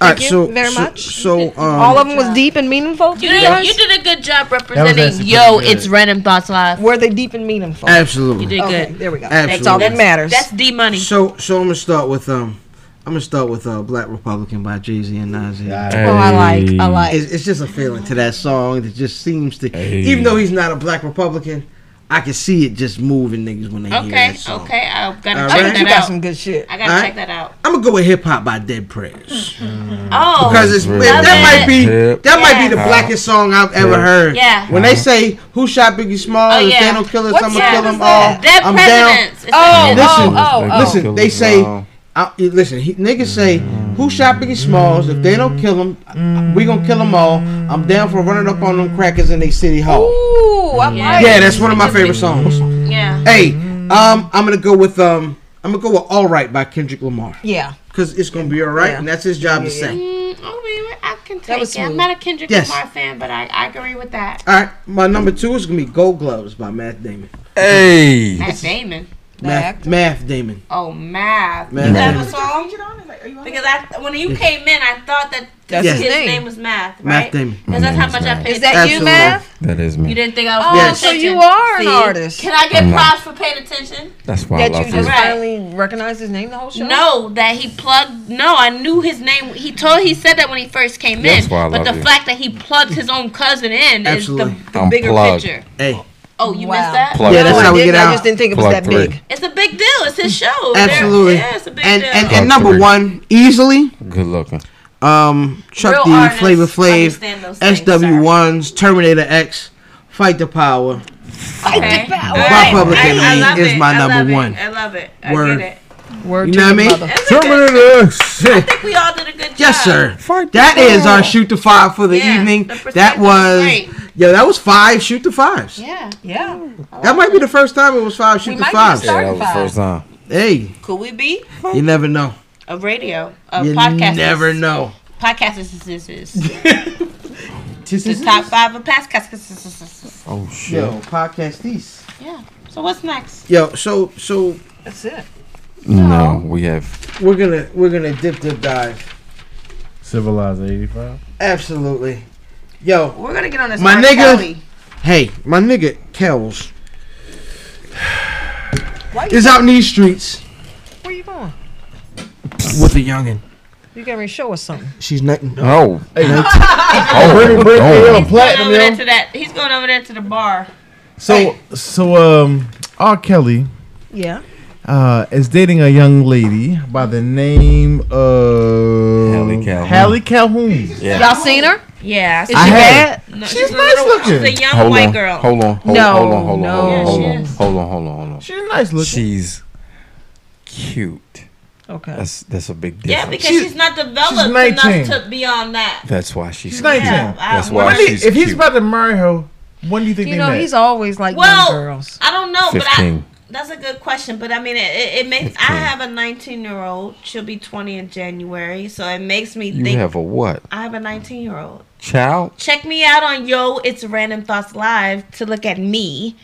A: All
F: Thank
A: right.
F: you
A: So
F: very
A: so-
F: much.
A: So um.
F: All of them was deep and meaningful. to
U: You
F: you
U: did,
F: guys?
U: you did a good job
A: That was
U: representing.
A: actually
U: Yo,
A: pretty good.
U: it's Random Thoughts Live.
F: Were they deep and meaningful?
A: Absolutely.
U: You did
F: Okay,
U: good.
F: there we go.
A: Absolutely.
F: That's all that matters.
U: That's D money.
A: So so I'm gonna start with um. I'm gonna start with uh, "Black Republican" by Jay Z and Nas.
F: Oh, I like. I like.
A: It's, it's just a feeling to that song that just seems to,
E: Hey.
A: even though he's not a black Republican, I can see it just moving niggas when they hear
U: Okay,
A: that song.
U: okay. I've got to
A: All
U: check
A: right.
F: you
U: that
F: got
U: out.
F: some good shit.
U: I got to
A: All right.
U: check that out.
A: I'm gonna go with "Hip Hop" by Dead Prayers
U: Oh,
A: because it's
E: Really?
A: that might be
E: Hip
A: that might be the
E: hop.
A: blackest song I've ever
E: Yeah.
A: heard.
U: Yeah.
A: When they say who shot Biggie Small,
U: Oh,
A: if
U: yeah.
A: they don't kill us,
F: What
A: I'm
F: song
A: gonna kill
F: is
A: them all.
F: that?
U: Dead
A: I'm down.
U: presidents. It's
F: Oh,
U: like
A: Listen,
U: dead-
F: oh, oh,
A: listen. They say, I, you- listen. He, niggas say, "Who shot Biggie Smalls? If they don't kill him, we gonna kill them all." I'm down for running up on them crackers in they city hall.
F: oh. Ooh, I like.
A: Yeah, that's one of my favorite songs.
U: Yeah.
A: Hey, um, I'm gonna go with um, I'm gonna go with "All Right" by Kendrick Lamar
F: Yeah,
A: because it's gonna be all right, and that's his job to
F: Yeah, yeah.
A: sing.
U: Mm, I mean, I can take
F: was
U: it. I'm
F: smooth.
U: not a Kendrick
A: Yes.
U: Lamar fan, but I, I agree with that.
A: All right, my number two is gonna be "Gold Gloves" by Matt Damon.
E: Hey.
U: Matt Damon.
A: Math, Math Damon.
U: Oh, math.
A: Math
U: Is that
A: Damon.
U: a song? Because I, when you came in, I thought that
A: That's
U: his,
A: his
U: name.
F: name.
U: was Math,
A: Math
U: right?
A: Damon.
U: Because that's
E: My
U: how
E: name
U: much
E: is
U: I
E: Math.
U: paid.
F: is that you,
A: Absolutely.
F: Math?
E: That is
U: You
E: me.
U: didn't think I was
F: Oh,
U: paying
A: Yes.
F: so
U: attention.
F: you are an
U: See?
F: artist.
U: Can I get
E: I'm not.
U: props for paying attention?
E: That's why I
F: That
E: love
F: you just
E: you.
U: Right.
F: finally recognized his name the whole show.
U: No, that he plugged. No, I knew his name. He told he said that when he first came
E: That's
U: in.
E: why I
U: but
E: love
U: the
E: you.
U: fact that he plugged his own cousin in is
A: Absolutely.
U: the, the
E: I'm
U: bigger
E: plugged.
U: picture.
A: Hey,
U: Oh, you
F: Wow.
U: missed that.
E: Plug
A: Yeah,
F: No,
A: that's
F: I
A: how we
F: didn't.
A: get
F: I
A: out.
F: just didn't think it was
E: Plug
F: that
E: three.
F: big.
U: It's a big deal. It's his show. There-
A: absolutely.
U: Yeah, it's a big
A: and,
U: deal.
A: and
E: Top
A: and number
E: three.
A: one, easily,
E: Good looking.
A: um, Chuck
U: Real
A: D,
U: artists
A: Flavor Flav,
U: understand those things,
A: SW ones, Terminator X, Fight the Power.
U: Okay. All
A: Public
U: I- I
A: Enemy
U: love
A: is
U: it.
A: my
U: I
A: number
U: love it.
A: one.
U: I love it. I
A: Word.
U: get it.
F: Word
A: You
F: to
A: know what I
F: your
A: mean?
F: mother.
A: Terminator
D: I
A: Six.
D: think we all did a good job.
A: Yes, sir.
D: Fuck
A: That
D: the
A: is our
D: world.
A: shoot to five for the
D: Yeah,
A: evening.
D: the percentage
A: that was
D: rate.
A: yo, that was five shoot to fives.
D: Yeah. Yeah.
A: That might be the first time it was five shoot
D: We
A: to
D: might be
A: fives.
D: starting Yeah, that was the five.
E: first time.
A: Hey,
D: Could we be
A: you never know.
D: a radio, a
A: you
D: podcast?
A: never know.
D: Podcast is this is the top five of podcast.
E: Oh
A: Yo, podcast these.
D: Yeah. So what's next?
A: Yo, so so
D: That's it.
E: No, we have.
A: we're gonna we're gonna dip dip dive.
C: Civilized 85.
A: Absolutely. Yo,
D: We're gonna get on this
A: My
D: R.
A: nigga.
D: Kelly.
A: Hey, my nigga Kells
F: Why you-
A: is out in these streets
F: Where you going?
A: with a youngin.
F: You can to show us something.
A: She's not.
E: No.
A: Hey,
E: Oh,
C: Bring- bring-
E: oh.
C: yeah,
D: He's going
C: platinum,
D: over
C: yo.
D: there to that. He's going over there to the bar.
C: So so um R. Kelly
F: Yeah.
C: uh is dating a young lady by the name of Hallie
E: Calhoun.
C: Hallie Calhoun.
E: Yeah.
F: Y'all seen her?
D: Yeah.
F: Is
C: I
F: she
C: had-
F: bad?
D: No,
C: She's nice looking.
D: She's a young
E: Hold
D: white
E: on,
D: girl.
E: Hold on. Hold,
F: No,
E: hold on. Hold
F: no.
E: on.
F: Yeah,
E: Hold
F: she
E: on.
F: is.
E: Hold on. Hold on. Hold on.
C: She's nice looking.
E: She's cute.
F: Okay.
E: That's that's a big difference.
D: Yeah, because she's, not developed
C: nineteen.
D: enough to be on that.
E: That's why she's,
C: She's
E: cute.
C: 19.
E: That's
D: I-
E: why
C: Really,
E: she's
C: if he's
E: cute.
C: about to marry her, when do you think
F: You
C: they
F: know,
C: met?
F: he's always like
D: Well,
F: young girls.
D: I don't know, but
E: 15.
D: I, that's a good question. But I mean, it, it, it makes. I have a 19 year old. She'll be 20 in January, so it makes me
E: you
D: think.
E: have a what?
D: I have a 19 year old.
E: Child?
D: Check me out on Yo, it's Random Thoughts Live to look at me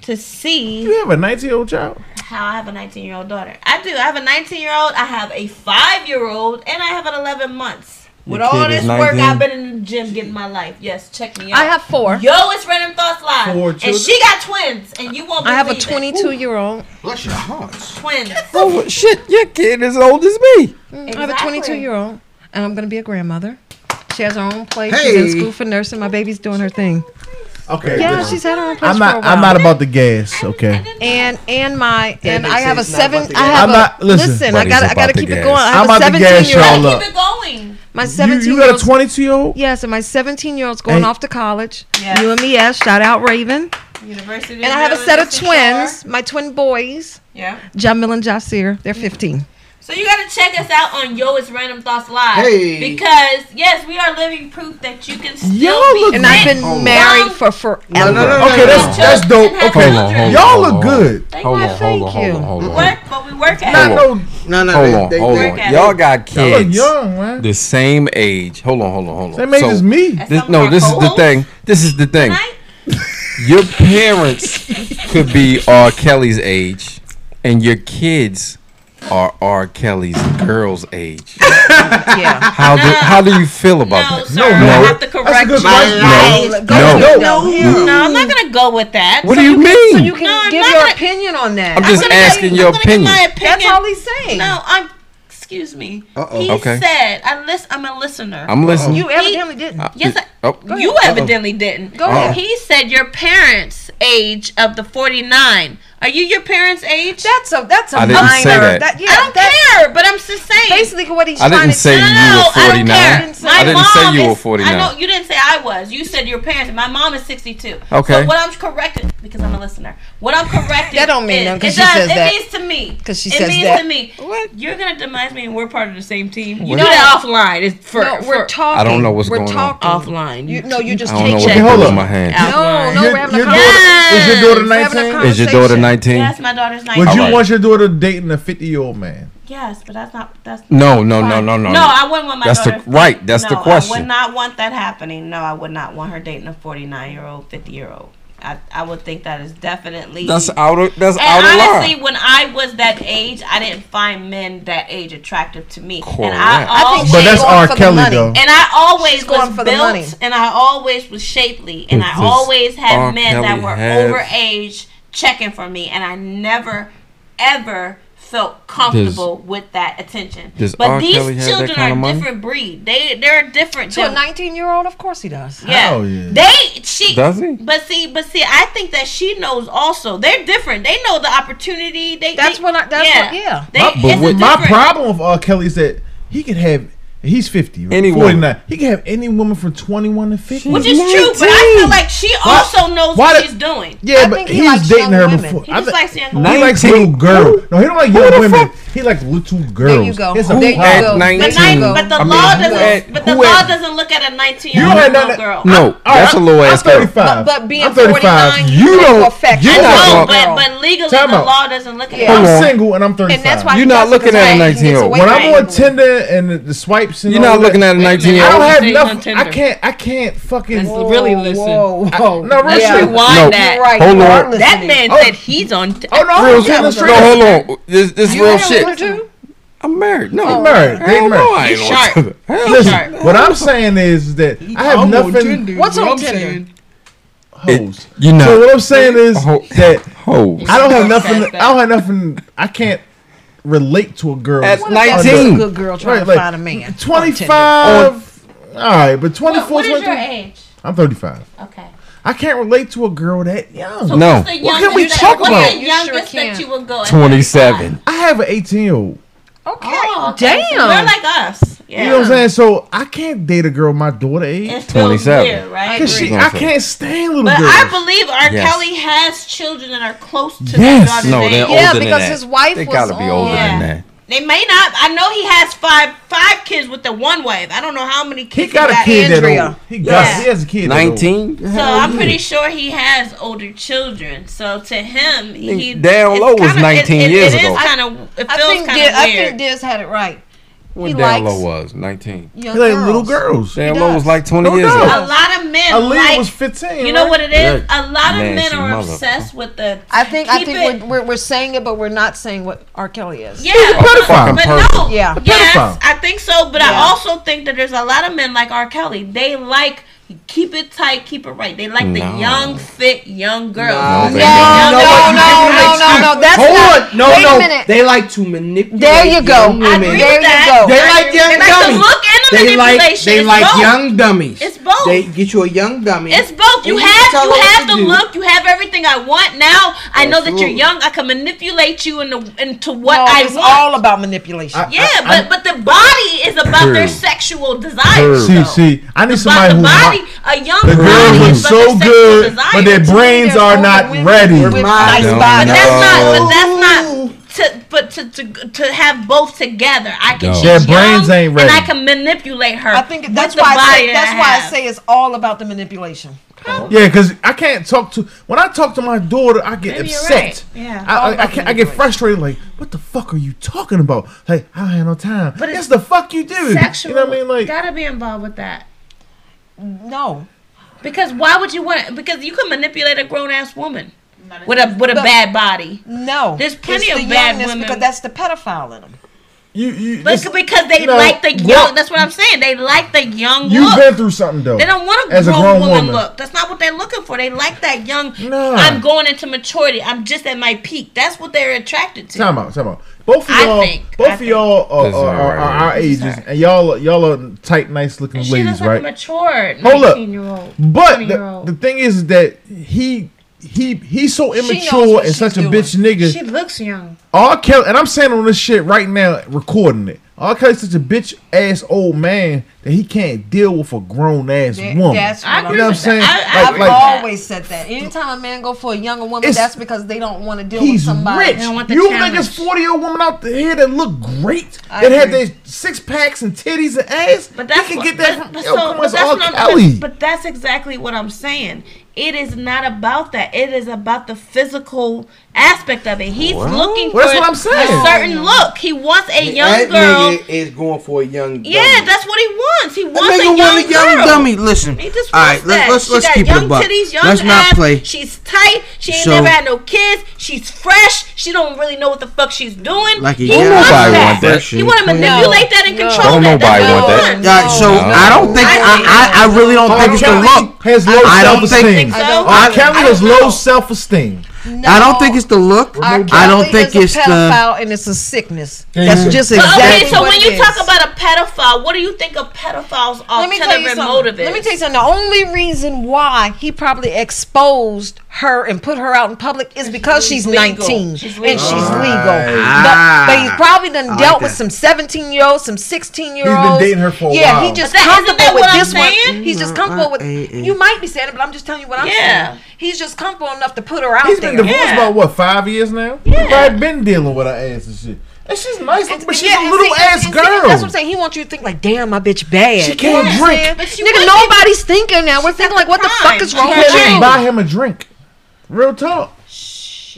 D: to see
C: you have a 19 year old child.
D: how I have a 19 year old daughter. I do. I have a 19 year old. I have a five year old, and I have an 11 months. With
E: Your
D: all
E: kid is
D: this work,
E: 19?
D: I've been in the gym getting my life. Yes, check me out.
F: I have four.
D: Yo, it's Random Thoughts Live,
F: Four
D: and
F: children?
D: she got twins, and you won't.
F: I have a
D: believe it.
F: 22 year old.
A: Bless your hearts.
D: twins.
E: Oh shit! Your kid is old as me.
F: I have a 22 year old, and I'm going to be a grandmother. She has her own place. She's
C: Hey.
F: in school for nursing. My baby's doing her thing.
C: Okay.
F: Yeah,
C: listen.
F: she's had her own place
C: I'm
F: for a
C: not.
F: while.
C: I'm not about the gas. Okay.
F: and and my
C: That
F: and
C: nigga
F: I have a
C: said he's not
F: seven.
C: about to
F: I
C: gas.
F: have
C: I'm not-
F: a
C: listen.
F: listen.
C: But
F: I
C: he's
F: gotta I
E: about
F: gotta
E: to
F: keep it
E: gas.
F: going. I
C: I'm
F: have
C: about
F: a
C: to
F: seventeen
C: gas
F: year
C: y'all
F: old.
C: up.
D: Keep it going.
F: My
C: You,
F: seventeen.
C: you
F: year
C: got
F: old
C: a 22 year old?
F: Yes, and my seventeen year old's going
C: Hey.
F: off to college.
D: Yes.
F: UMES. Shout out Raven.
D: University.
F: And I have a set of twins. My twin boys,
D: Yeah.
F: Jamil and Jasir. They're fifteen.
D: So you gotta check us out on Yo It's Random Thoughts Live
F: Hey.
D: because yes, we are living proof that you can still be
F: and I've
D: fit,
F: been
D: young,
F: married for forever.
C: No, no, no, okay, that's that's dope. Okay,
E: Hold on, hold on,
C: y'all
E: hold
C: look
E: on,
C: good.
E: Hold on. Hold on. Hold on. Hold on.
D: What? But we work at
C: Not
D: it.
C: no,
A: No, no,
E: Hold
A: they-
E: on.
A: they-
E: Hold
A: they-
E: on. Y'all got
C: y'all look
E: kids.
C: young, man.
E: The same age. Hold on, hold on, hold on.
C: Same age as me.
E: This, no, this is the thing. This is the thing. Your parents could be R. Kelly's age, and your kids are R. Kelly's girl's age.
F: Yeah.
E: How do how do you feel about that?
D: Sir, I have to
C: That's a
D: correct
C: good
D: you.
C: question.
E: No,
F: Go
E: no.
F: to-
D: No, I'm not gonna go with that.
E: What
D: So
E: do you mean?
F: So you can
D: No, I'm
F: give
D: not
F: your
D: gonna-
F: opinion on that.
E: I'm just
D: gonna
E: asking
D: give-
E: your
D: I'm gonna give
E: opinion.
D: my opinion.
F: That's all he's saying.
D: No, I'm. Excuse me.
E: Uh-oh.
D: He
E: Okay.
D: said, I lis- "I'm a listener."
E: I'm listening.
F: You
D: He-
F: evidently didn't.
E: Uh,
D: Yes, I,
E: oh.
D: you
E: Uh-oh.
D: evidently didn't.
E: Go ahead.
D: He said your parents' age of the 49. Are you your parents' age?
F: That's a that's a
E: I didn't
F: minor.
E: say that.
F: yeah,
D: I don't care, but I'm just saying.
F: basically what he's
E: I
F: trying
E: didn't
F: to
E: say you were 49.
D: I
E: I
D: don't
E: didn't
D: care. My
E: say
D: mom
E: you
D: is-
E: were 49.
D: I know you didn't say I was. You said your parents. My mom is 62.
E: Okay.
D: So what I'm correcting because I'm a listener. What I'm correcting.
F: That don't mean
D: is-
F: nothing 'cause
D: it
F: she
D: does.
F: says
D: it
F: that.
D: means to me.
F: 'Cause she
D: it
F: says
D: means
F: that.
D: to me. What? You're gonna demise me, and we're part of the same team. You
E: What?
D: do that offline. It's for,
F: No, we're
D: for-
F: talking.
E: I don't know what's
F: we're
E: going on.
F: talking.
D: offline.
F: You, no, you just
E: I don't know
F: take
E: what
F: check.
E: to do
C: Hold
E: with
C: up.
E: my hand.
F: No, no, we're having a
C: Your
F: conversation.
C: daughter, is your daughter
F: We're having a
C: 19?
F: conversation.
E: Is your daughter 19?
D: Yes, my daughter's 19.
C: Would you
E: Alright.
C: want your daughter dating a 50 year old man?
D: Yes, but that's not. That's
E: No, no, no, no, no.
D: No, I wouldn't want my
E: That's the-
D: daughter.
E: right, that's
D: no,
E: the
D: I would
E: question.
D: not want that happening. No, I would not want her dating a forty-nine-year-old, fifty-year-old. I, I would think that is definitely.
E: That's out of that's
D: and
E: out of
D: honestly,
E: line.
D: when I was that age, I didn't find men that age attractive to me. And
E: Correct.
D: I
E: I
F: think
D: always,
C: But that's
F: going
C: R.
F: for the
C: Kelly
F: money.
C: though.
D: and I always
F: She's going
D: was
F: for the
D: built,
F: money.
D: and I always was shapely, and I
E: Does
D: always had
E: R.
D: men
E: Kelly
D: that were
E: have-
D: over age checking for me, and I never, ever felt comfortable with that attention.
E: does
D: but
E: R.
D: these
E: Kelly have that
D: children
E: kind
D: are
E: of money?
D: different breed. They they're different.
F: To a
D: than-
F: 19 year old, of course he does.
D: yeah.
C: Hell yeah.
D: They she
E: Does he?
D: But see, but see, I think that she knows also. They're different. They know the opportunity. They
F: That's
D: they-
F: what I- that's
D: yeah.
F: what- yeah.
D: They,
E: My- but
D: it's
E: what-
C: My
D: different.
C: problem with R. Kelly is that he could have. He's 50.
E: Any
C: Any
E: woman.
C: 49. He can have any woman from 21 to 50.
D: Which is true, but I feel like she
C: Why-
D: also knows
C: why
D: what
C: did-
D: she's doing.
C: yeah,
F: I
C: but
F: think
C: he,
F: he
C: was
F: likes
C: dating
F: young
C: her
F: women.
C: before.
D: He
C: I
D: just
C: thi-
D: likes young
C: he
D: women.
C: likes little girl. No, he don't like young
E: the
C: women.
E: fuck-
C: He likes little girls.
F: There you go.
C: It's a
F: There you
C: problem.
F: go.
D: But, 19, but the
C: I mean,
D: law
C: who at-
D: doesn't. But the
C: who
D: law
C: at-
D: doesn't look at a
C: You don't have
D: nineteen-year-old
C: nothing-
D: girl.
C: No,
D: I-
C: that's a little ass
D: I'm
C: thing. But-
D: 35.
C: but being
D: I'm 35,
C: 49, you don't- you're
D: I
C: not
D: know,
C: gonna-
D: but, but legally,
C: Time
D: the
C: out.
D: law doesn't look at it.
C: I'm single and I'm 35.
D: that's why You're he not does it, looking 'cause at a why he gets 19-year-old. away
C: When
D: with
C: I'm
D: it.
C: on Tinder and the, the swipes and
E: You're not
C: all
E: looking
C: that,
E: at a 19-year-old.
C: I
E: Why
C: don't
E: you
C: have
E: saying on
C: nothing.
E: Tinder?
C: I can't. I can't fucking
F: That's- really listen.
C: Whoa, whoa. no,
F: Let's
C: really.
E: No.
F: rewind that.
E: You're right. Hold You are on.
D: That man
C: Oh.
D: said he's on. T-
C: oh no,
E: Real
C: I'm
E: shit.
C: telling
E: No,
C: the truth.
E: hold on. This this
C: You
E: real
C: ain't on
E: shit.
C: Tinder?
E: I'm married. No,
C: They married. They
E: Oh, Hell
C: married.
E: No, I ain't on Tinder. Hell
C: Listen,
E: sharp.
C: what I'm saying is that I have
E: I'm on
C: nothing.
E: Tinder.
F: What's on Tinder?
C: Hoes.
E: You know. Oh.
C: So what I'm saying is that
E: hoes.
C: I don't have nothing. I don't have nothing. I can't relate to a girl
F: At
C: What
F: 19.
C: about-
F: Good girl trying to find a man.
D: On
C: 25. All right, but 24,
D: What is your
C: 23
D: age?
C: I'm 35.
D: Okay.
C: I can't relate to a girl that young.
D: So What's the
C: What
D: youngest
C: can we
D: that-
C: talk
D: what's
C: about?
D: the youngest that you would go? at?
E: 27.
C: I have an 18 year old.
D: Okay. Oh, Damn.
C: Damn.
D: They're like us. Yeah.
C: You know what I'm saying? So I can't date a girl my daughter age.
D: It feels 27. weird, right?
C: 'Cause she-
D: I
C: I
D: agree.
C: can't stand little
D: But
C: girls.
D: I believe R.
C: Yes.
D: Kelly has children that are close to
C: Yes.
D: his daughter's
E: No, they're
D: age.
E: older than that. They gotta be older than that.
D: They may not. I know he has five five kids with the one wife. I don't know how many kids he
C: got a kid that old. He got
D: Yeah.
C: he has a kid.
E: 19?
D: So I'm pretty sure he has older children. So to him, he
E: Down
D: it's
E: Low was
D: kinda-
E: 19
D: it,
E: years
D: it, It
E: ago.
D: is kind of. It
F: I
D: feels
F: think
D: kind
F: Diz,
D: of
F: I think
D: weird.
F: Diz had it right.
E: What
F: He
E: Down
F: likes
E: Low was? 19.
F: young He like girls. little girls.
E: Down
F: He
E: Low
F: does.
E: was like 20
C: No
E: years
C: doubt.
D: A
E: ago.
D: lot of men.
C: Aaliyah
D: like,
C: was 15,
D: You know
C: right?
D: what it is? A
E: Yeah.
D: lot of men
E: Nasty
D: are
E: mother-
D: obsessed with the.
F: I think I
D: keep
F: think
D: it-
F: we're, we're we're saying it, but we're not saying what R. Kelly is.
D: Yeah, He's a
E: but- pedophile.
D: but no,
F: yeah,
D: Yes, I think so. But I
F: Yeah.
D: also think that there's a lot of men like R. Kelly. They like keep it tight, keep it right. They like
E: No.
D: the young, fit, young girls.
V: No,
D: They-
V: no,
D: young
V: no,
D: girls.
V: no,
F: no, no, no, that's
V: Hold
F: not-
V: on. No,
F: wait a
V: no.
F: minute.
V: They like to manipulate.
F: There you go.
V: young
F: I
V: women.
F: agree There with you that. go.
V: They
F: I
V: like
F: agree
V: young
F: with that. They like the
V: dummies.
F: look and the
V: they like
F: manipulation.
V: they
F: It's
V: like
F: both.
V: young dummies.
D: It's both.
V: They get you a young dummy.
D: It's both. You
V: and
D: have
V: tell
D: you
V: her what
D: have
V: to
D: the
V: do.
D: look. You have everything I want. Now I know that you're
F: Absolutely.
D: young. I can manipulate you into into what
F: No,
D: I
F: it's
D: want.
F: all about manipulation.
D: yeah, but but the body is about their
C: True.
D: sexual desire.
C: See,
D: though.
C: see, I need
D: But
C: somebody
D: the
C: who
D: body, a young
C: the
D: body
C: girls
D: is
C: are
D: about their
C: so
D: sexual
C: good,
D: desire.
C: but their brains are not ready.
D: With nice
C: No,
D: body.
C: no.
D: That's not. But that's not. To, but to, to to have both together, I can.
C: No.
D: she's
C: Their
D: young,
C: brains ain't
D: And I
C: ready.
D: can manipulate her.
F: I think
D: with
F: that's
D: the
F: why I
D: body
F: say, that's
D: I
F: why I
D: have.
F: say it's all about the manipulation.
C: Yeah, because I can't talk to when I talk to my daughter, I get
F: Maybe you're
C: upset.
F: right. Yeah.
C: I,
F: All
C: I, I,
F: about
C: can't, I get frustrated. Like, what the fuck are you talking about? Like, I don't have no time. But yes, the fuck you do.
D: Sexual,
C: You know what I mean? Like,
D: gotta be involved with that.
F: No,
D: because why would you want? Because you can manipulate a grown ass woman with a with a bad body.
F: No,
D: there's plenty
F: it's
D: of
F: the
D: bad
F: youngness
D: women.
F: because that's the pedophile in them.
C: you, you,
D: But
C: this-
D: because they
C: you know,
D: like the
C: what-
D: young. That's what I'm saying. They like the young
C: You've
D: look.
C: been through something though.
D: They don't want a
C: as a
D: grown,
C: grown
D: woman,
C: woman.
D: look. That's not what they're looking for. They like that young. I'm going into maturity. I'm just at my peak. That's what they're attracted to.
C: Time out, time out. Both of
D: I
C: y'all,
D: think-
C: both
D: I
C: of y'all are,
E: This is
C: are,
E: all
C: are,
E: right.
C: are our ages, and y'all are- y'all are tight, nice looking
D: She
C: ladies,
D: looks like
C: right?
D: a matured
C: Hold up.
D: 19 year old.
C: But
D: 20-year-old.
C: the, the thing is that he he he's so
D: She knows
C: immature
D: what
C: and
D: she's
C: such a
D: doing.
C: bitch nigga.
D: She looks young.
C: R. Kelly, and I'm saying on this shit right now, recording it. R. Kelly's such a bitch ass old man that he can't deal with a grown ass
F: That-
C: woman.
F: That's what
C: you know what I'm saying?
F: I,
C: Like-
F: have
C: like-
F: always said that. Anytime a man go for a younger woman,
C: It's-
F: that's because they don't want to deal with
C: He's
F: somebody.
C: rich. You niggas 40 year old woman out here that look great,
F: I
C: that had
F: agree.
C: their six packs and titties and ass.
D: But that's
C: he can
D: what-
C: get that
D: but-
C: from
D: but
C: yo,
D: so-
C: come on,
D: but
C: it's
D: that's
C: R.
D: not- but-
C: Kelly.
D: But that's exactly what I'm saying. It is not about that. It is about the physical aspect of it. He's
V: Wow.
D: looking
V: Well,
D: for
V: that's what I'm saying.
D: a certain look. He wants a young
V: that
D: girl.
V: nigga is going for a young.
D: Yeah,
V: dummy.
D: that's what he wants. He wants
V: nigga
D: a young,
V: want a young
D: girl.
V: dummy.
A: Listen,
D: He just wants
A: all right, let's
D: that.
A: let's,
D: She
A: let's
D: got
A: keep
D: young
A: it a buck.
D: titties, young
A: Let's not
D: ass.
A: play.
D: She's tight. She ain't
A: So-
D: never had no kids. She's fresh. She don't really know what the fuck she's doing.
A: Like a
D: he
A: young
D: wants
A: nobody
D: that.
A: want that
D: He
A: shit.
D: want to
A: No.
D: manipulate that and control
A: Don't
D: that.
A: nobody
D: That's
A: want
D: what he
A: that.
D: wants.
A: Yeah, so I don't think I, I, I really don't
C: R.
A: think it's the
C: Kelly
A: look.
C: Has low
A: I don't
C: self esteem.
A: think.
C: R. Kelly has low self esteem.
A: I don't think it's the look.
F: R.
A: I don't
F: Kelly
A: think
F: is
A: it's
F: a
A: the.
F: pedophile and it's a sickness.
A: There you
F: That's
A: go.
F: just
A: But okay,
F: exactly
D: Okay, so
F: what
D: when
F: it
D: you
F: is.
D: talk about a pedophile, what do you think a pedophile's
F: Let me tell you
D: alternative
F: something.
D: motive is?
F: Let me tell you something. The only reason why he probably exposed her and put her out in public is because she's,
D: legal.
F: 19
D: She's legal.
F: and she's
D: Right.
F: legal.
D: Ah.
F: But, but he's probably done
D: I like
F: dealt with
D: that.
F: some 17 year olds, some 16 year
C: He's
F: olds.
C: been dating her for a
F: yeah,
C: while. Mm-hmm.
F: he just
D: But that- isn't that
F: comfortable with
D: what I'm
F: this
D: saying?
F: one. He's just comfortable with. You might be saying it, but I'm just telling you what I'm
D: Yeah.
F: saying. He's just comfortable enough to put her out
C: He's
F: there.
C: been divorced about what five years now. Yeah, probably been dealing with her ass and shit. And she's nice,
F: And-
C: but
F: and
C: she's
F: yeah,
C: a
F: and
C: little
F: see-
C: ass
F: and see,
C: girl.
F: that's what I'm saying. He wants you to think like, damn, my bitch bad.
C: She can't
F: Yes,
C: drink.
F: man.
C: But she
F: Nigga,
C: wasn't.
F: nobody's thinking now. We're thinking like, what the fuck is wrong with
C: She can't
F: you?
C: buy him a drink. Real talk.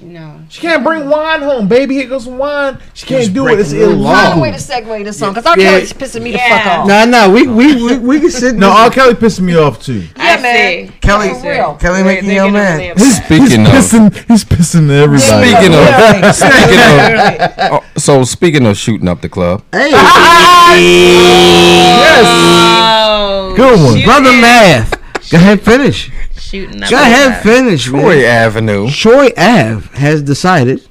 F: No.
C: She can't bring wine home, baby. Here goes some wine. She can't
A: Just
C: do
A: break
C: it. It's
A: the rules.
C: illegal.
F: Find Oh, a way to segue this song because R.
C: Yeah.
F: Kelly's pissing me the fuck off.
A: Nah, nah, we we we, we can sit.
C: No, R. Kelly pissed me off too.
F: Yeah, man.
A: Kelly,
F: For real.
A: Kelly making your man.
E: Speaking of,
C: pissing, he's pissing to everybody.
E: Speaking of-
C: Yeah.
E: speaking of, oh, so speaking of shooting up the club,
A: Hey.
D: Oh,
A: yes. Good one, brother. Math. Go ahead, finish.
D: Shooting up
A: Go
D: the
A: ahead,
D: club.
A: finish.
E: Troy
A: Avenue. Troy Ave has decided.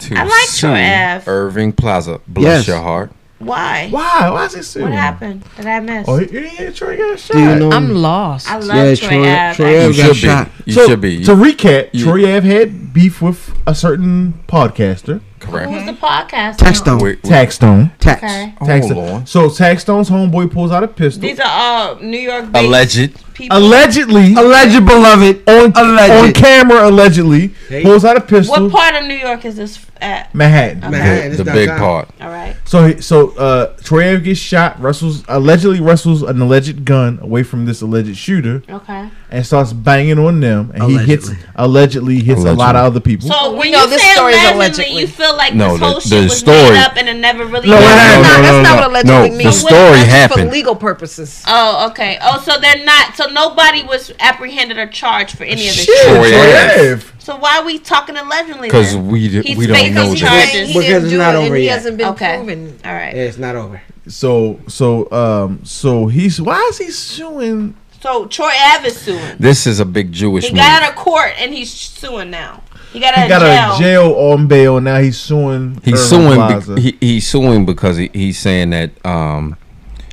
E: to
D: I like
E: sue
D: your ass.
E: Irving Plaza. Bless
A: Yes.
E: your heart.
D: Why?
C: Why? Why is it so?
D: What happened? Did I miss?
C: Oh, you didn't hear Troy got shot.
A: Do you know- I'm
F: lost.
D: I love
A: Yeah,
D: Troy,
A: Troy-
D: Ave.
A: Troy Ave
E: You
A: got
E: should
A: shot.
E: be. You
C: So,
E: should be.
C: To recap,
E: you-
C: Troy Ave had beef with a certain podcaster.
E: Correct.
D: Who's the podcast?
A: Taxstone.
E: Wait, wait.
C: Taxstone.
A: Tax.
D: Okay.
C: Taxstone.
E: Lord.
C: so Taxstone's homeboy pulls out a pistol.
D: These are uh, New York based
E: Alleged.
D: people.
C: Allegedly,
A: alleged beloved
C: on on camera, allegedly pulls out a pistol.
D: What part of New York is this f- at?
C: Manhattan.
D: Okay.
C: Manhattan,
E: The big part.
D: All right.
C: So he- so uh, Troy Ave gets shot. Wrestles allegedly wrestles an alleged gun away from this alleged shooter
D: Okay.
C: and starts banging on them. And he hits allegedly hits a lot of other people.
D: So when
F: know
D: you
F: this
D: say
F: story is
D: allegedly, you feel like
C: No,
D: this
C: the-
D: whole
C: the
D: shit was
E: story-
D: made up and it never really.
E: No,
D: happened.
E: no, no, no,
F: That's
E: no,
F: not what allegedly
E: no,
F: means.
E: The story
F: For
E: happened.
F: legal purposes.
D: Oh, okay. Oh, so they're not. So nobody was apprehended or charged for any of this.
E: Shit, Troy Troy Ave. Ave.
D: So why are we talking allegedly?
E: 'Cause
D: then?
E: we d-
D: He's
E: we don't
D: facing
E: know this.
D: charges.
A: Because it's not over yet.
F: been
D: okay.
F: proven.
D: All right.
A: it's not over.
C: So so um so he's why is he suing?
D: So Troy Ave is suing.
E: This is a big Jewish
D: He
E: move.
D: got out of court and he's suing now. He got out
C: He
D: of
C: got
D: jail.
C: a jail on bail. Now he's suing.
E: He's
C: Irving
E: suing.
C: Plaza.
E: Be- he, he's suing because he, he's saying that um,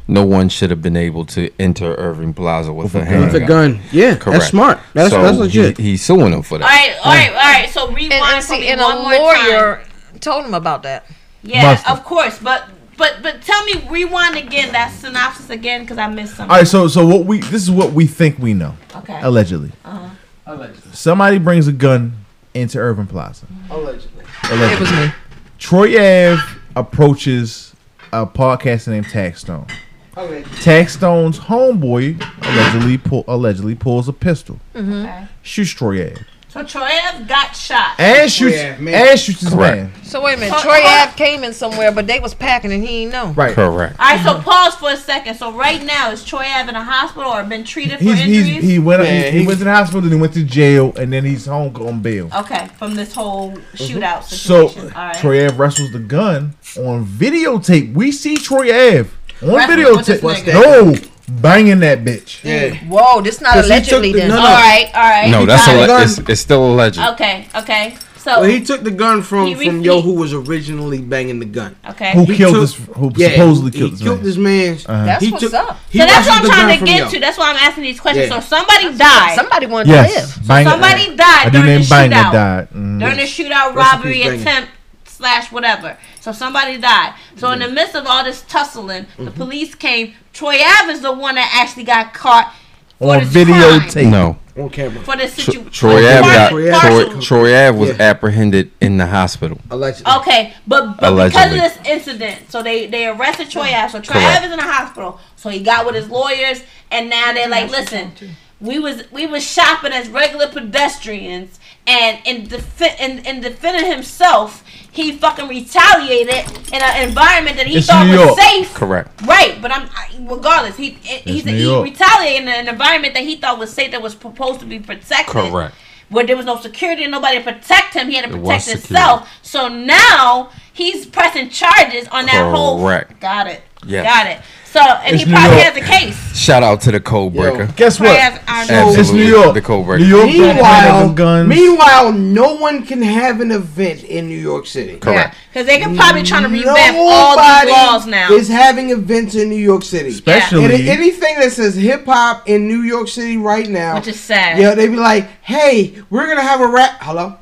E: no one should have been able to enter Irving Plaza with, a, handgun.
A: With a gun. Yeah, that's smart. That's- that's legit.
E: He, he's suing him for
D: all
E: that.
D: right, all right, all right. So rewind
F: And, and,
D: for me
F: see, and a
D: one more
F: lawyer
D: time.
F: told him about that.
D: Yeah,
C: Must've.
D: of course. But but but tell me, rewind again that synopsis again because I missed something.
C: All right, so so what we this is what we think we know.
D: Okay.
C: Allegedly,
D: Uh-huh. Allegedly.
C: somebody brings a gun into Irving Plaza.
V: Allegedly.
C: Allegedly. Troy Ave approaches a podcaster named Taxstone.
V: Allegedly.
C: Taxstone's homeboy allegedly pull, allegedly pulls a pistol,
D: Okay.
C: shoots Troy Ave,
D: So Troy Ave got shot.
C: and shoots and shoots his
E: Correct.
C: man.
F: So wait a minute.
D: Oh,
F: Troy
D: oh.
F: Ave came in somewhere, but they was packing and he ain't know.
C: Right.
E: Correct.
D: All right, so pause for a second. So right now, is Troy Ave in a hospital or been treated for
C: He's,
D: injuries?
C: he's, he went
V: Yeah,
C: he, he
V: he-
C: went to the hospital, then he went to jail, and then he's home on bail.
D: okay, from this whole shootout
C: Mm-hmm. So
D: situation. All right.
C: Troy Ave wrestles the gun on videotape. We see Troy Ave on
D: Wrestling with this
C: videotape.
D: What's
C: No, banging that bitch.
F: Whoa, this not
V: 'Cause he
F: allegedly
V: took the-
F: then.
V: no,
D: All right, all right.
E: No, that's
V: got
E: a
V: a gun.
E: le- it's, it's still alleged.
D: okay, okay. So
V: Well, he took the gun from
D: Oh. He
V: from yo
D: repeat-
V: who was originally banging the gun.
D: okay.
C: Who
V: He
C: killed
V: took-
C: this? Who
V: Yeah,
C: supposedly
V: he
C: killed this
V: killed
C: man?
V: this man.
C: Uh-huh.
F: That's
V: He
F: what's
V: took-
F: up.
V: he
D: so that's
V: wrestled
D: what I'm
V: the gun
D: trying to
V: from
D: get
V: yo.
D: to. That's why I'm asking these questions.
V: Yeah.
D: So somebody died.
F: Somebody wanted
C: Yes,
F: to live.
C: Banger-
D: Somebody
C: I
D: died
C: do
D: during the
C: name Banger
D: shootout.
C: died. Mhm.
D: During the shootout,
V: Rest in
D: robbery
V: peace, Banger.
D: attempt slash whatever. So somebody died. So in the midst of all this tussling,
V: Mm-hmm.
D: the police came. Troy Ave is the one that actually got caught
C: on
D: this
C: videotape.
E: No,
V: On camera.
D: for this
E: Tro-
D: situation.
E: Troy Ave got Troy,
D: Partial-
E: Troy Ave was apprehended in the hospital.
V: Allegedly.
D: Okay, but, but because of
E: Allegedly.
D: this incident, so they they arrested Troy Ave. So Troy
E: Correct.
D: Ave is in the hospital. So he got with his lawyers, and now they're like, listen, we was we was shopping as regular pedestrians, and in defi- in, in defending himself, he fucking retaliated in an environment that he
E: It's
D: thought
E: New
D: was
E: York.
D: safe.
E: Correct.
D: Right, but I'm I- regardless. He he's,
E: New
D: he
E: York.
D: retaliated in an environment that he thought was safe, that was supposed to be protected
E: Correct.
D: where there was no security and nobody to protect him. He had to
E: There
D: protect
E: was
D: himself. So now he's pressing charges on that whole.
E: Correct.
D: Got it.
E: Yes.
D: Got it. So and
C: It's
D: he
C: New
D: probably
C: York.
D: has a case.
E: Shout out to the code breaker.
C: Guess what?
D: Prayers are
E: Absolutely,
C: It's New York.
E: The code breaker.
C: New York don't
V: Meanwhile,
C: have guns.
V: meanwhile, no one can have an event in New York City.
E: Correct.
D: Because they could probably trying to revamp all these
V: Nobody
D: laws now.
V: Is having events in New York City,
C: Especially-
V: And anything that says hip hop in New York City right now,
D: Which is sad.
V: Yeah, they be like, "Hey, we're gonna have a rap." Hello.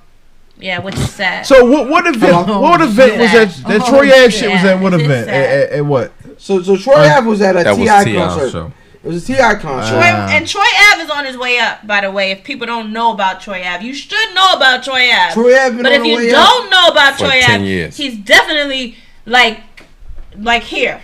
D: Yeah, which is sad.
C: So what? What event?
V: Hello?
C: what event was that?
D: Sad.
C: That
D: Oh,
C: Troy Ave shit was
D: sad.
C: at what
D: This is
C: event? At,
D: sad.
C: at- at what?
V: So, so Troy
C: Uh,
V: Ave was at a
E: that was
V: Ti
E: T.I.
V: concert.
E: show.
V: It was a Ti concert.
D: Troy, and Troy Ave is on his way up, by the way. If people don't know about Troy Ave, you should know about Troy Ave.
V: Troy Ave been
D: but
V: on
D: if
V: the
D: you
V: way
D: don't know about
E: For
D: Troy
E: 10
D: Ave,
E: years.
D: he's definitely like like here.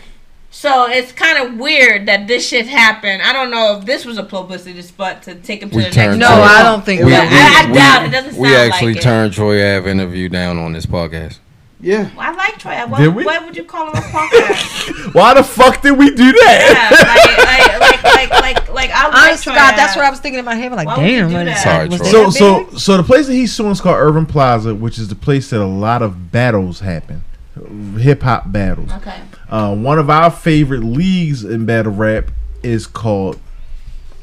D: So it's kind of weird that this shit happened. I don't know if this was a publicity spot to take him to
E: We
D: the next.
E: turned Troy- We-
D: Yeah,
E: we-
D: I, I
E: we-
D: doubt it. Doesn't
E: We
D: sound
E: actually
D: like it.
E: turned Troy Ave interview down on this podcast.
V: Yeah.
D: I like Troy. Ave. Why,
E: Did we?
D: why would you call him a podcast?
C: Why the fuck did we do that?
D: like I
F: like
D: Troy
F: God,
D: Ave.
F: that's what I was thinking in my head. Like,
D: would you
F: damn,
D: do
F: what is
D: that?
F: that? Was
C: so
F: that
C: so so the place that he's suing is called Urban Plaza, which is the place that a lot of battles happen, hip hop battles.
D: Okay.
C: Uh, one of our favorite leagues in battle rap is called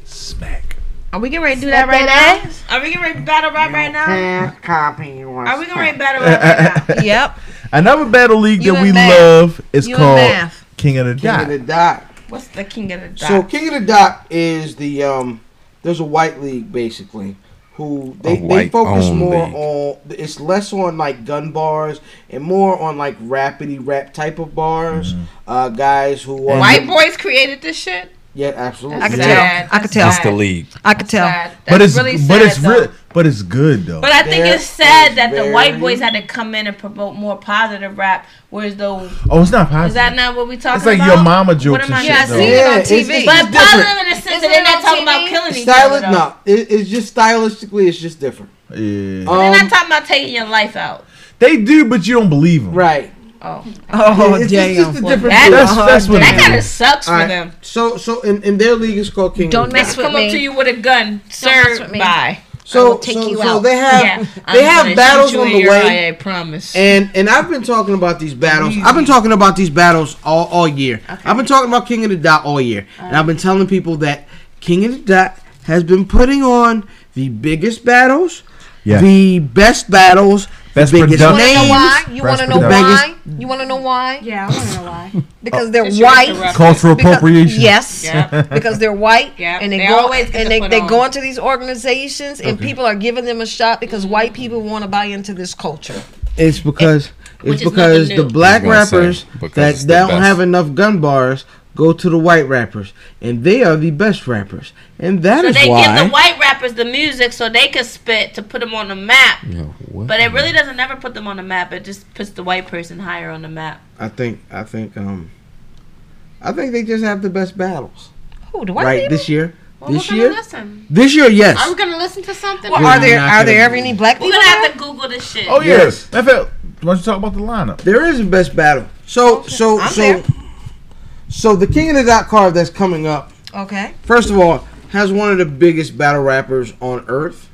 C: Smack.
D: Are we getting ready to do that right now? Are we getting ready to battle rap right now?
V: Copy.
D: Are we getting ready to battle rap right now?
F: yep.
C: Another battle league
D: You
C: that
D: and
C: we
D: math.
C: love is
D: You and
C: called
D: math.
C: King of the
V: King of
C: Dot.
V: the Dot.
D: What's the king of the dot?
V: So King of the Dot is the um. There's a white league basically, who
E: A
V: they, they
E: white
V: focus
E: owned
V: more
E: league.
V: on. It's less on like gun bars and more on like rapidy rap type of bars.
E: Mm-hmm.
V: Uh, guys who are
D: White boys created this shit.
V: Yeah, absolutely.
D: I could That's tell. sad. I could tell. That's the
E: league.
F: I could tell.
C: But
D: That's
C: it's
D: really
C: but
D: sad,
C: it's real but it's good though.
D: But I think
V: There
D: it's sad that the
V: very-
D: white boys had to come in and promote more positive rap, whereas though
C: Oh, it's not
D: is
C: positive.
D: that not what we talking about?
C: It's like your mama jokes
D: am I-
C: and shit.
D: Yeah, I
C: though.
D: seen it
V: Yeah, it's- it's
D: But
V: just
D: positive
V: different.
D: in the sense that they're not talking about killing each other.
V: Styli-
D: though.
V: no, it, it's just stylistically, it's just different. Um,
C: Yeah.
D: They're not talking about taking your life out.
C: They do, but you don't believe them.
V: Right.
D: Oh.
F: Oh,
V: It's- it's
F: damn.
V: just a different
D: That-
V: feel.
D: That's- that's what that it is. kinda
V: is.
D: sucks for
V: Alright,
D: them.
V: So, so in, in their league is called King.
D: Don't mess come up to you with a gun. Sir, bye. I
V: So,
D: will take
V: so,
D: you
V: so
D: out.
V: they have
D: Yeah,
V: they
D: I'm gonna
V: have battles
D: shoot you
V: on
D: in
V: the
D: your
V: way.
D: eye, I promise.
V: And and I've been talking about these battles. I've been talking about these battles all, all year. I've been talking about King of the Dot all year, and I've been telling people that King of the Dot has been putting on the biggest battles,
C: Yeah.
V: the best battles,
C: Best
V: the biggest
F: You want to know
V: names.
F: why? You want to know
V: the biggest-
F: why? You want to know why?
D: Yeah, I want to know why.
F: Because they're
D: Just
F: white.
D: interrupt.
C: Cultural
F: Because-
C: appropriation.
F: Yes.
C: Yeah.
F: Because they're white.
D: Yeah,
F: And they,
D: they
F: go
D: always get
F: and
D: to
F: they,
D: put
F: they
D: on.
F: go into these organizations and
A: Okay.
F: people are giving them a shot because white people want to buy into this culture.
A: It's because
F: Which
A: it's
F: is nothing
A: because
F: new.
A: the black
E: I was gonna
A: rappers
E: say, because
A: that
E: it's the
A: don't
E: best.
A: have enough gun bars go to the white rappers, and they are the best rappers, and that
D: so
A: is
D: they give the
A: why.
D: white rappers the music so they can spit to put them on the map. But
A: Mm-hmm.
D: it really doesn't never put them on the map. It just puts the white person higher on the map.
A: I think I think um, I think they just have the best battles.
F: Who the
A: right this year.
D: Well,
A: this
D: we're
A: year.
D: gonna listen.
A: This year, yes.
D: Are we gonna listen to something?
A: Well, You're are there- not are there gonna- ever
F: any black
D: We're gonna have to Google this shit.
C: Oh yeah. Matter of fact, why don't you talk about the lineup?
A: There is a best battle. So so
D: I'm
A: so
D: there.
A: so the King of the Dot card that's coming up.
F: Okay.
A: First of all, has one of the biggest battle rappers on earth.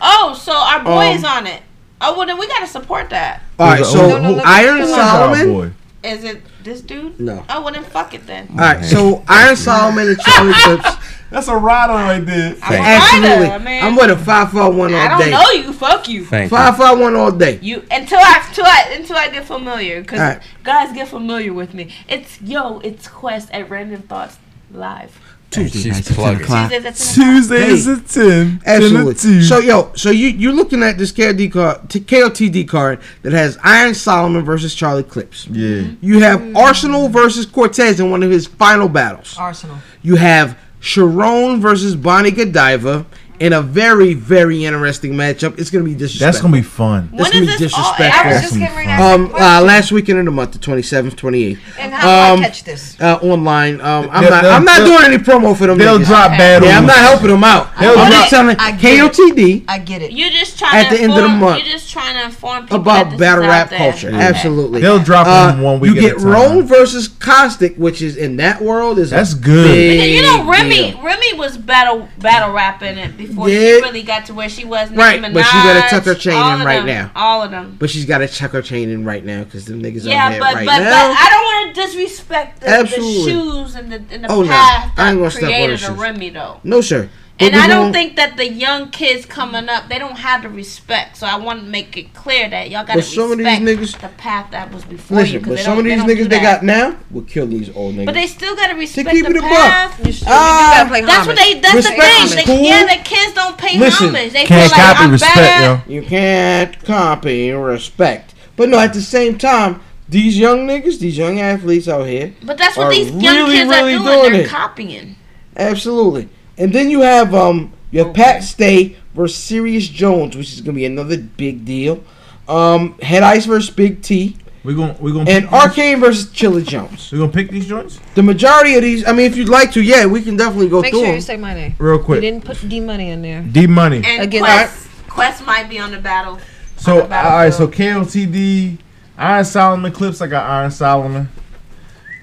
D: Oh, so our boy
A: Um,
D: is on it. Oh well, then we gotta support that.
A: All right,
C: Who's-
A: so
C: who- who-
A: Iron
C: who's our
A: Solomon.
C: boy?
D: Is it this dude?
A: No.
D: Oh well, then fuck it then.
A: All right, so Iron Solomon and Charlie Clips.
C: That's a rider right there.
A: Absolutely,
D: rider, man.
A: I'm with a five five one all
D: I don't
A: day.
D: know you. Fuck you.
A: Five five one all day.
D: You until I until I until I get familiar because
A: Alright.
D: guys get familiar with me. It's yo, it's Quest at Random Thoughts Live.
A: Tuesday
E: she's
A: nights at 10
E: plugging.
A: o'clock.
D: Tuesdays at 10 o'clock.
C: Tuesdays at 10, 10 to
A: Absolutely.
C: 2.
A: So yo, so you you're looking at this KOD card, t- KOTD card that has Iron Solomon versus Charlie Clips.
C: Yeah.
A: You have
D: Mm.
A: Arsenal versus Cortez in one of his final battles.
F: Arsenal.
A: You have Sharon versus Bonnie Godiva in a very very interesting matchup. It's gonna be disrespectful.
C: That's gonna be fun.
A: That's gonna be disrespectful.
C: I was just getting ready to ask
A: um, uh, last weekend in the month, the twenty seventh, twenty eighth.
F: And how do I catch this?
A: Uh, online. Um, I'm
C: They'll-
A: not. I'm not
C: they'll-
A: doing any promo for them.
C: they'll
A: niggas.
C: drop bad
A: Yeah, I'm
C: on
A: not
C: you.
A: helping them out.
C: They'll
A: I'm
C: drop-
A: just telling KOTD
F: I get it.
D: You're just trying
A: At
D: to
A: the end of the
D: inform-
A: month.
D: You're just trying to inform people that
A: about
D: this
A: battle
D: is out
A: rap
D: there.
A: culture.
D: Okay.
A: Absolutely. Uh,
C: They'll drop them one week
A: You
C: at
A: get
C: a time.
A: Rome versus Caustic, which is in that world is a
C: That's good.
A: big
D: Because you know Remy,
A: deal.
D: Remy was battle battle rapping it before
A: Yeah.
D: she really got to where she was. Nicki
A: Right, but she gotta
D: Minaj,
A: tuck her chain
D: all
A: in
D: of
A: right
D: them,
A: now.
D: All of them.
A: But she's got to check her chain in right now because them niggas are
D: Yeah,
A: here
D: but
A: right
D: but, but
A: now.
D: I don't want to disrespect the, the
A: Absolutely.
D: shoes and the and the
A: Oh, no.
D: path
A: I ain't gonna
D: that
A: step on her
D: created a
A: shoes.
D: Remy though.
A: no sir. But
D: and
A: we
D: I don't
A: gon-
D: think that the young kids coming up, they don't have the respect. So I want to make it clear that y'all got to
A: But some of these
D: respect
A: niggas-
D: the path that was before you.
A: Listen,
D: 'cause
A: but
D: they
A: some
D: don't-
A: of
D: they
A: these
D: don't do
A: niggas they
D: that.
A: got now will kill these old niggas.
D: But they still gotta respect
A: keep
D: the
A: it a buck.
D: path.
F: You should-
A: Ah.
F: you gotta play
D: That's what
F: homage.
D: they. That's
A: Respect
D: the
A: is
D: thing. They, Yeah,
A: cool.
D: the kids don't pay
A: Listen,
D: homage. They
C: can't
D: feel like
C: copy
D: I'm
C: respect,
D: better.
A: You can't copy respect. But no, at the same time, these young niggas, these young athletes out here.
D: But that's what
A: are
D: these young kids are doing. They're copying.
A: Absolutely. And then you have um you have Pat Stay versus Sirius Jones, which is gonna be another big deal. Um Head Ice versus Big T.
C: We're gonna we're gonna
A: and Arcane versus Chili Jones.
C: We're gonna pick these joints.
A: The majority of these, I mean, if you'd like to, yeah, we can definitely go
F: Make
A: through
F: sure you
A: them.
F: say my name
C: Real quick.
F: You didn't put D money in there.
C: D Money.
D: And
F: Again,
D: Quest, Quest might be on the battle.
C: So all right, so KOTD, Iron Solomon clips. I got Iron Solomon.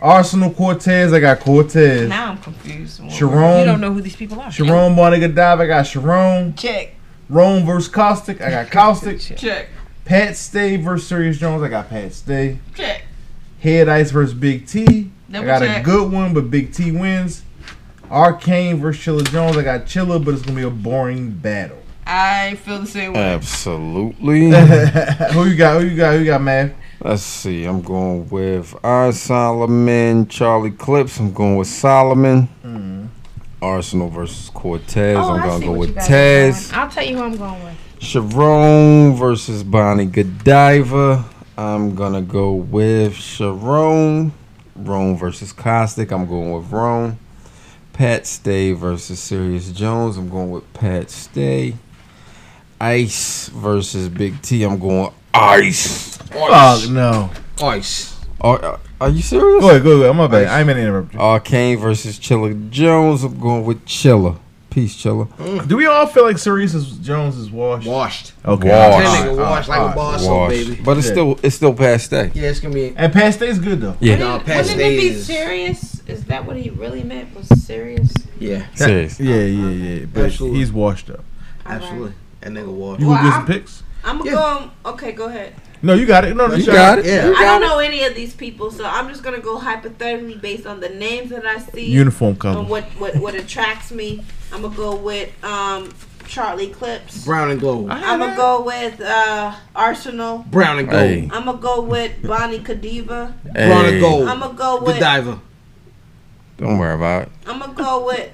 C: Arsenal Cortez. I got Cortez.
D: Now I'm confused.
C: Sharon.
F: You don't know who these people are.
C: Sharon Bonegadive. I got Sharon.
D: Check.
C: Rome versus Caustic. I got Caustic.
D: Check.
C: Pat Stay versus Sirius Jones. I got Pat Stay.
D: Check.
C: Head Ice versus Big T. I
D: Double
C: got
D: check.
C: a good one, but Big T wins. Arcane versus Chilla Jones. I got Chilla, but it's gonna be a boring battle.
O: I feel the same way.
E: Absolutely.
C: who you got? Who you got? Who you got, man?
E: Let's see. I'm going with Iron Solomon, Charlie Clips. I'm going with Solomon.
A: Mm.
E: Arsenal versus Cortez.
W: Oh,
E: I'm
W: I
E: gonna
W: see
E: go
W: what you
E: with
W: guys are
E: Tez.
W: doing. I'll tell you who I'm going with.
E: Sharon versus Bonnie Godiva. I'm gonna go with Sharon. Rome versus Caustic. I'm going with Rome. Pat Stay versus Sirius Jones. I'm going with Pat Stay. Ice versus Big T. I'm going Ice.
C: Fuck no.
A: Ice.
E: Are, are- are you serious?
C: Go ahead, go ahead. I'm my bad. I ain't meant to interrupt
E: Arcane versus Chilla Jones. I'm going with Chilla. Peace, Chilla.
C: you. Do we all feel like Sirius is, Jones is washed?
A: Washed.
E: Okay.
A: That
E: Washed.
A: nigga washed like a
E: Alright,
A: boss, so
E: washed.
A: baby.
E: But it's
A: Yeah.
E: still it's still past day.
A: Yeah, it's gonna be.
C: And past day's good though.
E: Yeah.
A: No, past
D: Wouldn't it be
A: days.
D: serious? Is that what he really meant? Was serious?
A: Yeah.
E: Serious.
C: Yeah, yeah, yeah. But
A: Absolutely.
C: he's washed up.
A: Absolutely. That nigga washed.
C: You
D: Well,
C: gonna get
D: I'm-
C: some picks?
D: I'm gonna go. Okay, go ahead.
C: No, you got it. No, no,
E: You got it.
C: Yeah.
E: You
D: I
E: got
D: don't know any of these people, so I'm just gonna go hypothetically based on the names that I see.
C: Uniform color.
D: And what what what attracts me? I'm gonna go with um Charlie Clips.
A: Brown and gold.
D: I'm gonna go with uh Arsenal.
A: Brown and gold.
E: Hey.
D: I'm gonna go with Bonnie Kadiva.
A: Brown and
C: Oh,
A: gold.
D: I'm gonna go with.
A: Godiva.
E: Don't worry about it.
D: I'm gonna go with.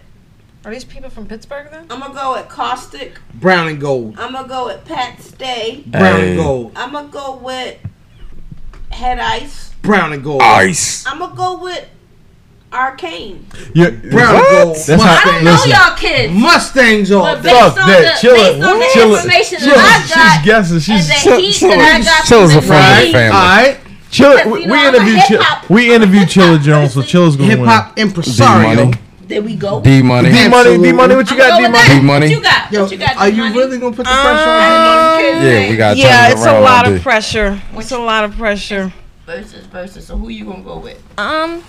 F: Are these people from Pittsburgh then?
D: I'm gonna go with Caustic.
A: Brown and gold.
D: I'm gonna go with Pat Stay.
A: Brown
E: Hey.
A: and gold.
D: I'm gonna go with Head Ice.
A: Brown and gold.
E: Ice.
D: I'm gonna go with Arcane.
C: Yeah.
A: Brown and gold.
C: That's how-
D: I don't know y'all kids.
A: Mustangs on.
D: But based
C: Fuck
D: on
C: that.
D: the,
C: Chill
D: based
C: it.
D: on the
C: Chill it.
D: information
C: Chill
D: that
C: it.
D: I got,
C: She's guessing. She's
D: and the
C: Chill-
D: heat
C: chill
D: that
C: it.
D: I got
E: Chill
D: from
E: is a
D: the
E: friend of the
D: movie,
E: family.
A: Alright.
C: Chilla,
D: you
C: we,
D: know,
C: we
D: I'm a
C: interviewed Chilla.
D: hip-hop-
C: We interviewed Chilla Jones, so Chilla's gonna
A: Hip
C: win.
A: hop impresario.
E: D-Money.
D: There we go.
E: D money.
C: D money, D money, what you got? D
D: I'm gonna
C: money.
D: go
E: D money.
D: with that. What you got?
A: Yo,
D: what you got?
A: are you
D: Money?
A: really gonna put the
F: Uh,
A: pressure
D: Um,
A: on him?
E: Yeah, we got.
F: Yeah, it's a lot of pressure. It's a lot of pressure.
D: versus versus? So who you gonna go with?
F: Um,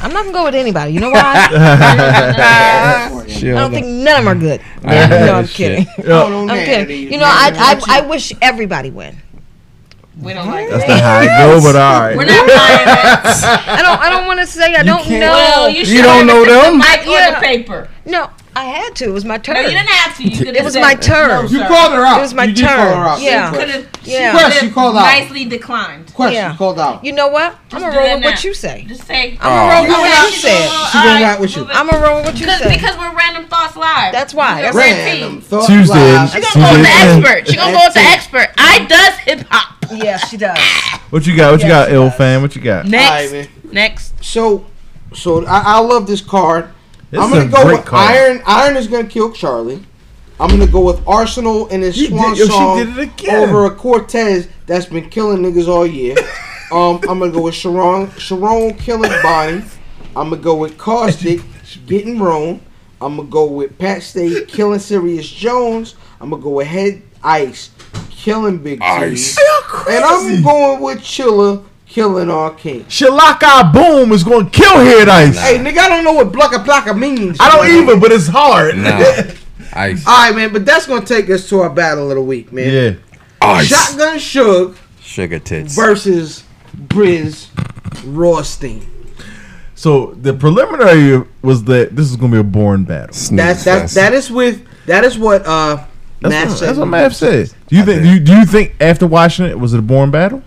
F: I'm not gonna go with anybody. You know why? I don't think none of them are good. no, I'm kidding.
A: don't
F: I'm kidding. You know, I, I I wish everybody win.
D: We don't like
C: That's
D: that.
C: not how it go, but all right.
D: We're not buying that.
F: I don't I don't want to say I don't know.
D: Well, you, should
C: don't
D: have
C: know
D: picked the
C: them?
D: Mic or
F: Yeah.
D: the paper.
F: no, I had to. It was my turn.
D: No, you didn't have to. You could have.
F: it was my turn.
A: You called her out.
F: It was my
A: you did
F: turn.
A: Call her out.
F: Yeah.
D: Could have.
F: Yeah.
A: Quest, you called out.
D: Nicely declined.
A: Question
F: Yeah.
A: called out.
F: You know what? I'm
D: Just
F: gonna
D: do
F: roll
D: that
F: with what
D: now.
F: you say.
D: Just say.
E: Oh.
F: I'm
D: You
F: gonna roll with
D: know,
F: what you
D: she's
F: said.
D: gonna-
A: She gonna
D: all right,
A: ride with you.
D: move it.
F: I'm gonna roll with what you
D: Because
F: said.
D: because we're random thoughts live.
F: That's why. That's
D: Right.
A: Random thought
C: Tuesday.
A: live.
D: She gonna go with the expert. She gonna go with the expert. I does hip hop.
F: Yeah, she does.
C: What you got? What you got, ill fan? What you got?
A: All right,
D: Next.
A: man.
D: Next.
A: So, so I, I love this card.
C: This
A: I'm
C: is
A: gonna
C: a
A: go
C: great
A: with
C: card.
A: Iron. Iron is gonna kill Charlie. I'm gonna go with Arsenal and his
C: You
A: swan
C: did- yo, she
A: song
C: did it again.
A: over a Cortez that's been killing niggas all year. um, I'm gonna go with Sharon. Sharon killing Bonnie. I'm gonna go with Caustic getting Rome. I'm gonna go with Pat Stay killing Sirius Jones. I'm gonna go with Head Ice killing Big T.
E: Ice.
A: And I'm going with Chilla killing Arcane.
C: Shilaka Boom is gonna kill Head Ice.
A: Hey, nigga, I don't know what blocka blocka means.
C: I don't even, but it's hard.
E: Nah. Ice.
A: All right, man, but that's gonna take us to our battle of the week, man.
C: yeah.
E: Ice.
A: Shotgun Shug
E: Sugar tits.
A: versus Briz Rothstein.
C: So the preliminary was that this is gonna be a boring battle.
A: That's that's that is with that is what uh Matt
C: That's, what,
A: said.
C: that's what Mav said. Do you
E: I
C: think?
E: did.
C: Do you, do you think after watching it was it a boring battle?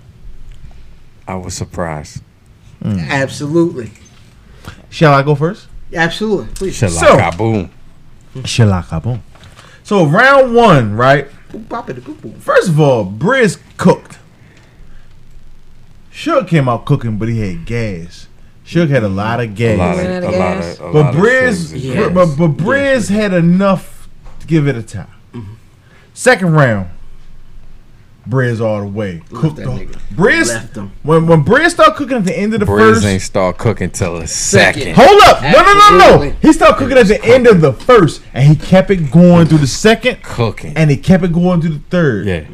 E: I was surprised.
A: Absolutely,
C: Shall I go first?
A: absolutely. Please.
E: Shilaka boom.
C: Mm-hmm. Shilaka Boom. So round one, right?
A: Boop, bop, it, boop, boop.
C: First of all, Briz cooked. Shook came out cooking, but he had gas. Shook had a lot of
E: A
C: gas.
E: lot of
F: Isn't that a
E: a lot
F: gas?
E: of a
C: But
E: lot of
C: Briz,
E: things.
A: Yes.
C: but, but Briz
E: Mm-hmm.
C: had enough to give it a tie. Second round, Brez all the way. Cooked on Brez. When when Brez start cooking at the end of the
E: Briz
C: first,
E: ain't start cooking till the second.
C: Hold up! No, no, no, no! He stopped cooking at the end of the first, and he kept it going through the second,
E: cooking,
C: and he kept it going through the third.
E: Yeah,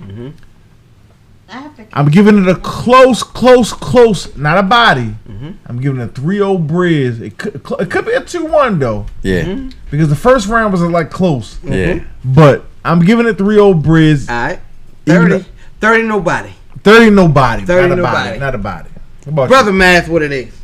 C: I'm giving it a close, close, close. Not a body.
E: Mm-hmm.
C: I'm giving it a 3-0 Briz. It could, cl- it could be a two-one though.
E: Yeah.
C: because the first round was like close.
E: Yeah. Uh,
C: but I'm giving it 3-0 Briz.
A: All right, 30, 30 nobody.
C: 30 nobody.
A: 30
C: not a
A: nobody.
C: body. Not a body. What about
A: Brother math, what it is.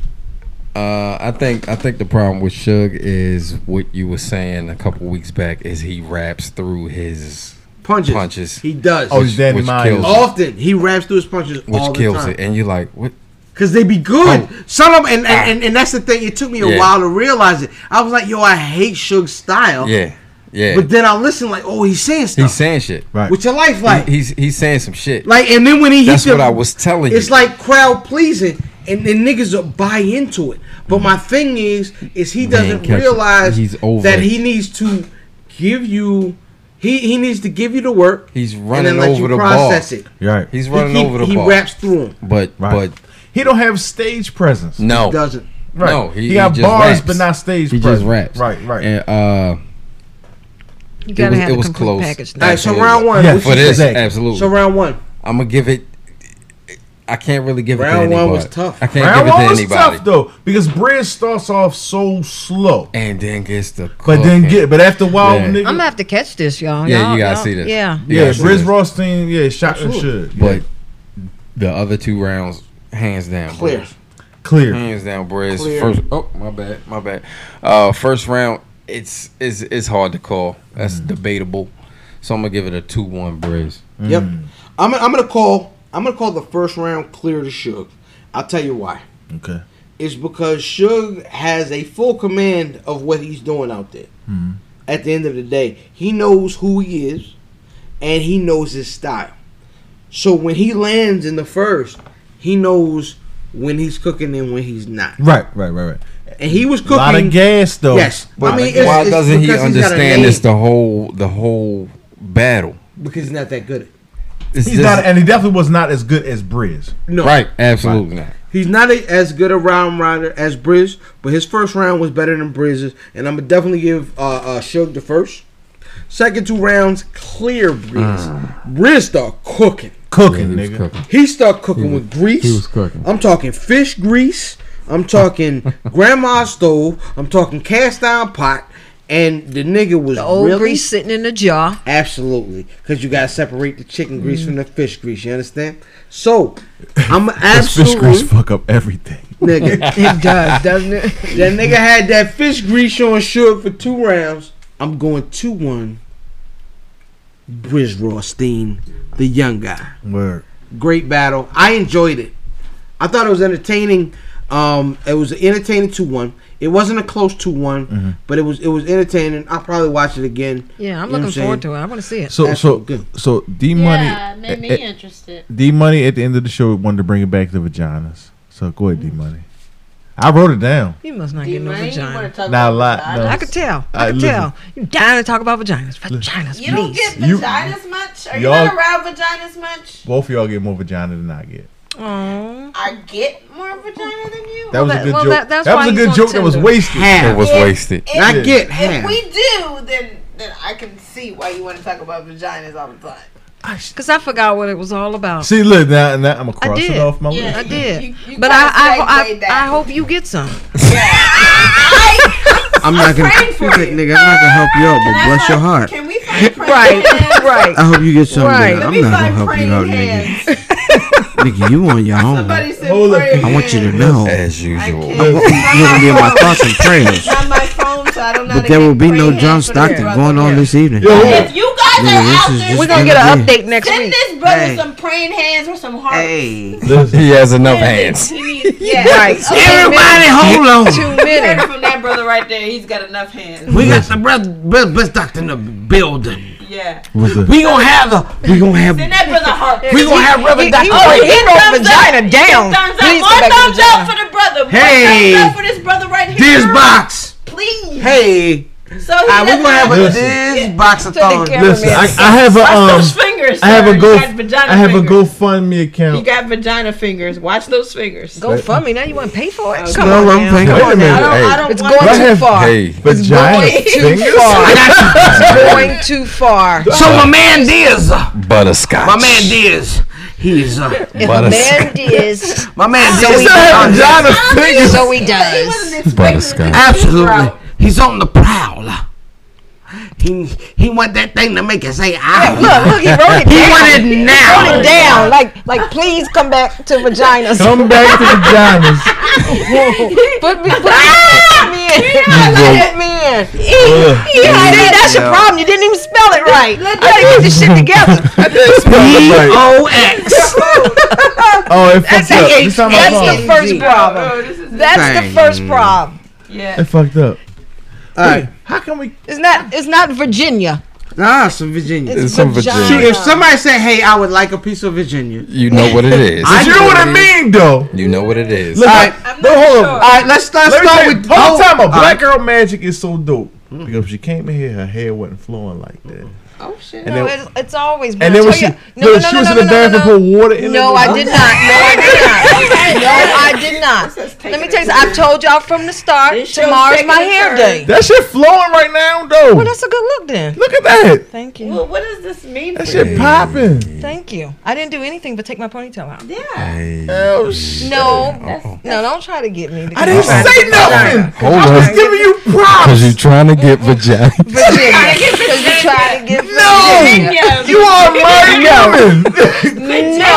E: Uh, I think I think the problem with Suge is what you were saying a couple weeks back is he raps through his
A: Punches. He does.
E: Oh, he's Danny Which Myers. kills it.
A: Often. He raps through his punches
E: which
A: all the
E: kills
A: time.
E: it, and you're like, what?
A: Cause they be good. Some of 'em- and, and, and and that's the thing. It took me a
E: Yeah.
A: while to realize it. I was like, yo, I hate Suge's style.
E: Yeah, yeah.
A: But then I listen like, oh, he's saying stuff.
E: he's saying shit.
C: Right.
A: What's your life like?
E: he's he's saying some shit.
A: Like, and then when he hit
E: that's
A: the-
E: what I was telling
A: it's
E: you.
A: like crowd pleasing, and then niggas will buy into it. But my thing is, is he doesn't
E: catch it.
A: realize
E: He's over
A: that
E: it.
A: he needs to give you. He, he needs to give you the work.
E: He's
A: and
E: running
A: then let
E: over
A: you
E: the
A: process
E: ball.
A: it.
C: Right.
E: He's running
A: he,
E: over the
A: he
E: ball.
A: He raps through him.
E: But
C: Right. He don't have stage presence.
E: but no,
A: He doesn't.
C: Right.
E: Mm, No, he,
C: he, got
E: just
C: bars,
E: raps.
C: but not stage.
E: He
C: presence.
E: just raps.
C: Right, right.
E: And uh,
F: You
E: it
F: gotta
E: was,
F: have
E: it
F: the
E: was
F: complete
E: close.
F: package.
A: All right, so round one,
E: Yeah,
A: what
E: for
A: you
E: this,
A: think?
E: absolutely.
A: So round one.
E: I'm gonna give it. I can't really give it to
A: Round
E: anybody.
A: one was tough.
E: I can't
C: Round
E: give it
C: one
E: to
C: was
E: anybody.
C: tough though because Brez starts off so slow,
E: and then gets the.
C: But then
E: cooking.
C: get, but after a while,
E: Yeah.
C: nigga,
F: I'm gonna have to catch this, y'all.
E: Yeah,
F: Y'all-
E: you gotta
F: y'all-
E: see this.
F: Yeah.
E: You
C: yeah,
E: gotta see
C: Briz
E: this.
C: Rothstein, yeah, shot and
E: Absolutely.
C: should,
E: But the other two rounds, hands down,
C: Clear.
E: Brez.
C: Clear.
A: Mm.
E: hands down, Brez.
C: Clear.
E: First, oh my bad, my bad. Uh, first round, it's it's it's hard to call.
A: Mm.
E: That's debatable. So I'm gonna give it a two-one Brez.
A: Yep. I'm, I'm gonna call. I'm gonna call the first round clear to Suge. I'll tell you why.
C: Okay.
A: It's because Suge has a full command of what he's doing out there.
C: Hmm.
A: At the end of the day, he knows who he is, and he knows his style. So when he lands in the first, he knows when he's cooking and when he's not.
C: Right, right, right, right.
A: And he was cooking.
C: A lot of gas though.
A: Yes, I mean, it's,
E: why
A: it's
E: doesn't he
A: because he's got a name.
E: understand this the whole the whole battle?
A: Because he's not that good.
E: It's
C: he's
E: just-
C: not, and he definitely was not as good as Briz.
A: No.
E: Right, absolutely not.
A: He's not a, as good a round rider as Briz, but his first round was better than Briz's, and I'm gonna definitely give uh, uh Suge the first. Second two rounds, clear Briz.
C: Mm.
A: Briz start cooking.
C: Cooking, nigga.
A: He start cooking with grease.
C: he was cooking.
A: I'm talking fish grease. I'm talking grandma's stove. I'm talking cast iron pot. And the nigga was
F: The old
A: really-
F: grease sitting in the jar.
A: Absolutely, because you gotta separate the chicken grease from the
F: Mm.
A: fish grease. You understand? So I'm
C: Those fish
A: absolutely
C: grease fuck up everything.
A: nigga.
F: It does, doesn't it?
A: That nigga had that fish grease on Suge for two rounds. I'm going two one. Briz Rothstein, the young guy.
C: Word.
A: Great battle. I enjoyed it. I thought it was entertaining. Um, it was an entertaining two one. It wasn't a close two one,
O: Mm-hmm.
A: but it was it was entertaining. I'll probably watch it again.
F: Yeah, I'm looking forward to it. I want to see it.
C: So so so D money. eh,
D: Yeah, it made me interested.
C: D money at the end of the show wanted to bring it back to vaginas. So go ahead, D money. I wrote it down.
F: You must not get no
D: Money, you wanna
F: vagina.
D: talk
C: Not a
D: about
C: lot,
D: vaginas?
C: no.
F: I could tell. I,
C: I
F: could
C: listen.
F: tell. You dying to talk about vaginas. Vaginas,
D: You don't
F: please.
D: get
C: You-
D: vaginas much? Are you
C: y'all-
D: not around vaginas much?
C: Both of y'all get more vagina than I get.
F: Oh.
D: I get more vagina than you.
C: That was a good joke. That, was a good joke that was wasted.
A: Half. It was
D: If-
E: wasted.
D: If,
A: I get
D: If
A: half.
D: we do, then then I can see why you want to talk about vaginas all the time.
F: Because I forgot what it was all about.
C: See, look now, now I'm gonna
F: I
C: cross
F: did.
C: it off my
F: I
C: list.
F: did.
D: you- you
F: but
D: kinda
F: I, I,
D: segued
F: I, I hope you get some.
O: I'm not gonna, nigga. I'm not gonna help you out, but bless your heart.
D: Can we find
F: Right, right.
O: I hope you get something.
F: Right.
O: nigga.
F: Let
O: I'm
F: me
O: not gonna
F: find
O: help you
F: praying
O: out, nigga. nigga, you on your own.
D: Somebody said
C: Hold up.
D: prayers.
O: I want you to know.
E: As usual.
O: I want you to be in my thoughts and prayers.
D: It's on my phone, so I don't know. how
O: But
D: to
O: there
D: get
O: will be no
D: praying
O: John
D: for the
O: Stockton
D: brother.
O: going on this evening.
D: If you guys
O: Nigga,
D: are
O: this
D: out
O: is
D: there,
O: just We're gonna get an
F: Update next
D: Send
F: week.
D: this brother
O: Hey.
D: some praying hands or some hearts.
E: he has enough hands.
D: He needs, yeah.
F: Right.
O: Everybody, hold on.
F: Two
D: You heard
F: minutes.
D: it from that brother right there. He's got enough hands.
O: We got the best, best, best doctor in the building.
D: Yeah.
O: We gonna have the. We gonna have.
D: Send that brother heart.
O: We gonna have Reverend
F: He-
O: Dr.
F: he-
O: Frank.
F: he wrote vagina down.
D: Thumbs up.
F: Please
D: One
F: go back to
D: thumbs up
F: vagina.
D: for the brother. One
O: Hey.
D: thumbs up for this brother right here.
O: This box.
D: Please.
O: Hey,
D: So he
V: Alright, we're
D: never
V: uh, gonna have a
D: had-
V: this
D: Yeah.
V: box of
D: To the
V: thorns.
D: cameraman.
C: Listen, I, I have a
D: Watch
C: um,
D: those fingers.
C: I have
D: sir.
C: a
D: You
C: go.
D: got vagina
C: I have a
D: fingers.
C: GoFundMe
D: You
C: account.
D: got vagina fingers. Watch those fingers.
C: Go Wait. fund
D: me. Now you want to pay for it?
C: Come No, on I'm now. paying- Wait a minute, hey.
F: It's going
C: I
F: too
C: have-
F: far.
C: Hey, vagina
F: Going too
C: fingers?
F: far.
C: I got you.
F: Going too far.
V: So my man Diaz, uh,
E: Butterscotch.
V: my man Diaz, he's uh,
F: If a man is,
V: my man uh,
F: so
V: Diaz,
F: he
V: is on
F: does.
V: his-
F: So he does.
E: Butterscotch.
V: Absolutely, he's on the prowl. He he want that thing to make it say I.
F: Look, look, he wrote it down.
V: He want it now.
F: He wrote it down. Like, like, please come back to vaginas.
C: Come back to vaginas.
F: put me, put me, put me in. Let me in.
C: Ugh.
F: You
C: Ugh.
F: see, that's your
C: Yeah.
F: problem. You didn't even spell it right. I didn't get this shit together.
V: B-O-X.
C: Oh, it
F: That's,
C: fucked up.
F: the-
C: This time I
F: that's the
C: fucked.
F: first
D: Oh,
F: problem. That's the
C: Dang.
F: first problem.
C: It fucked up.
V: All right.
C: How can we?
F: It's not. It's not Virginia.
V: Nah, it's some Virginia.
F: It's It's some vagina.
V: See,
F: Virginia.
V: if somebody said, "Hey, I would like a piece of Virginia,"
E: You know what it is.
V: I know what I
C: mean, though.
E: You know what it is.
C: Look,
V: Alright,
C: no, hold on.
V: All right, let's let's
C: Let me
V: start
C: tell you,
V: with
C: hold
V: oh,
C: time.
V: all
C: out. Black
V: right.
C: girl magic is so dope because she came in here, her hair wasn't flowing like that.
F: Oh shit!
C: And
F: no,
C: then-
F: it's, it's always.
C: And then when she, no, she was in the bathroom for water in
F: No,
C: the
F: I did not. No, I did not. No, I did not. Let me tell you, something. I told y'all from the start. Tomorrow's my hair day.
C: That shit flowing right now, though.
F: Well, that's a good look then.
C: Look at that.
F: Thank you.
D: Well, what does this mean?
C: That
D: for
C: shit
D: you?
C: popping.
F: Thank you. I didn't do anything but take my ponytail out.
D: Yeah.
C: Oh shit.
F: No, no, don't try to get me.
C: I didn't say nothing.
E: Hold
C: I was
E: on.
C: giving you props.
E: Cause you trying to get vagina.
F: Virginia, because you tried to get
C: No, you are
F: No.
C: my woman. Oh,
F: No,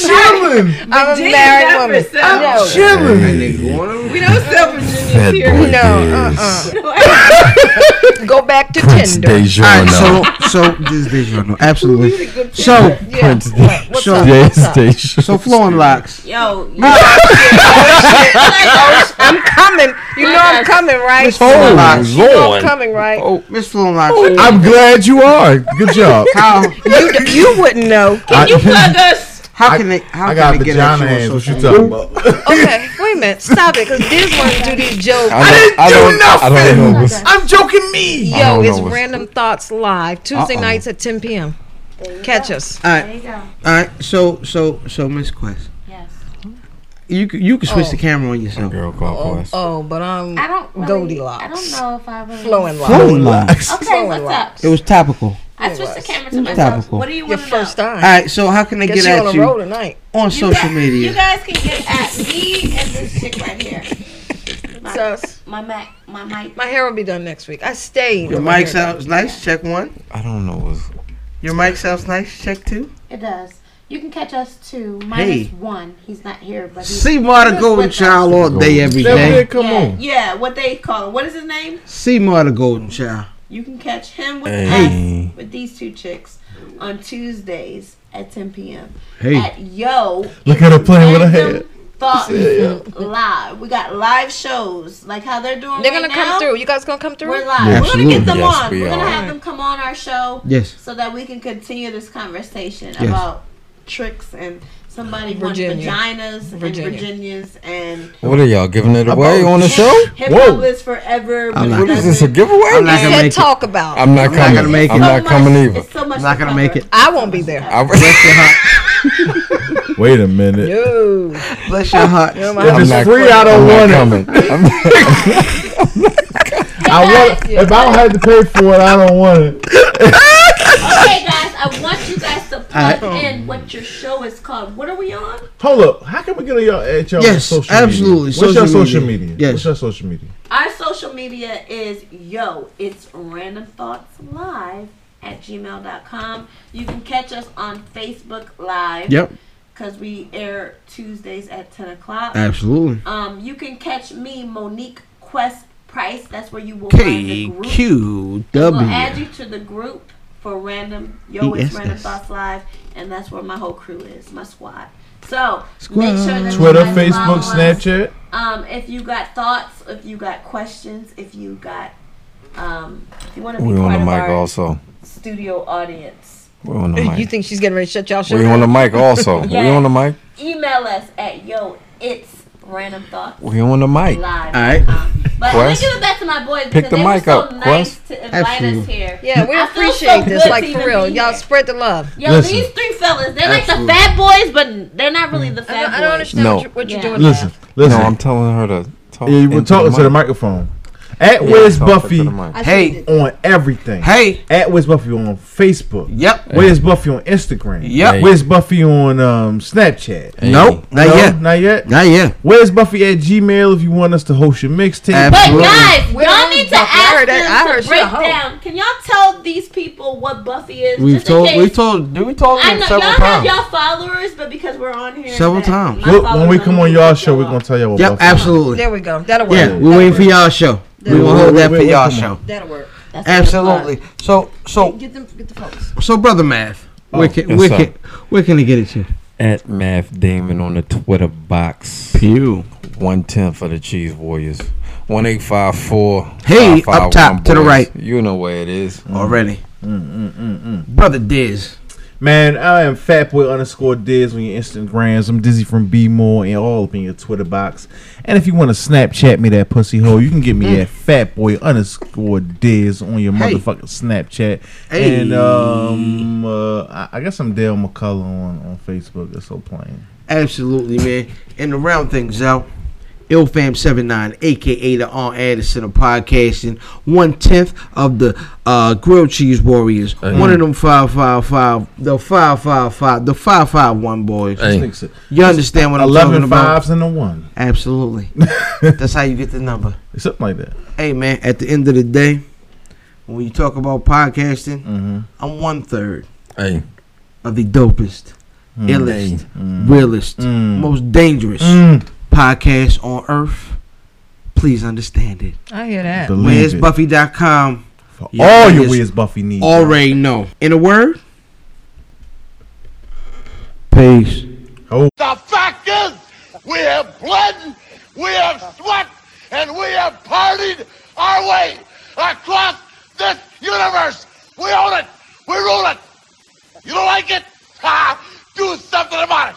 C: chilling.
F: I'm a married woman. No,
C: Chilling.
F: We don't sell Virginia
E: here. boy
F: No, uh-uh. Go back to
E: Prince
F: Tinder.
A: Ah,
V: So
E: Dejanot.
V: so this is Dejanot, absolutely. So
F: Yeah. Prince What- what's
V: so
F: up? What's up?
V: so flowing locks.
D: Yo,
F: I'm coming. You know I'm coming, right?
V: Miss Flowing Locks.
F: You know
V: Oh Lord.
F: I'm coming, right?
V: Oh, Miss Flowing Locks.
C: I'm glad you are. Good job.
V: How
F: You, you wouldn't know.
C: Can you plug
D: us?
V: how can they how
C: I
V: can
C: got
V: they get
C: vagina
V: at
C: hands.
V: you on
C: What you
V: social
C: talking about?
F: Okay, wait a minute. Stop it, because these ones do these jokes.
E: I don't- I don't- I don't know what's-
F: I'm joking me.
E: I
F: Yo,
E: don't know
F: it's
E: what's-
F: Random Thoughts Live, Tuesday
V: Uh-oh.
F: nights at 10 p.m. Catch us.
V: All right. All right. So so so Miss Quest.
D: Yes.
V: You c- you can switch
F: Oh.
V: the camera on yourself.
E: Girl, call
F: Oh, oh, but I'm
D: I don't really,
F: Goldilocks.
D: I don't know if I really
F: Flowing locks.
V: Flowing locks.
D: Okay, what's up?
V: It was topical.
D: I switched the camera to
V: It's
D: myself.
V: topical.
D: What do you
F: Your
D: want to know?
F: first time.
V: All right. So how can they get
F: Guess you
V: at
F: on a
V: you
F: roll tonight.
V: on social
D: You
V: media?
D: guys can get at me and this chick right here. My,
F: Sus.
D: my Mac, my mic.
F: My hair will be done next week. I stayed.
V: Your
F: with my
V: mic
F: hair
V: sounds nice. Check one.
E: I don't know what's.
V: Your mic sounds nice. Check two.
D: It does. You can catch us to minus
V: Hey.
D: one. He's not here, but he's,
V: See Marta
D: he was
V: Golden
D: with us.
V: Child all day every
C: That
V: day.
C: man, Come
D: yeah,
C: on.
D: Yeah, what they call him. What is his name?
V: See Marta Golden Child.
D: You can catch him with
V: Hey.
D: us with these two chicks on Tuesdays at 10 p.m.
C: Hey.
D: At Yo.
C: Look at her playing with her hair.
D: Thoughts
C: Yeah.
D: live. We got live shows like how they're doing.
F: They're
D: right
F: gonna
D: now.
F: come through. You guys gonna come through?
D: We're live.
V: Yeah,
D: We're gonna get
V: absolutely.
D: them
V: Yes,
D: on.
V: we
D: We are gonna
V: are.
D: have them come on our show.
V: Yes.
D: So that we can continue this conversation
V: Yes.
D: about tricks and somebody wanting
F: Virginia.
D: vaginas
F: Virginia.
D: and Virginias and
E: What are y'all giving it away
D: About-
E: on the show?
D: Hip hop is forever.
E: I'm not-
D: but
E: What is this, a
D: doesn't-
E: giveaway? I'm not
F: You
E: gonna
F: said
E: make it.
F: talk about.
E: I'm not
V: I'm not
E: coming.
V: gonna make
E: I'm
V: it.
E: not coming either.
D: It's so much.
V: I'm not gonna make it.
F: I won't be there.
E: I,
C: Wait a minute.
F: No.
V: Bless your heart.
F: No,
C: If
F: my
C: it's
E: not-
C: free, I don't
E: I'm not
C: want it.
E: coming. I'm not-
C: I want. If I don't have to pay for it, I don't want it.
D: Okay, guys, I want you guys to plug in what your show is called. What are we on?
C: Hold up. How can we get y'all at y'all
V: Yes,
C: social
V: absolutely.
C: media? What's your
V: Social
C: social
V: media.
C: media?
V: Yes.
C: What's your social media?
D: Our social media is yo, it's random thoughts live at gmail.com. You can catch us on Facebook Live.
V: Yep.
D: Because we air Tuesdays at 10 o'clock.
V: Absolutely.
D: Um, you can catch me, Monique Quest Price. That's where you will find the group. We'll add
V: KQW.
D: you to the group for random Yo It's Random
V: ESS.
D: Thoughts Live, and that's where my whole crew is, my squad. So
V: Squad.
D: make sure that you
C: Twitter,
D: guys follow
C: Facebook,
D: us.
C: Snapchat.
D: Um, if you got thoughts, if you got questions, if you got, um, if you want to be
E: We
D: part
E: on the
D: of
E: mic
D: our
E: also.
D: studio audience,
E: We on the
F: You
E: mic.
F: think she's getting ready to shut y'all shit?
E: We on the mic also. We
D: Yeah.
E: on the mic.
D: email us at yo it's Random thoughts.
E: We on the
D: Live.
E: mic.
D: Um,
E: All right.
D: But
E: Quest?
D: let me give it back to my boys because
E: Pick the
D: they were
E: mic
D: so
E: up,
D: nice
E: Quest.
D: to invite us
E: Absolutely.
D: here.
F: Yeah, we
D: I feel so
F: appreciate this.
D: good
F: Like
D: to
F: for
D: even
F: real,
D: be
F: y'all
D: here.
F: spread the love.
D: Yo,
C: Listen.
D: these three fellas, they're
E: Absolutely.
D: like the fat boys, but they're not really the fat boys. I don't
F: understand
E: No. what you-
D: what you're
F: doing.
C: Listen, listen.
E: No, I'm telling her to talk.
C: Yeah, you were
E: into
C: talking to the
E: mic.
C: microphone. At
E: Yeah,
C: Where's
E: talk into
C: Buffy?
E: the mic. I
C: Hey, on everything.
V: Hey,
C: at Where's Buffy on Facebook.
V: Yep.
C: Where's Buffy on Instagram?
V: Yep. Hey.
C: Where's Buffy on um, Snapchat?
V: Hey. Nope, not
C: No,
V: yet.
C: Not yet.
V: Not yet.
C: Where's Buffy at Gmail if you want us to host your mixtape?
D: But guys, y'all need to ask
F: heard that- I
D: them
F: heard
D: to
F: she
D: break
F: a hoe.
D: down. Can y'all tell these people what Buffy is?
A: We've
D: just in
A: told,
D: case-
A: we've told,
E: dude, we told
D: I
A: them
D: know y'all
A: several
D: have
A: times.
D: y'all followers, but because we're on here,
A: Several
D: that-
A: times.
D: my
C: Look, when
D: followers
C: we
D: are
C: come on y'all show, we're gonna tell y'all what.
A: Yep,
C: Buffy-
A: absolutely.
F: There we go. That'll work.
A: Yeah, we're waiting for y'all show. We will hold that for y'all show.
F: That'll work. That's
A: Absolutely. So, so,
F: Get them, get the folks.
A: so, brother math, where can,
E: yes,
A: where
E: sir.
A: can, where can they get it to?
E: At Math Damon on the Twitter box. Pew. One tenth for the Cheese Warriors. One eight five four.
A: Hey, up top, to the right.
E: You know where it is
A: already.
C: Brother Diz. Man, I am Fatboy underscore Diz on your Instagrams. I'm Dizzy from B More and all up in your Twitter box. And if you want to Snapchat me that pussy hole, you can get me
V: Mm.
C: at Fatboy underscore Diz on your motherfucking Snapchat.
V: Hey.
C: And um, uh, I, I guess I'm Dale McCullough on, on Facebook. That's so plain.
V: Absolutely, man. And to round things out, IllFam79, aka the On Air the Center Podcasting, one tenth of the uh, Grilled Cheese Warriors,
A: Hey.
V: one of them five five five, the five five five, the five five one boys.
A: Hey.
V: You understand what I'm
C: 11
V: talking about?
C: fives and a one.
V: Absolutely. That's how you get the number.
C: Something like that.
V: Hey man, at the end of the day, when you talk about podcasting,
C: Mm-hmm.
V: I'm one third
E: Hey.
V: of the dopest,
A: Mm.
V: illest,
A: Hey. Mm.
V: realest,
A: Mm.
V: most dangerous
A: Mm.
V: podcast on earth. Please understand it.
F: I hear that.
C: Believe it.
V: Where'sBuffy.com. For
C: all your Where's Buffy needs.
V: Already know. In a word,
A: Peace.
C: Oh.
B: The fact is, we have bled, we have sweat, and we have partied our way across this universe. We own it. We rule it. You don't like it? Ha! Do something about it.